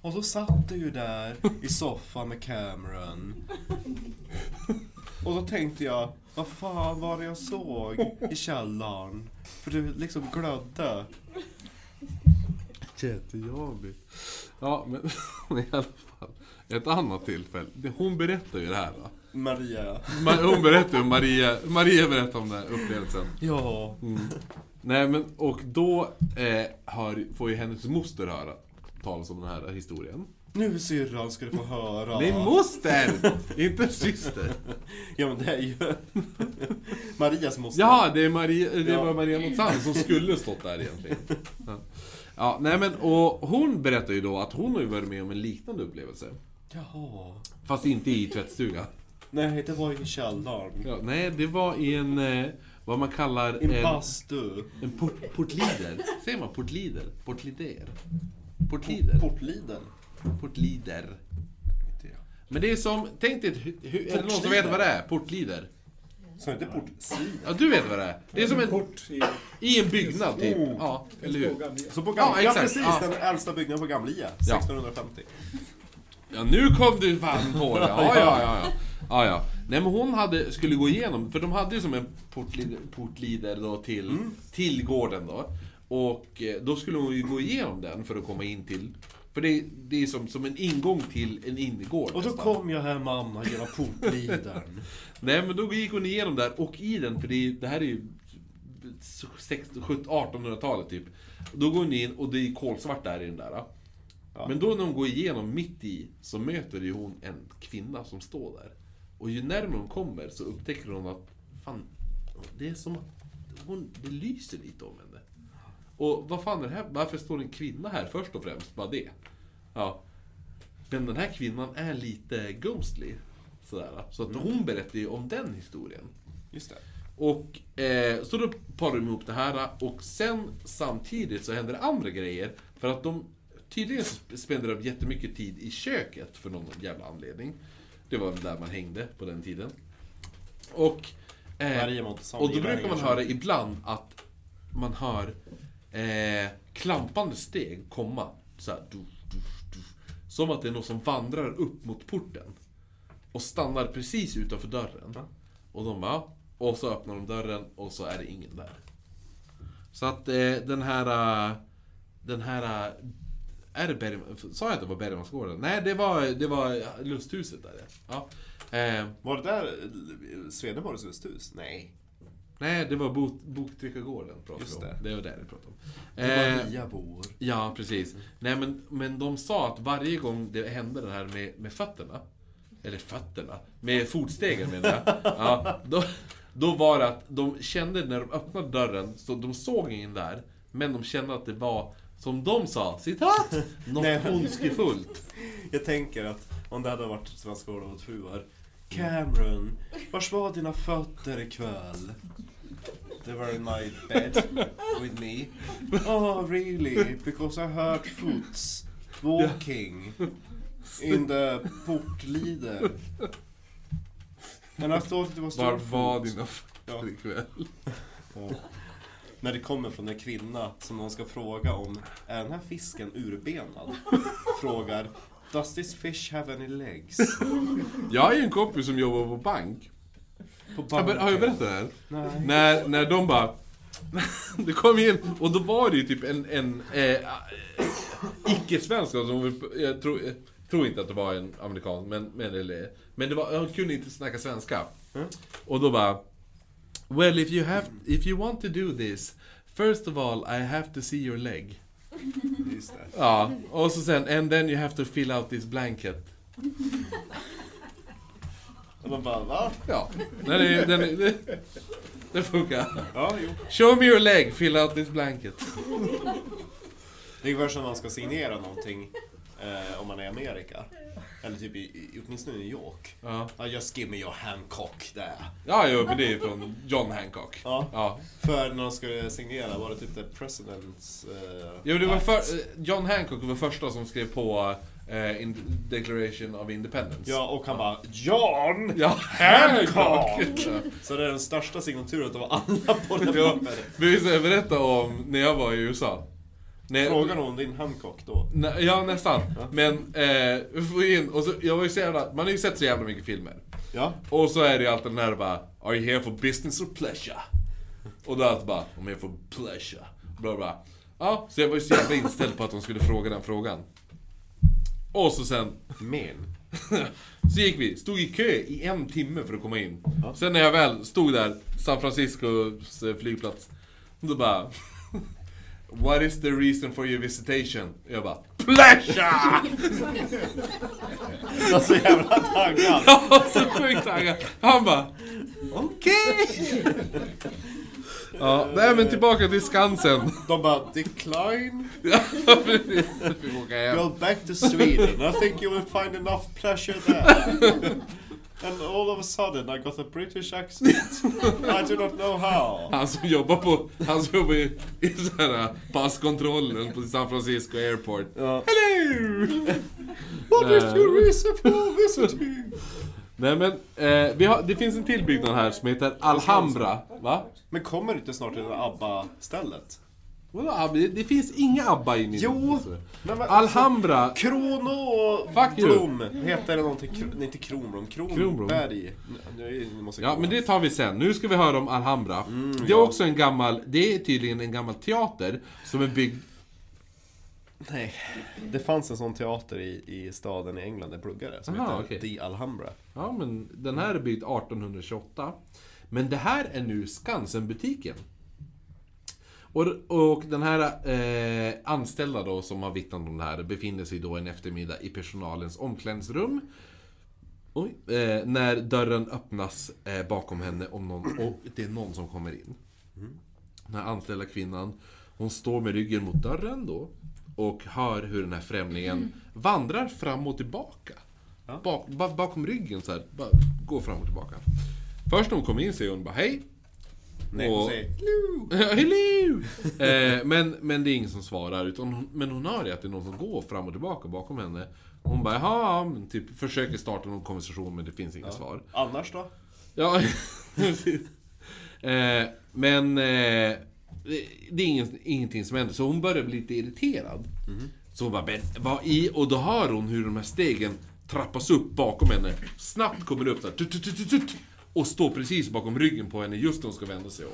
S1: Och då satt du ju där i soffan med Cameron. Och då tänkte jag, vad fan var det jag såg i källaren? För du liksom glödde.
S2: Jättejobbigt. Ja, men i alla fall. Ett annat tillfälle. Det- Hon berättar ju det här va?
S1: Maria.
S2: Ma- Hon berättar ju om Maria, Maria berättar om den här upplevelsen. Mm.
S1: Ja.
S2: Nej men, och då eh, hör, får ju hennes moster höra talas om den här historien.
S1: Nu syrran ska du få höra.
S2: Det är moster! Inte syster.
S1: Ja men det är ju Marias moster.
S2: Ja, det, är Maria, det
S1: Ja.
S2: var Maria Montazami som skulle stått där egentligen. Ja. Ja, nej men och hon berättar ju då att hon har ju varit med om en liknande upplevelse.
S1: Jaha.
S2: Fast inte i tvättstugan.
S1: Nej, det var ju i källaren.
S2: Ja, nej, det var i en, eh, vad man kallar
S1: I en
S2: en,
S1: bastu.
S2: en port, portlider. Säger man portlider? Portlider? Portlider?
S1: Portliden.
S2: Portlider. Men det är som, tänk dig, ett hu- hu- är det någon som vet vad det är? Portlider?
S1: Så inte portsliden.
S2: Ja, du vet vad det är. Det är som en,
S6: Kort i
S2: i en byggnad typ.
S1: Oh.
S2: Ja, eller hur?
S6: frågan.
S1: Så på gamla,
S2: Ja,
S1: ja,
S2: exakt.
S1: precis,
S2: Ja.
S1: den äldsta byggnaden på Gamla Lia,
S2: Ja.
S1: 1650.
S2: Ja, nu kom du fan på det. Ja, ja, ja. ja. Ah, ja. Nej men hon hade, skulle gå igenom, för de hade ju som en portlider, portlider då till, till gården då. Och eh, då skulle hon ju gå igenom den för att komma in till... För det, det är som, som en ingång till en innergård.
S1: Och då
S2: nästan.
S1: kom jag här mamma genom portlidern.
S2: Nej men då gick hon igenom där och i den, för det, är- det här är ju 16, 17, 1800-talet typ. Då går hon in och det är kolsvart där i den där. då.
S1: Ja.
S2: Men då när hon går igenom mitt i så möter ju hon en kvinna som står där. Och ju närmare hon kommer så upptäcker hon att fan, det är som att hon, det lyser lite om henne. Och vad fan är det här? Varför står en kvinna här först och främst? Bara det. Ja. Men den här kvinnan är lite ghostly. Sådär. Så att hon berättar ju om den historien.
S1: Just det.
S2: Och eh, så då parar de ihop det här och sen samtidigt så händer det andra grejer. För att de tydligen sp- spenderar de jättemycket tid i köket för någon jävla anledning. Det var väl där man hängde på den tiden. Och,
S1: Maria
S2: eh,
S1: Montazami
S2: och då
S1: i
S2: brukar man
S1: Berlingers.
S2: höra ibland att man hör eh, klampande steg komma. Så här, du, du, du, som att det är någon som vandrar upp mot porten. Och stannar precis utanför dörren. Och de bara, "Ja." och så öppnar de dörren och så är det ingen där. Så att eh, den här... eh, Den här... eh, Är det Bergman? Sa jag att det var Bergmansgården? Nej, det var, det var lusthuset där ja. ja. Eh,
S1: Var det där eh, Swedenborgs lusthus? Nej.
S2: nej, det var bok, Boktryckargården pratade
S1: Just
S2: vi om.
S1: det.
S2: Det var där vi pratade om.
S1: Det
S2: Eh,
S1: var Ria bor.
S2: Ja, precis. Nej, men, men de sa att varje gång det hände det här med, med fötterna, eller fötterna, med fotstegen menar jag, ja, då, då var det att de kände när de öppnade dörren, så de såg ingen där, men de kände att det var, som de sa, citat,
S1: Nej.
S2: något ondskefullt.
S1: Jag tänker att om det hade varit Svenska Rådet fruar. Cameron, vars var dina fötter ikväll? They were in my bed with me. Oh really? Because I heard foots walking in the portlider. And I thought it was
S2: Var
S1: your
S2: var
S1: foot.
S2: dina
S1: Ja.
S2: fötter ikväll?
S1: Ja. När det kommer från en kvinna som någon ska fråga om Är den här fisken urbenad? Frågar Does this fish have any legs?
S2: Jag har ju en kompis som jobbar på bank.
S1: På
S2: Har
S1: banken.
S2: jag- har jag berättat det här?
S1: Nej.
S2: När, när de bara... Det kom in och då var det ju typ en, en eh, eh, icke-svensk som vi- jag tror, jag tror inte att det var en amerikan, men, men, eller, men det var, han kunde inte snacka svenska. Och då bara... Well if you, have, if you want to do this, first of all I have to see your leg.
S1: Just det.
S2: Ja, och så sen and then you have to fill out this blanket.
S1: Och man bara va?
S2: Ja, den, är, den, är, det, det funkar.
S1: Ja, jo.
S2: Show me your leg, fill out this blanket.
S1: Det är ungefär som när man ska signera någonting eh, om man är i Amerika. Eller typ i, i, åtminstone i New York.
S2: Ja.
S1: Ja, just give me your Hancock där.
S2: Ja, jo, men det är från John Hancock.
S1: Ja.
S2: ja.
S1: För när de skulle signera var det typ the presidents... Eh,
S2: Jo, det var
S1: act.
S2: för, eh, John Hancock var första som skrev på eh, in Declaration of Independence.
S1: Ja, och han bara John!
S2: Ja,
S1: Hancock!
S2: Ja.
S1: Så det är den största signaturen av alla på det
S2: Ja.
S1: pappret.
S2: Men vi ska berätta om när jag var i USA. När,
S1: Frågar någon din Hancock då?
S2: Nä- Ja, nästan. Men, eh, vi får in, och så, jag var ju så jävla, man har ju sett så jävla mycket filmer.
S1: Ja.
S2: Och så är det ju alltid den här bara Are you here for business or pleasure? Och då är det alltid bara I'm here for pleasure. Bla bla. Ja, så jag var ju så jävla inställd på att de skulle fråga den frågan. Och så sen
S1: Men.
S2: så gick vi, stod i kö i en timme för att komma in. Sen när jag väl stod där, San Franciscos eh, flygplats, då bara... What is the reason for your visitation? Jag bara PLEASURE!
S1: Jag är så jävla taggad.
S2: Jag var så sjukt taggad. Han bara, okej. Ja, nej men tillbaka till Skansen.
S1: De bara decline.
S2: Ja, precis. Vi får åka hem.
S1: Go back to Sweden. I think you will find enough pleasure there. And all of a sudden I got a British accent. I do not know how.
S2: Han som jobbar på, han som jobbar i, i så här äh, passkontrollen på San Francisco Airport.
S1: Ja.
S2: Hello!
S1: What is your reason for visiting?
S2: Nej men, eh, vi har, det finns en till byggnad här som heter Alhambra, va?
S1: Men kommer du inte snart till det där ABBA-stället?
S2: Vadå ABBA? Det- Det finns inga ABBA i min...
S1: Jo! Men vad-
S2: Alhambra!
S1: Krono och
S2: Fuck you.
S1: Blom heter det någonting. Kro, nej, inte Kronblom.
S2: Kronblom.
S1: Kronberg. Nu, nu, nu måste jag
S2: Ja,
S1: gå.
S2: men det tar vi sen. Nu ska vi höra om Alhambra. det är
S1: Mm, ja.
S2: också en gammal... Det är tydligen en gammal teater som är byggd...
S1: Nej. Det fanns en sån teater i, i staden i England där jag pluggade som
S2: Aha,
S1: heter
S2: okej.
S1: The Alhambra.
S2: Ja, men den här är byggd 1828. Men det här är nu Skansenbutiken. Och, och den här eh, anställda då som har vittnat om det här befinner sig då en eftermiddag i personalens omklädningsrum. Oj, eh, när dörren öppnas eh, bakom henne om någon, och det är någon som kommer in.
S1: Mm.
S2: Den här anställda kvinnan, hon står med ryggen mot dörren då och hör hur den här främlingen vandrar fram och tillbaka.
S1: Mm. Ja.
S2: Bak, ba, bakom ryggen så här, bara går fram och tillbaka. Först när hon kommer in säger hon bara hej.
S1: Nej, hon
S2: Och-
S1: säger
S2: Hello! eh, men, men det är ingen som svarar, utan hon, men hon hör ju att det är någon som går fram och tillbaka bakom henne. Hon bara jaha, men typ försöker starta någon konversation men det finns inga svar.
S1: Annars då?
S2: Ja, precis. eh, men eh, det är ingen, ingenting som händer, så hon börjar bli lite irriterad. Så hon bara, men vad i? Och då hör hon hur de här stegen trappas upp bakom henne. Snabbt kommer det upp där, tut, tut, tut, tut, tut, och står precis bakom ryggen på henne just när hon ska vända sig om.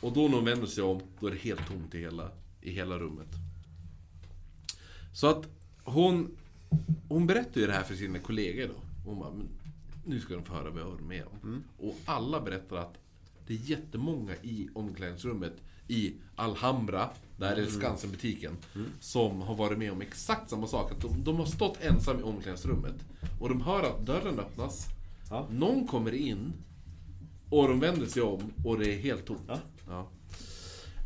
S2: Och då när hon vänder sig om, då är det helt tomt i hela, i hela rummet. Så att hon, hon berättar ju det här för sina kollegor då. Hon bara, men nu ska de få höra vad jag håller med om.
S1: Mm.
S2: Och alla berättar att det är jättemånga i omklädningsrummet i Alhambra, där
S1: Mm.
S2: är Skansen-butiken, som har varit med om exakt samma sak. Att de, de har stått ensam i omklädningsrummet och de hör att dörren öppnas,
S1: Ja.
S2: någon kommer in och de vänder sig om och det är helt tomt.
S1: Ja.
S2: Ja.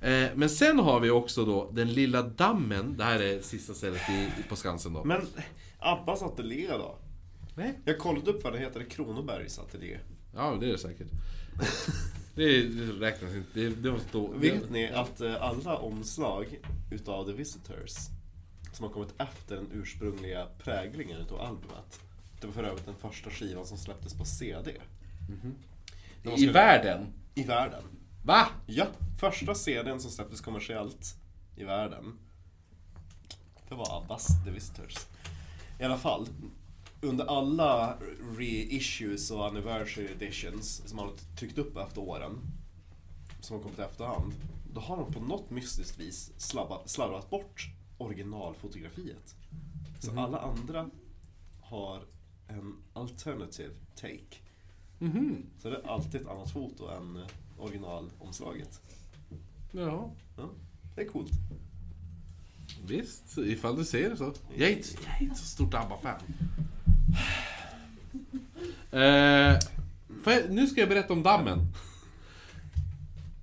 S2: Eh, Men sen har vi också då den lilla dammen, det här är sista stället i, på Skansen då.
S1: Men Abbas ateljé då?
S2: Nej.
S1: Jag kollade upp vad det heter, Kronobergs ateljé.
S2: Ja, det är det säkert. Det, det räknas inte, det, det måste stå...
S1: Vet ni att eh, alla omslag utav The Visitors som har kommit efter den ursprungliga präglingen utav albumet. Det var för övrigt den första skivan som släpptes på CD. När man
S2: Mhm. I
S1: skulle-
S2: världen?
S1: I världen.
S2: Va?
S1: Ja, första CDn som släpptes kommersiellt i världen. Det var Abbas The Visitors. I alla fall, under alla reissues och anniversary editions som man har tryckt upp efter åren, som har kommit i efterhand, då har de på något mystiskt vis slabba, slarvat bort originalfotografiet. Så alla andra har en alternative take. Så det är alltid ett annat foto än originalomslaget.
S2: Ja,
S1: Ja, det är coolt.
S2: visst. Ifall du säger det så. Jag är inte, jag är inte så stort ABBA-fan. Eh, får jag, nu ska jag berätta om dammen.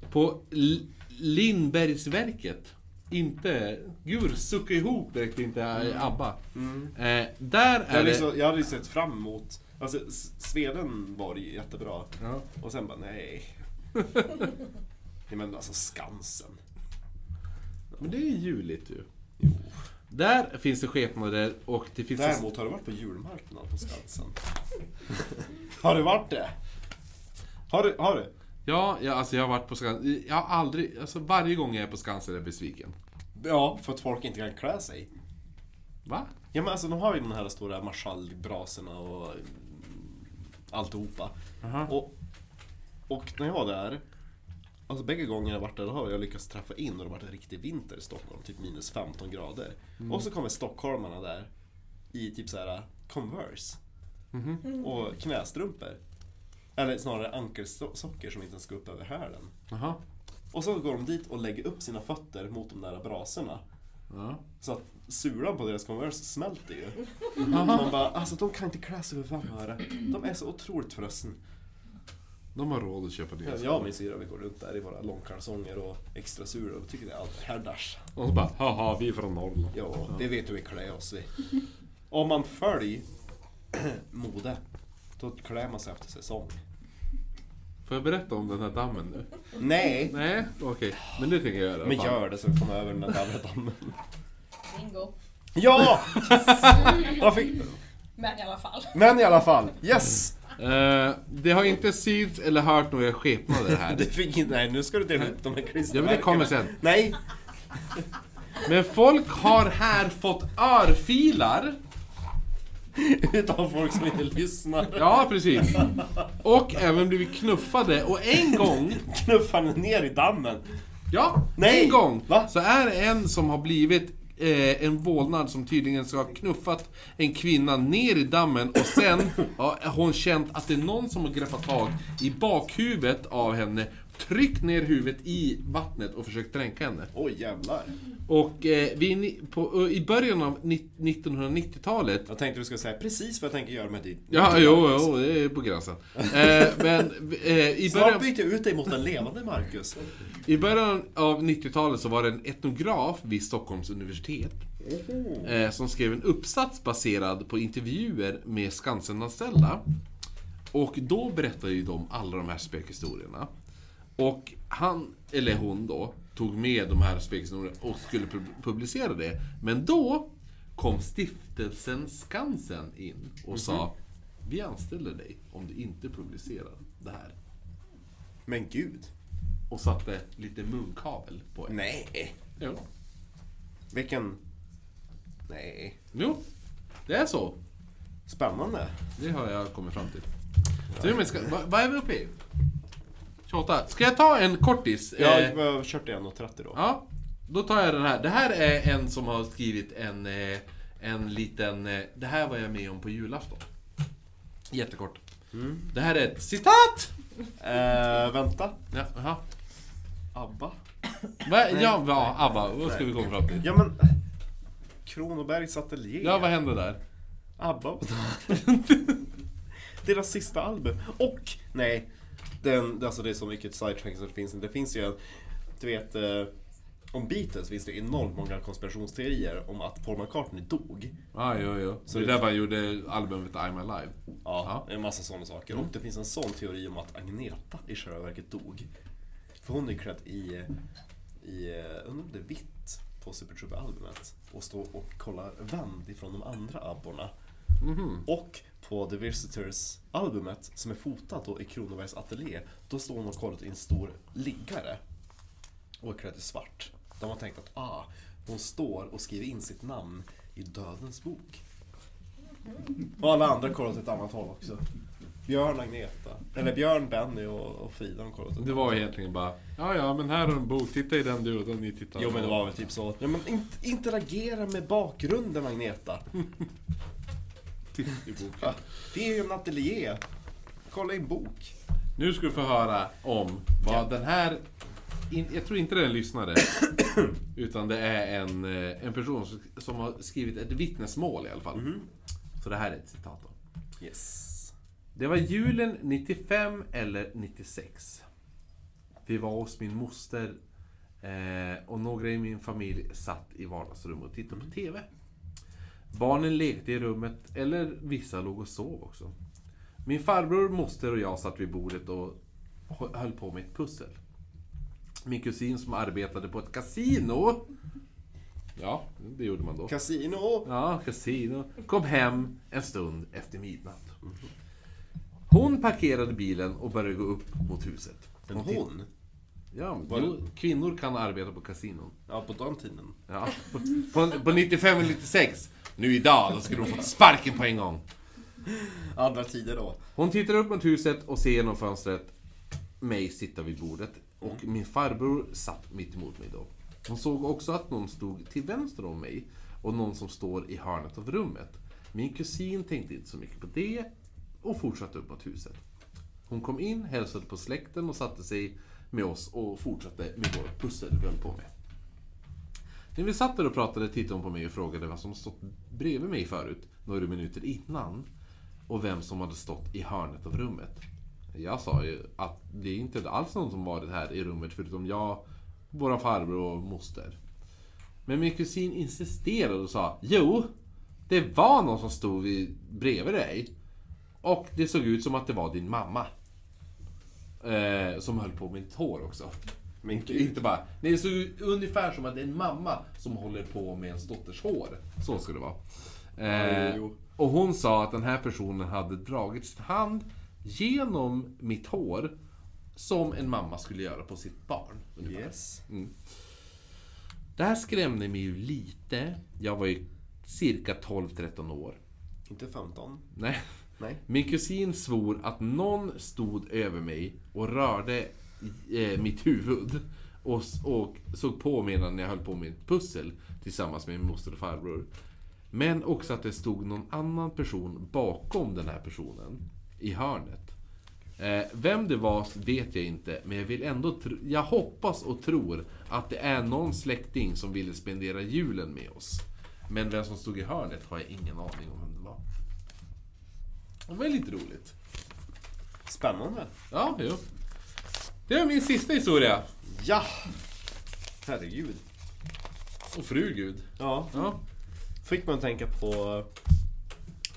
S2: På L- Lindbergsverket. Inte... Gud, sucka ihop direkt inte är ABBA. Eh, Mm. där
S1: Jag
S2: är
S1: hade,
S2: det...
S1: så, jag hade ju sett fram emot... Alltså, S- Sweden var ju jättebra.
S2: Ja.
S1: Och sen bara, nej. nej men alltså Skansen.
S2: Men det är ju juligt ju. Där finns det skepnader och det finns...
S1: Däremot, har du varit på julmarknaden på Skansen? har du varit det? Har du? Har du?
S2: Ja, jag, alltså jag har varit på Skansen. Jag har aldrig... Alltså varje gång jag är på Skansen är jag besviken.
S1: Ja, för att folk inte kan klä sig.
S2: Va?
S1: Ja men alltså de har ju de här stora marschallbrasorna och mm, alltihopa. Och, och när jag var där, alltså bägge gånger jag varit där, då har jag lyckats träffa in och det har varit en riktig vinter i Stockholm, typ minus 15 grader. Och så kommer stockholmarna där i typ så här Converse och knästrumpor. Eller snarare ankelsockor som inte ens går upp över hälen.
S2: Jaha.
S1: Och så går de dit och lägger upp sina fötter mot de där brasorna.
S2: Ja.
S1: Så att sulan på deras Converse smälter ju. Man bara, alltså de kan inte klä sig för fem öre. De är så otroligt frösen.
S2: De har råd att köpa nya
S1: Jag och min syrra vi går runt där i våra långkalsonger och extra sura och tycker det är allt härdars.
S2: Och så bara, haha, vi är från Norrland.
S1: Ja, det vet hur vi klär oss vi. Om man följer mode, då klär man sig efter säsong.
S2: Får jag berätta om den här dammen nu?
S1: Nej!
S2: Nej, okej. Men det tänker jag göra.
S1: Men
S2: Fan.
S1: gör det så vi kommer över den där gamla dammen.
S5: Bingo.
S1: Ja! Varför?
S5: Men i alla fall.
S1: Men i alla fall, yes!
S2: Eh, det har inte synts eller hört några skepnader här.
S1: Det fick inte, nej nu ska du dela ut de här
S2: Ja, men det kommer sen.
S1: Nej!
S2: Men folk har här fått örfilar.
S1: Utav folk som inte lyssnar.
S2: Ja, precis. Och även blivit knuffade. Och en gång,
S1: Knuffar ni ner i dammen.
S2: ja,
S1: Nej!
S2: en gång
S1: Va?
S2: så är det en som har blivit eh, en vålnad som tydligen ska ha knuffat en kvinna ner i dammen och sen har hon känt att det är någon som har greppat tag i bakhuvudet av henne, tryckt ner huvudet i vattnet och försökt dränka henne.
S1: Oj jävlar.
S2: Och eh, vi, är ni- på, eh, i början av nitt- 1990-talet
S1: Jag tänkte du skulle säga precis vad jag tänker göra med ditt...
S2: Ja, jo, jo, det är på gränsen. Eh, men eh, i,
S1: Snart
S2: början,
S1: byter jag ut dig mot en levande Marcus.
S2: i början av 90-talet så var det en etnograf vid Stockholms universitet eh, som skrev en uppsats baserad på intervjuer med Skansen-anställda. Och då berättade ju de alla de här spökhistorierna. Och han, eller hon då, tog med de här spökhistorierna och skulle pub- publicera det. Men då kom stiftelsen Skansen in och sa Vi anställer dig om du inte publicerar det här.
S1: Men gud.
S2: Och satte lite munkabel på er.
S1: Nej.
S2: Jo.
S1: Vilken... Nej.
S2: jo, det är så.
S1: Spännande.
S2: Det har jag kommit fram till. Så, men ska, vad, vad är vi uppe i? 28. Ska jag ta en kortis? Eh,
S1: Jag har kört igen och 30 då.
S2: ja. Då tar jag den här. Det här är en som har skrivit en, eh, en liten... eh, Det här var jag med om på julafton. Jättekort. Det här är ett citat!
S1: Eh, vänta.
S2: Ja, aha.
S1: ABBA?
S2: Va, ja, va, Abba, vad ska vi komma fram till?
S1: Ja men... Kronobergs ateljé.
S2: Ja, vad hände där?
S1: ABBA var där. Deras sista album. Och, nej. Den, alltså det är så mycket sidetracking som det finns. Det finns ju en, du vet, eh, om Beatles finns det enormt många konspirationsteorier om att Paul McCartney dog.
S2: Ah, jo, jo. Så det är därför han gjorde albumet I'm Alive.
S1: Ja, en massa sådana saker. Och det finns en sån teori om att Agneta i själva verket dog. För hon är ju cred i, i eh, undrar om det är vitt på Super Trooper-albumet. Och står och kollar vänd ifrån de andra abborna. Och på The Visitors-albumet, som är fotat då i Kronobergs ateljé, då står hon och kollar i en stor liggare. Och är klädd i svart. De har tänkt att ah, hon står och skriver in sitt namn i Dödens bok. Och alla andra kollar åt ett annat håll också. Björn, Agneta. Eller Björn, Benny och, och Frida de kollar åt ett
S2: Det var egentligen bara, ja ja men här har en bok, titta i den du och den ni tittar
S1: Jo
S2: på."
S1: men det var väl typ så. Ja, men int- interagera med bakgrunden Magneta.
S2: Titt i boken.
S1: Ja, Det är ju en ateljé. Kolla i en bok.
S2: Nu ska du få höra om vad den här, in, jag tror inte det är en lyssnare, utan det är en, eh, en person som- som har skrivit ett vittnesmål i alla fall.
S1: Mhm.
S2: Så det här är ett citat då.
S1: Yes.
S2: Det var julen 95 eller 96. Vi var hos min moster eh, och några i min familj satt i vardagsrummet och tittade på TV. Barnen lekte i rummet, eller vissa låg och sov också. Min farbror, moster och jag satt vid bordet och hö- höll på med ett pussel. Min kusin som arbetade på ett kasino... Ja, det gjorde man då.
S1: Casino.
S2: Ja, kasino. Kom hem en stund efter midnatt.
S1: Mm.
S2: Hon parkerade bilen och började gå upp mot huset.
S1: En
S2: titt-
S1: hon.
S2: Ja,
S1: Var
S2: jo, kvinnor kan arbeta på kasinon.
S1: Ja, på den tiden.
S2: Ja. På, på, på 95 eller 96. Nu idag, då skulle hon fått sparken på en gång.
S1: Andra tider då.
S2: Hon tittar upp mot huset och ser genom fönstret mig sitta vid bordet. Och min farbror satt mitt emot mig då. Hon såg också att någon stod till vänster om mig och någon som står i hörnet av rummet. Min kusin tänkte inte så mycket på det och fortsatte upp mot huset. Hon kom in, hälsade på släkten och satte sig med oss och fortsatte med vårt pussel vi höll på med. När vi satt där och pratade tittade hon på mig och frågade vad som stått bredvid mig förut, några minuter innan. Och vem som hade stått i hörnet av rummet. Jag sa ju att det är inte alls någon som varit här i rummet förutom jag, våra farbror och moster. Men min kusin insisterade och sa Jo, det var någon som stod vid, bredvid dig. Och det såg ut som att det var din mamma. Eh, som höll på med ditt hår också.
S1: Men
S2: Inte- Inte bara, nej det såg ut ungefär som att det är en mamma som håller på med ens dotters hår. Så ska det vara.
S1: Ja, jo,
S2: Eh,
S1: jo.
S2: och hon sa att den här personen hade dragit sin hand genom mitt hår som en mamma skulle göra på sitt barn. ungefär.
S1: Yes.
S2: Det här skrämde mig ju lite. Jag var ju cirka 12-13 år.
S1: Inte 15?
S2: Nej.
S1: Nej.
S2: Min kusin svor att någon stod över mig och rörde eh, mitt huvud och, s- och såg på medan jag höll på med ett pussel tillsammans med min moster och farbror. Men också att det stod någon annan person bakom den här personen i hörnet. Eh, vem det var vet jag inte, men jag vill ändå tro, jag hoppas och tror att det är någon släkting som ville spendera julen med oss. Men vem som stod i hörnet har jag ingen aning om vem det var. Och Väldigt roligt.
S1: Spännande.
S2: Ja, jo. Det var min sista historia.
S1: Ja! Herregud.
S2: Och fru gud.
S1: Ja,
S2: Ja.
S1: fick man tänka på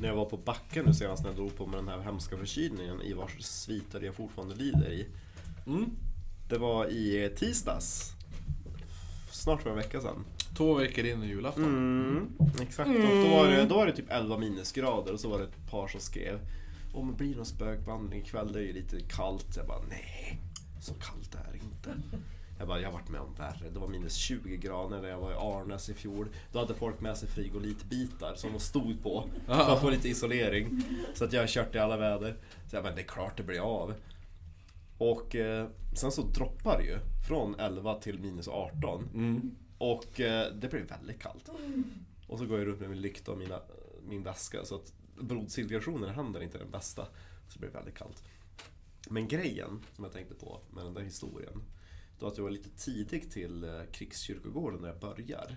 S1: när jag var på backen nu senast när jag drog på mig den här hemska förkylningen i vars sviter jag fortfarande lider i.
S2: Mm.
S1: Det var i tisdags. Snart för en vecka sedan.
S2: Två veckor innan julafton.
S1: Mm, exakt. Och då, var det, då var det typ 11 minusgrader och så var det ett par som skrev Om det blir någon spökvandring ikväll, det är ju lite kallt. Jag bara nej, så kallt är det inte. Jag bara, jag har varit med om värre. Det var minus 20 grader när jag var i Arnäs i fjol. Då hade folk med sig frigolitbitar som de stod på för att få lite isolering. Så att jag har kört i alla väder. Så jag bara, det är klart det blir av. Och eh, sen så droppar det ju från 11 till minus 18.
S2: Mm,
S1: Och eh, det blev väldigt kallt. Och så går jag runt med min lykta och mina, min väska så att blodsituationen i handen är inte den bästa. Så det blev väldigt kallt. Men grejen som jag tänkte på med den där historien. Det var att jag var lite tidig till eh, krigskyrkogården när jag börjar.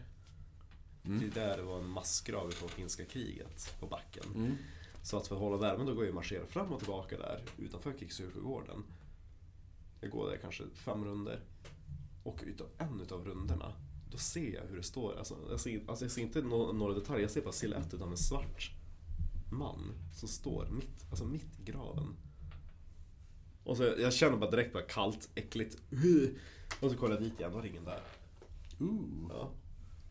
S1: Det är där det var en massgrav från finska kriget på backen.
S2: mm.
S1: Så att för att hålla värmen då går jag och marscherar fram och tillbaka där utanför krigskyrkogården. Jag går där kanske fem runder och utav en utav rundorna då ser jag hur det står. Alltså, jag, ser, alltså, jag ser inte nå- några detaljer, jag ser bara silhuetten av en svart man som står mitt, alltså mitt i graven. Och så, jag känner bara direkt bara kallt, äckligt. Och så kollar jag dit igen, var det ingen där. Ja.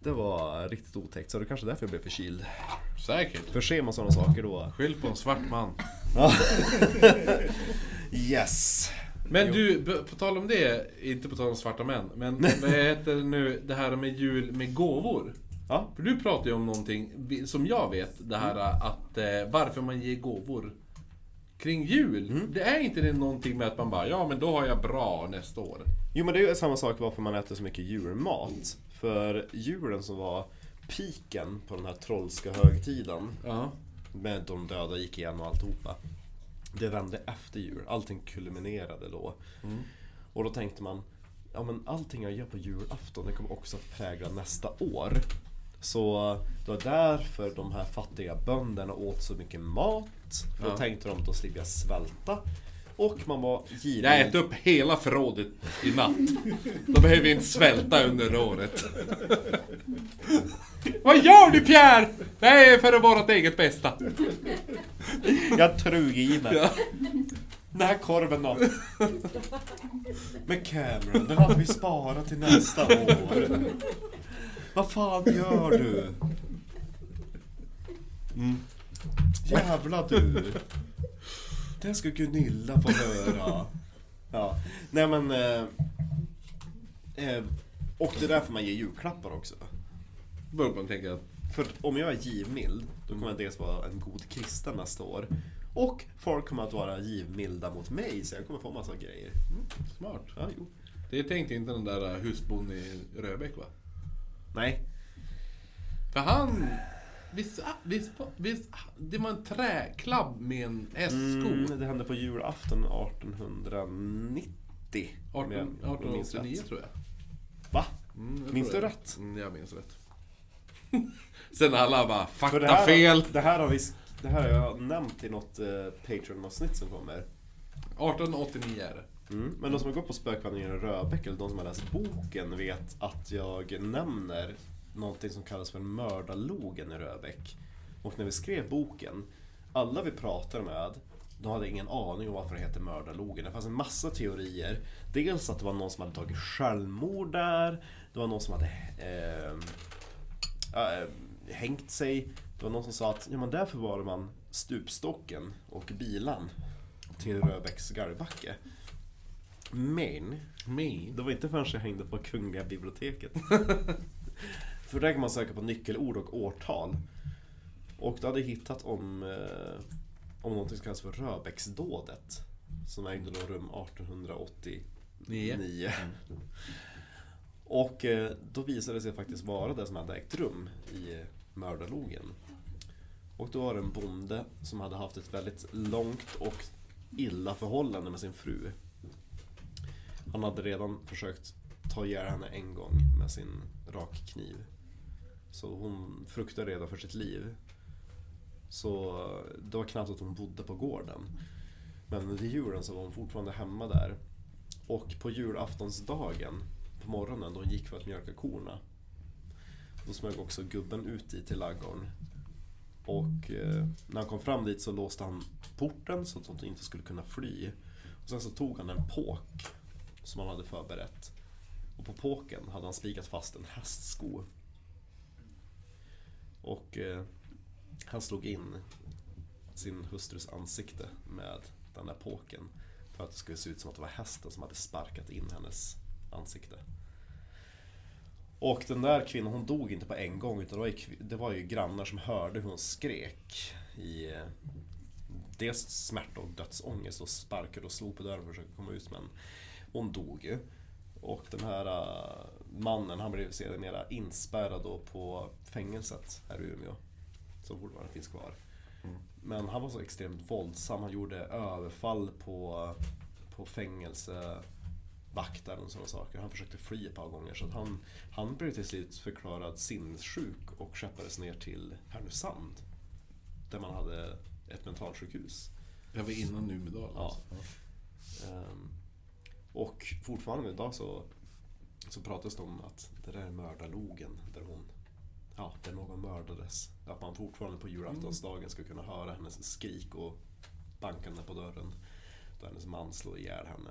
S1: Det var riktigt otäckt, så det är kanske därför jag blev förkyld.
S2: Säkert.
S1: För ser man sådana saker då...
S2: Skyll på en svart man.
S1: Yes!
S2: Men du, b- på tal om det, inte på tal om svarta män, men vad heter det nu det här med jul med gåvor?
S1: Ja.
S2: För du pratar ju om någonting vi- som jag vet, det här att eh, varför man ger gåvor kring jul. Det är inte det någonting med att man bara, ja men då har jag bra nästa år.
S1: Jo men det är ju samma sak varför man äter så mycket julmat. För julen som var piken på den här trollska högtiden
S2: Ja.
S1: med de döda gick igen och alltihopa. Det vände efter jul, allting kulminerade då.
S2: Mm.
S1: Och då tänkte man, ja men allting jag gör på julafton det kommer också att prägla nästa år. Så det var därför de här fattiga bönderna åt så mycket mat. För då
S2: Ja.
S1: tänkte de, då slipper jag svälta. Och man var girig.
S2: Jag äter upp hela förrådet i natt. Då behöver vi inte svälta under året. Vad gör du Pierre? Det är för vårt eget bästa.
S1: Jag trug i mig.
S2: Ja.
S1: Den här korven då? Med Cameron, den hade vi sparat till nästa år. Vad fan gör du? Mm. Jävla du. Det ska Gunilla få höra. Ja, nej men... Eh, eh, och det är därför man ger julklappar också.
S2: Börjar man tänka att
S1: För om jag är givmild, då
S2: Mm.
S1: kommer jag dels vara en god kristen nästa år. Och folk kommer att vara givmilda mot mig, så jag kommer få massa grejer. Mm.
S2: smart.
S1: Ja, jo.
S2: Det tänkte inte den där husbonden i Röbäck va?
S1: Nej.
S2: För han... Visst, ah, visst, visst, ah, det var en träklabb med en hästsko.
S1: Mm, det hände på julafton 1890. om jag- om
S2: 18,
S1: jag minns
S2: 1889
S1: rätt.
S2: tror jag.
S1: Va?
S2: Mm, jag
S1: Minns
S2: tror
S1: du
S2: det.
S1: rätt?
S2: Mm, jag minns rätt. Sen alla bara,
S1: För
S2: fakta fel.
S1: Det här, har vi, det här har jag nämnt i något eh, Patreon-avsnitt som kommer.
S2: 1889 är det.
S1: Mm. Men de som har gått på Spökvandringen i Röbäck, eller de som har läst boken, vet att jag nämner någonting som kallas för mördarlogen i Röbäck. Och när vi skrev boken, alla vi pratade med, de hade ingen aning om varför det heter mördarlogen. Det fanns en massa teorier. Dels att det var någon som hade tagit självmord där, det var någon som hade ehm, äh, hängt sig. Det var någon som sa att ja, men där förvarar man stupstocken och bilan till Röbäcks galgbacke. Men
S2: Me.
S1: det var inte förrän jag hängde på Kungliga biblioteket För där kan man söka på nyckelord och årtal. Och du hade hittat om, eh, om någonting som kallas för Röbäcksdådet. Som ägde då rum 1889. Mm. Och eh, då visade det sig faktiskt vara det som hade ägt rum i mördarlogen. Och då var det en bonde som hade haft ett väldigt långt och illa förhållande med sin fru. Han hade redan försökt ta ihjäl henne en gång med sin rakkniv. Så hon fruktade redan för sitt liv. Så eh, det var knappt att hon bodde på gården. Men under julen så var hon fortfarande hemma där. Och på julaftonsdagen på morgonen då hon gick för att mjölka korna. Då smög också gubben ut dit till ladugården. Och eh, när han kom fram dit så låste han porten så att hon inte skulle kunna fly. Och sen så tog han en påk som han hade förberett. Och på påken hade han spikat fast en hästsko. Och eh, han slog in sin hustrus ansikte med den där påken. För att det skulle se ut som att det var hästen som hade sparkat in hennes ansikte. Och den där kvinnan, hon dog inte på en gång utan det var ju, kvi- det var ju grannar som hörde hur hon skrek i eh, dels smärta och dödsångest och sparkade och slog på dörren för att försöka komma ut men hon dog ju. Och den här eh, mannen han blev sedermera inspärrad då på fängelset här i Umeå. Som fortfarande finns kvar. Men han var så extremt våldsam, han gjorde överfall på, på fängelse vaktar och sådana saker. Han försökte fly ett par gånger så att han, han blev till slut förklarad sinnessjuk och skeppades ner till Härnösand. Där man hade ett mentalsjukhus.
S2: Jag var innan Numedal.
S1: Ja.
S2: alltså.
S1: Ehm, och fortfarande idag så, så pratas det om att det där är mördarlogen där hon Ja, där någon mördades. Att man fortfarande på julaftonsdagen ska kunna höra hennes skrik och bankande på dörren. Då hennes man slår ihjäl henne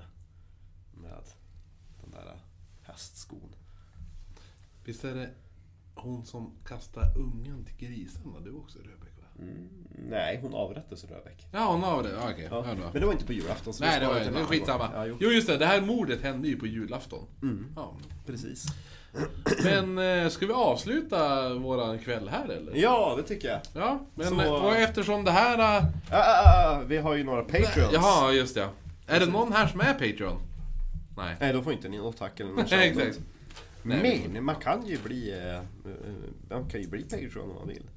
S1: med den där hästskon.
S2: Visst är det hon som kastar ungen till grisarna? Du också Röbäck va?
S1: Mm. Nej, hon avrättades i Röbäck.
S2: Ja, hon har det. Ja, Okej,
S1: Ja.
S2: ja. då.
S1: Men det var inte på julafton. så vi
S2: Nej, det
S1: sparar
S2: var
S1: till en
S2: det.
S1: annan gång.
S2: Skitsamma.
S1: Ja, jo, Mm.
S2: jo. just det. Det här mordet hände ju på julafton. Ja.
S1: precis.
S2: Men eh, ska vi avsluta våran kväll här eller?
S1: Ja, det tycker jag.
S2: Ja, men
S1: Så-
S2: och eftersom det här... eh,
S1: Ah, ah, ah, vi har ju några patreons.
S2: Jaha, just det. Är det någon här som är Patreon? Nej.
S1: Nej, då får inte ni något tack eller något
S2: Nej, exakt.
S1: annat.
S2: Nej,
S1: Men man kan ju bli, eh, eh, man kan ju bli Patreon om man vill.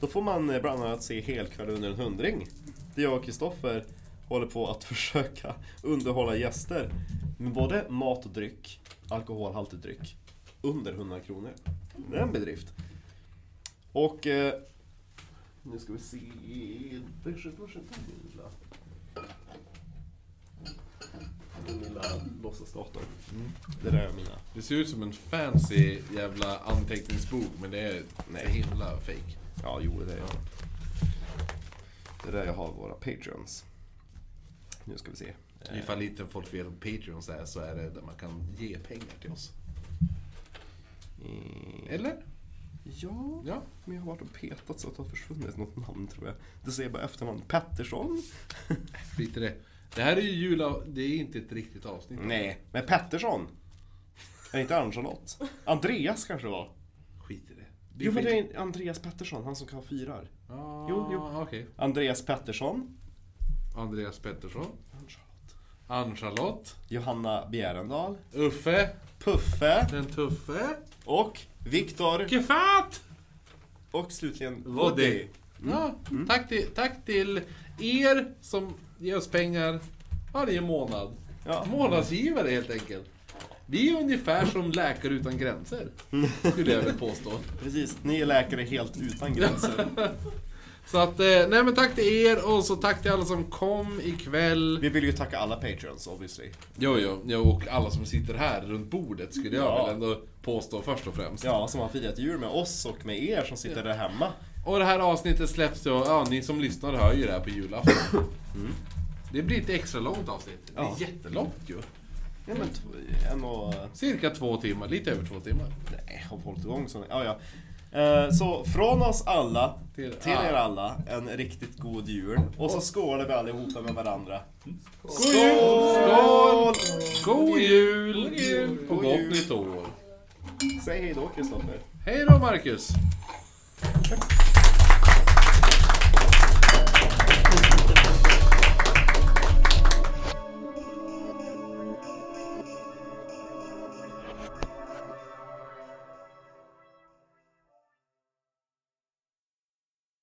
S1: Då får man eh, bland annat se Helkväll under en hundring. Där jag och Kristoffer håller på att försöka underhålla gäster med både mat och dryck, alkoholhaltig dryck, under 100 kronor. Det är en bedrift. Och eh, nu ska vi se... Det är sjutton, sjutton, min lilla- Min lilla låtsasdator. Det där är mina.
S2: Det ser ut som en fancy jävla anteckningsbok, men det är Nej.
S1: Nej.
S2: himla fake.
S1: Ja, jo det är jag. Det är där jag har våra patreons. Nu ska vi se. Eh,
S2: Ifall inte folk vet vad Patreons är, så är det där man kan ge pengar till oss.
S1: eh,
S2: Eller?
S1: Ja,
S2: Ja.
S1: men jag har varit och petat så att det har försvunnit något namn tror jag. Det ser bara efternamn. Pettersson?
S2: Skit i det. Det här är ju jula... Det är inte ett riktigt avsnitt.
S1: Nej, men Pettersson? Är inte Ann-Charlotte? Andreas kanske det var?
S2: Skit i det. Vi
S1: Jo men
S2: skiter-
S1: det är Andreas Pettersson, han som kan ha fyrar.
S2: Ah,
S1: Jo,
S2: jo,
S1: jo.
S2: jo. Okej.
S1: Andreas Pettersson.
S2: Andreas Pettersson.
S1: Ann-Charlotte.
S2: Ann-Charlotte.
S1: Johanna Bjärendal.
S2: Uffe.
S1: Puffe.
S2: Den tuffe.
S1: Och Viktor.
S2: Gefat!
S1: Och slutligen
S2: Woody.
S1: Woody.
S2: Ja,
S1: Mm.
S2: tack, till, tack till er som ger oss pengar varje månad.
S1: Ja.
S2: Månadsgivare helt enkelt. Vi är ungefär som Läkare Utan Gränser, skulle jag vilja påstå.
S1: Precis, ni är läkare helt utan gränser.
S2: Så att, eh, nej men tack till er och så tack till alla som kom ikväll.
S1: Vi vill ju tacka alla patreons obviously.
S2: Jo, jo, jo, och alla som sitter här runt bordet skulle jag
S1: Ja.
S2: väl ändå påstå först och främst.
S1: Ja, som har firat jul med oss och med er som sitter där hemma.
S2: Och det här avsnittet släpps då, ja ni som lyssnar hör ju det här på julafton. Mm. Det blir ett extra långt avsnitt.
S1: Ja.
S2: Det är jättelångt ju.
S1: Ja, men t- en och...
S2: Cirka två timmar, lite över två timmar.
S1: Nej, har hållit igång så... Ja, ja. Eh, Så från oss alla, till
S2: Till- Ah.
S1: er alla, en riktigt god jul. Och så skålar vi allihopa med varandra.
S2: God jul! Skål! God jul! Och
S1: God
S2: gott
S1: jul!
S2: nytt år!
S1: Säg hej då Kristoffer.
S2: Hej då Marcus!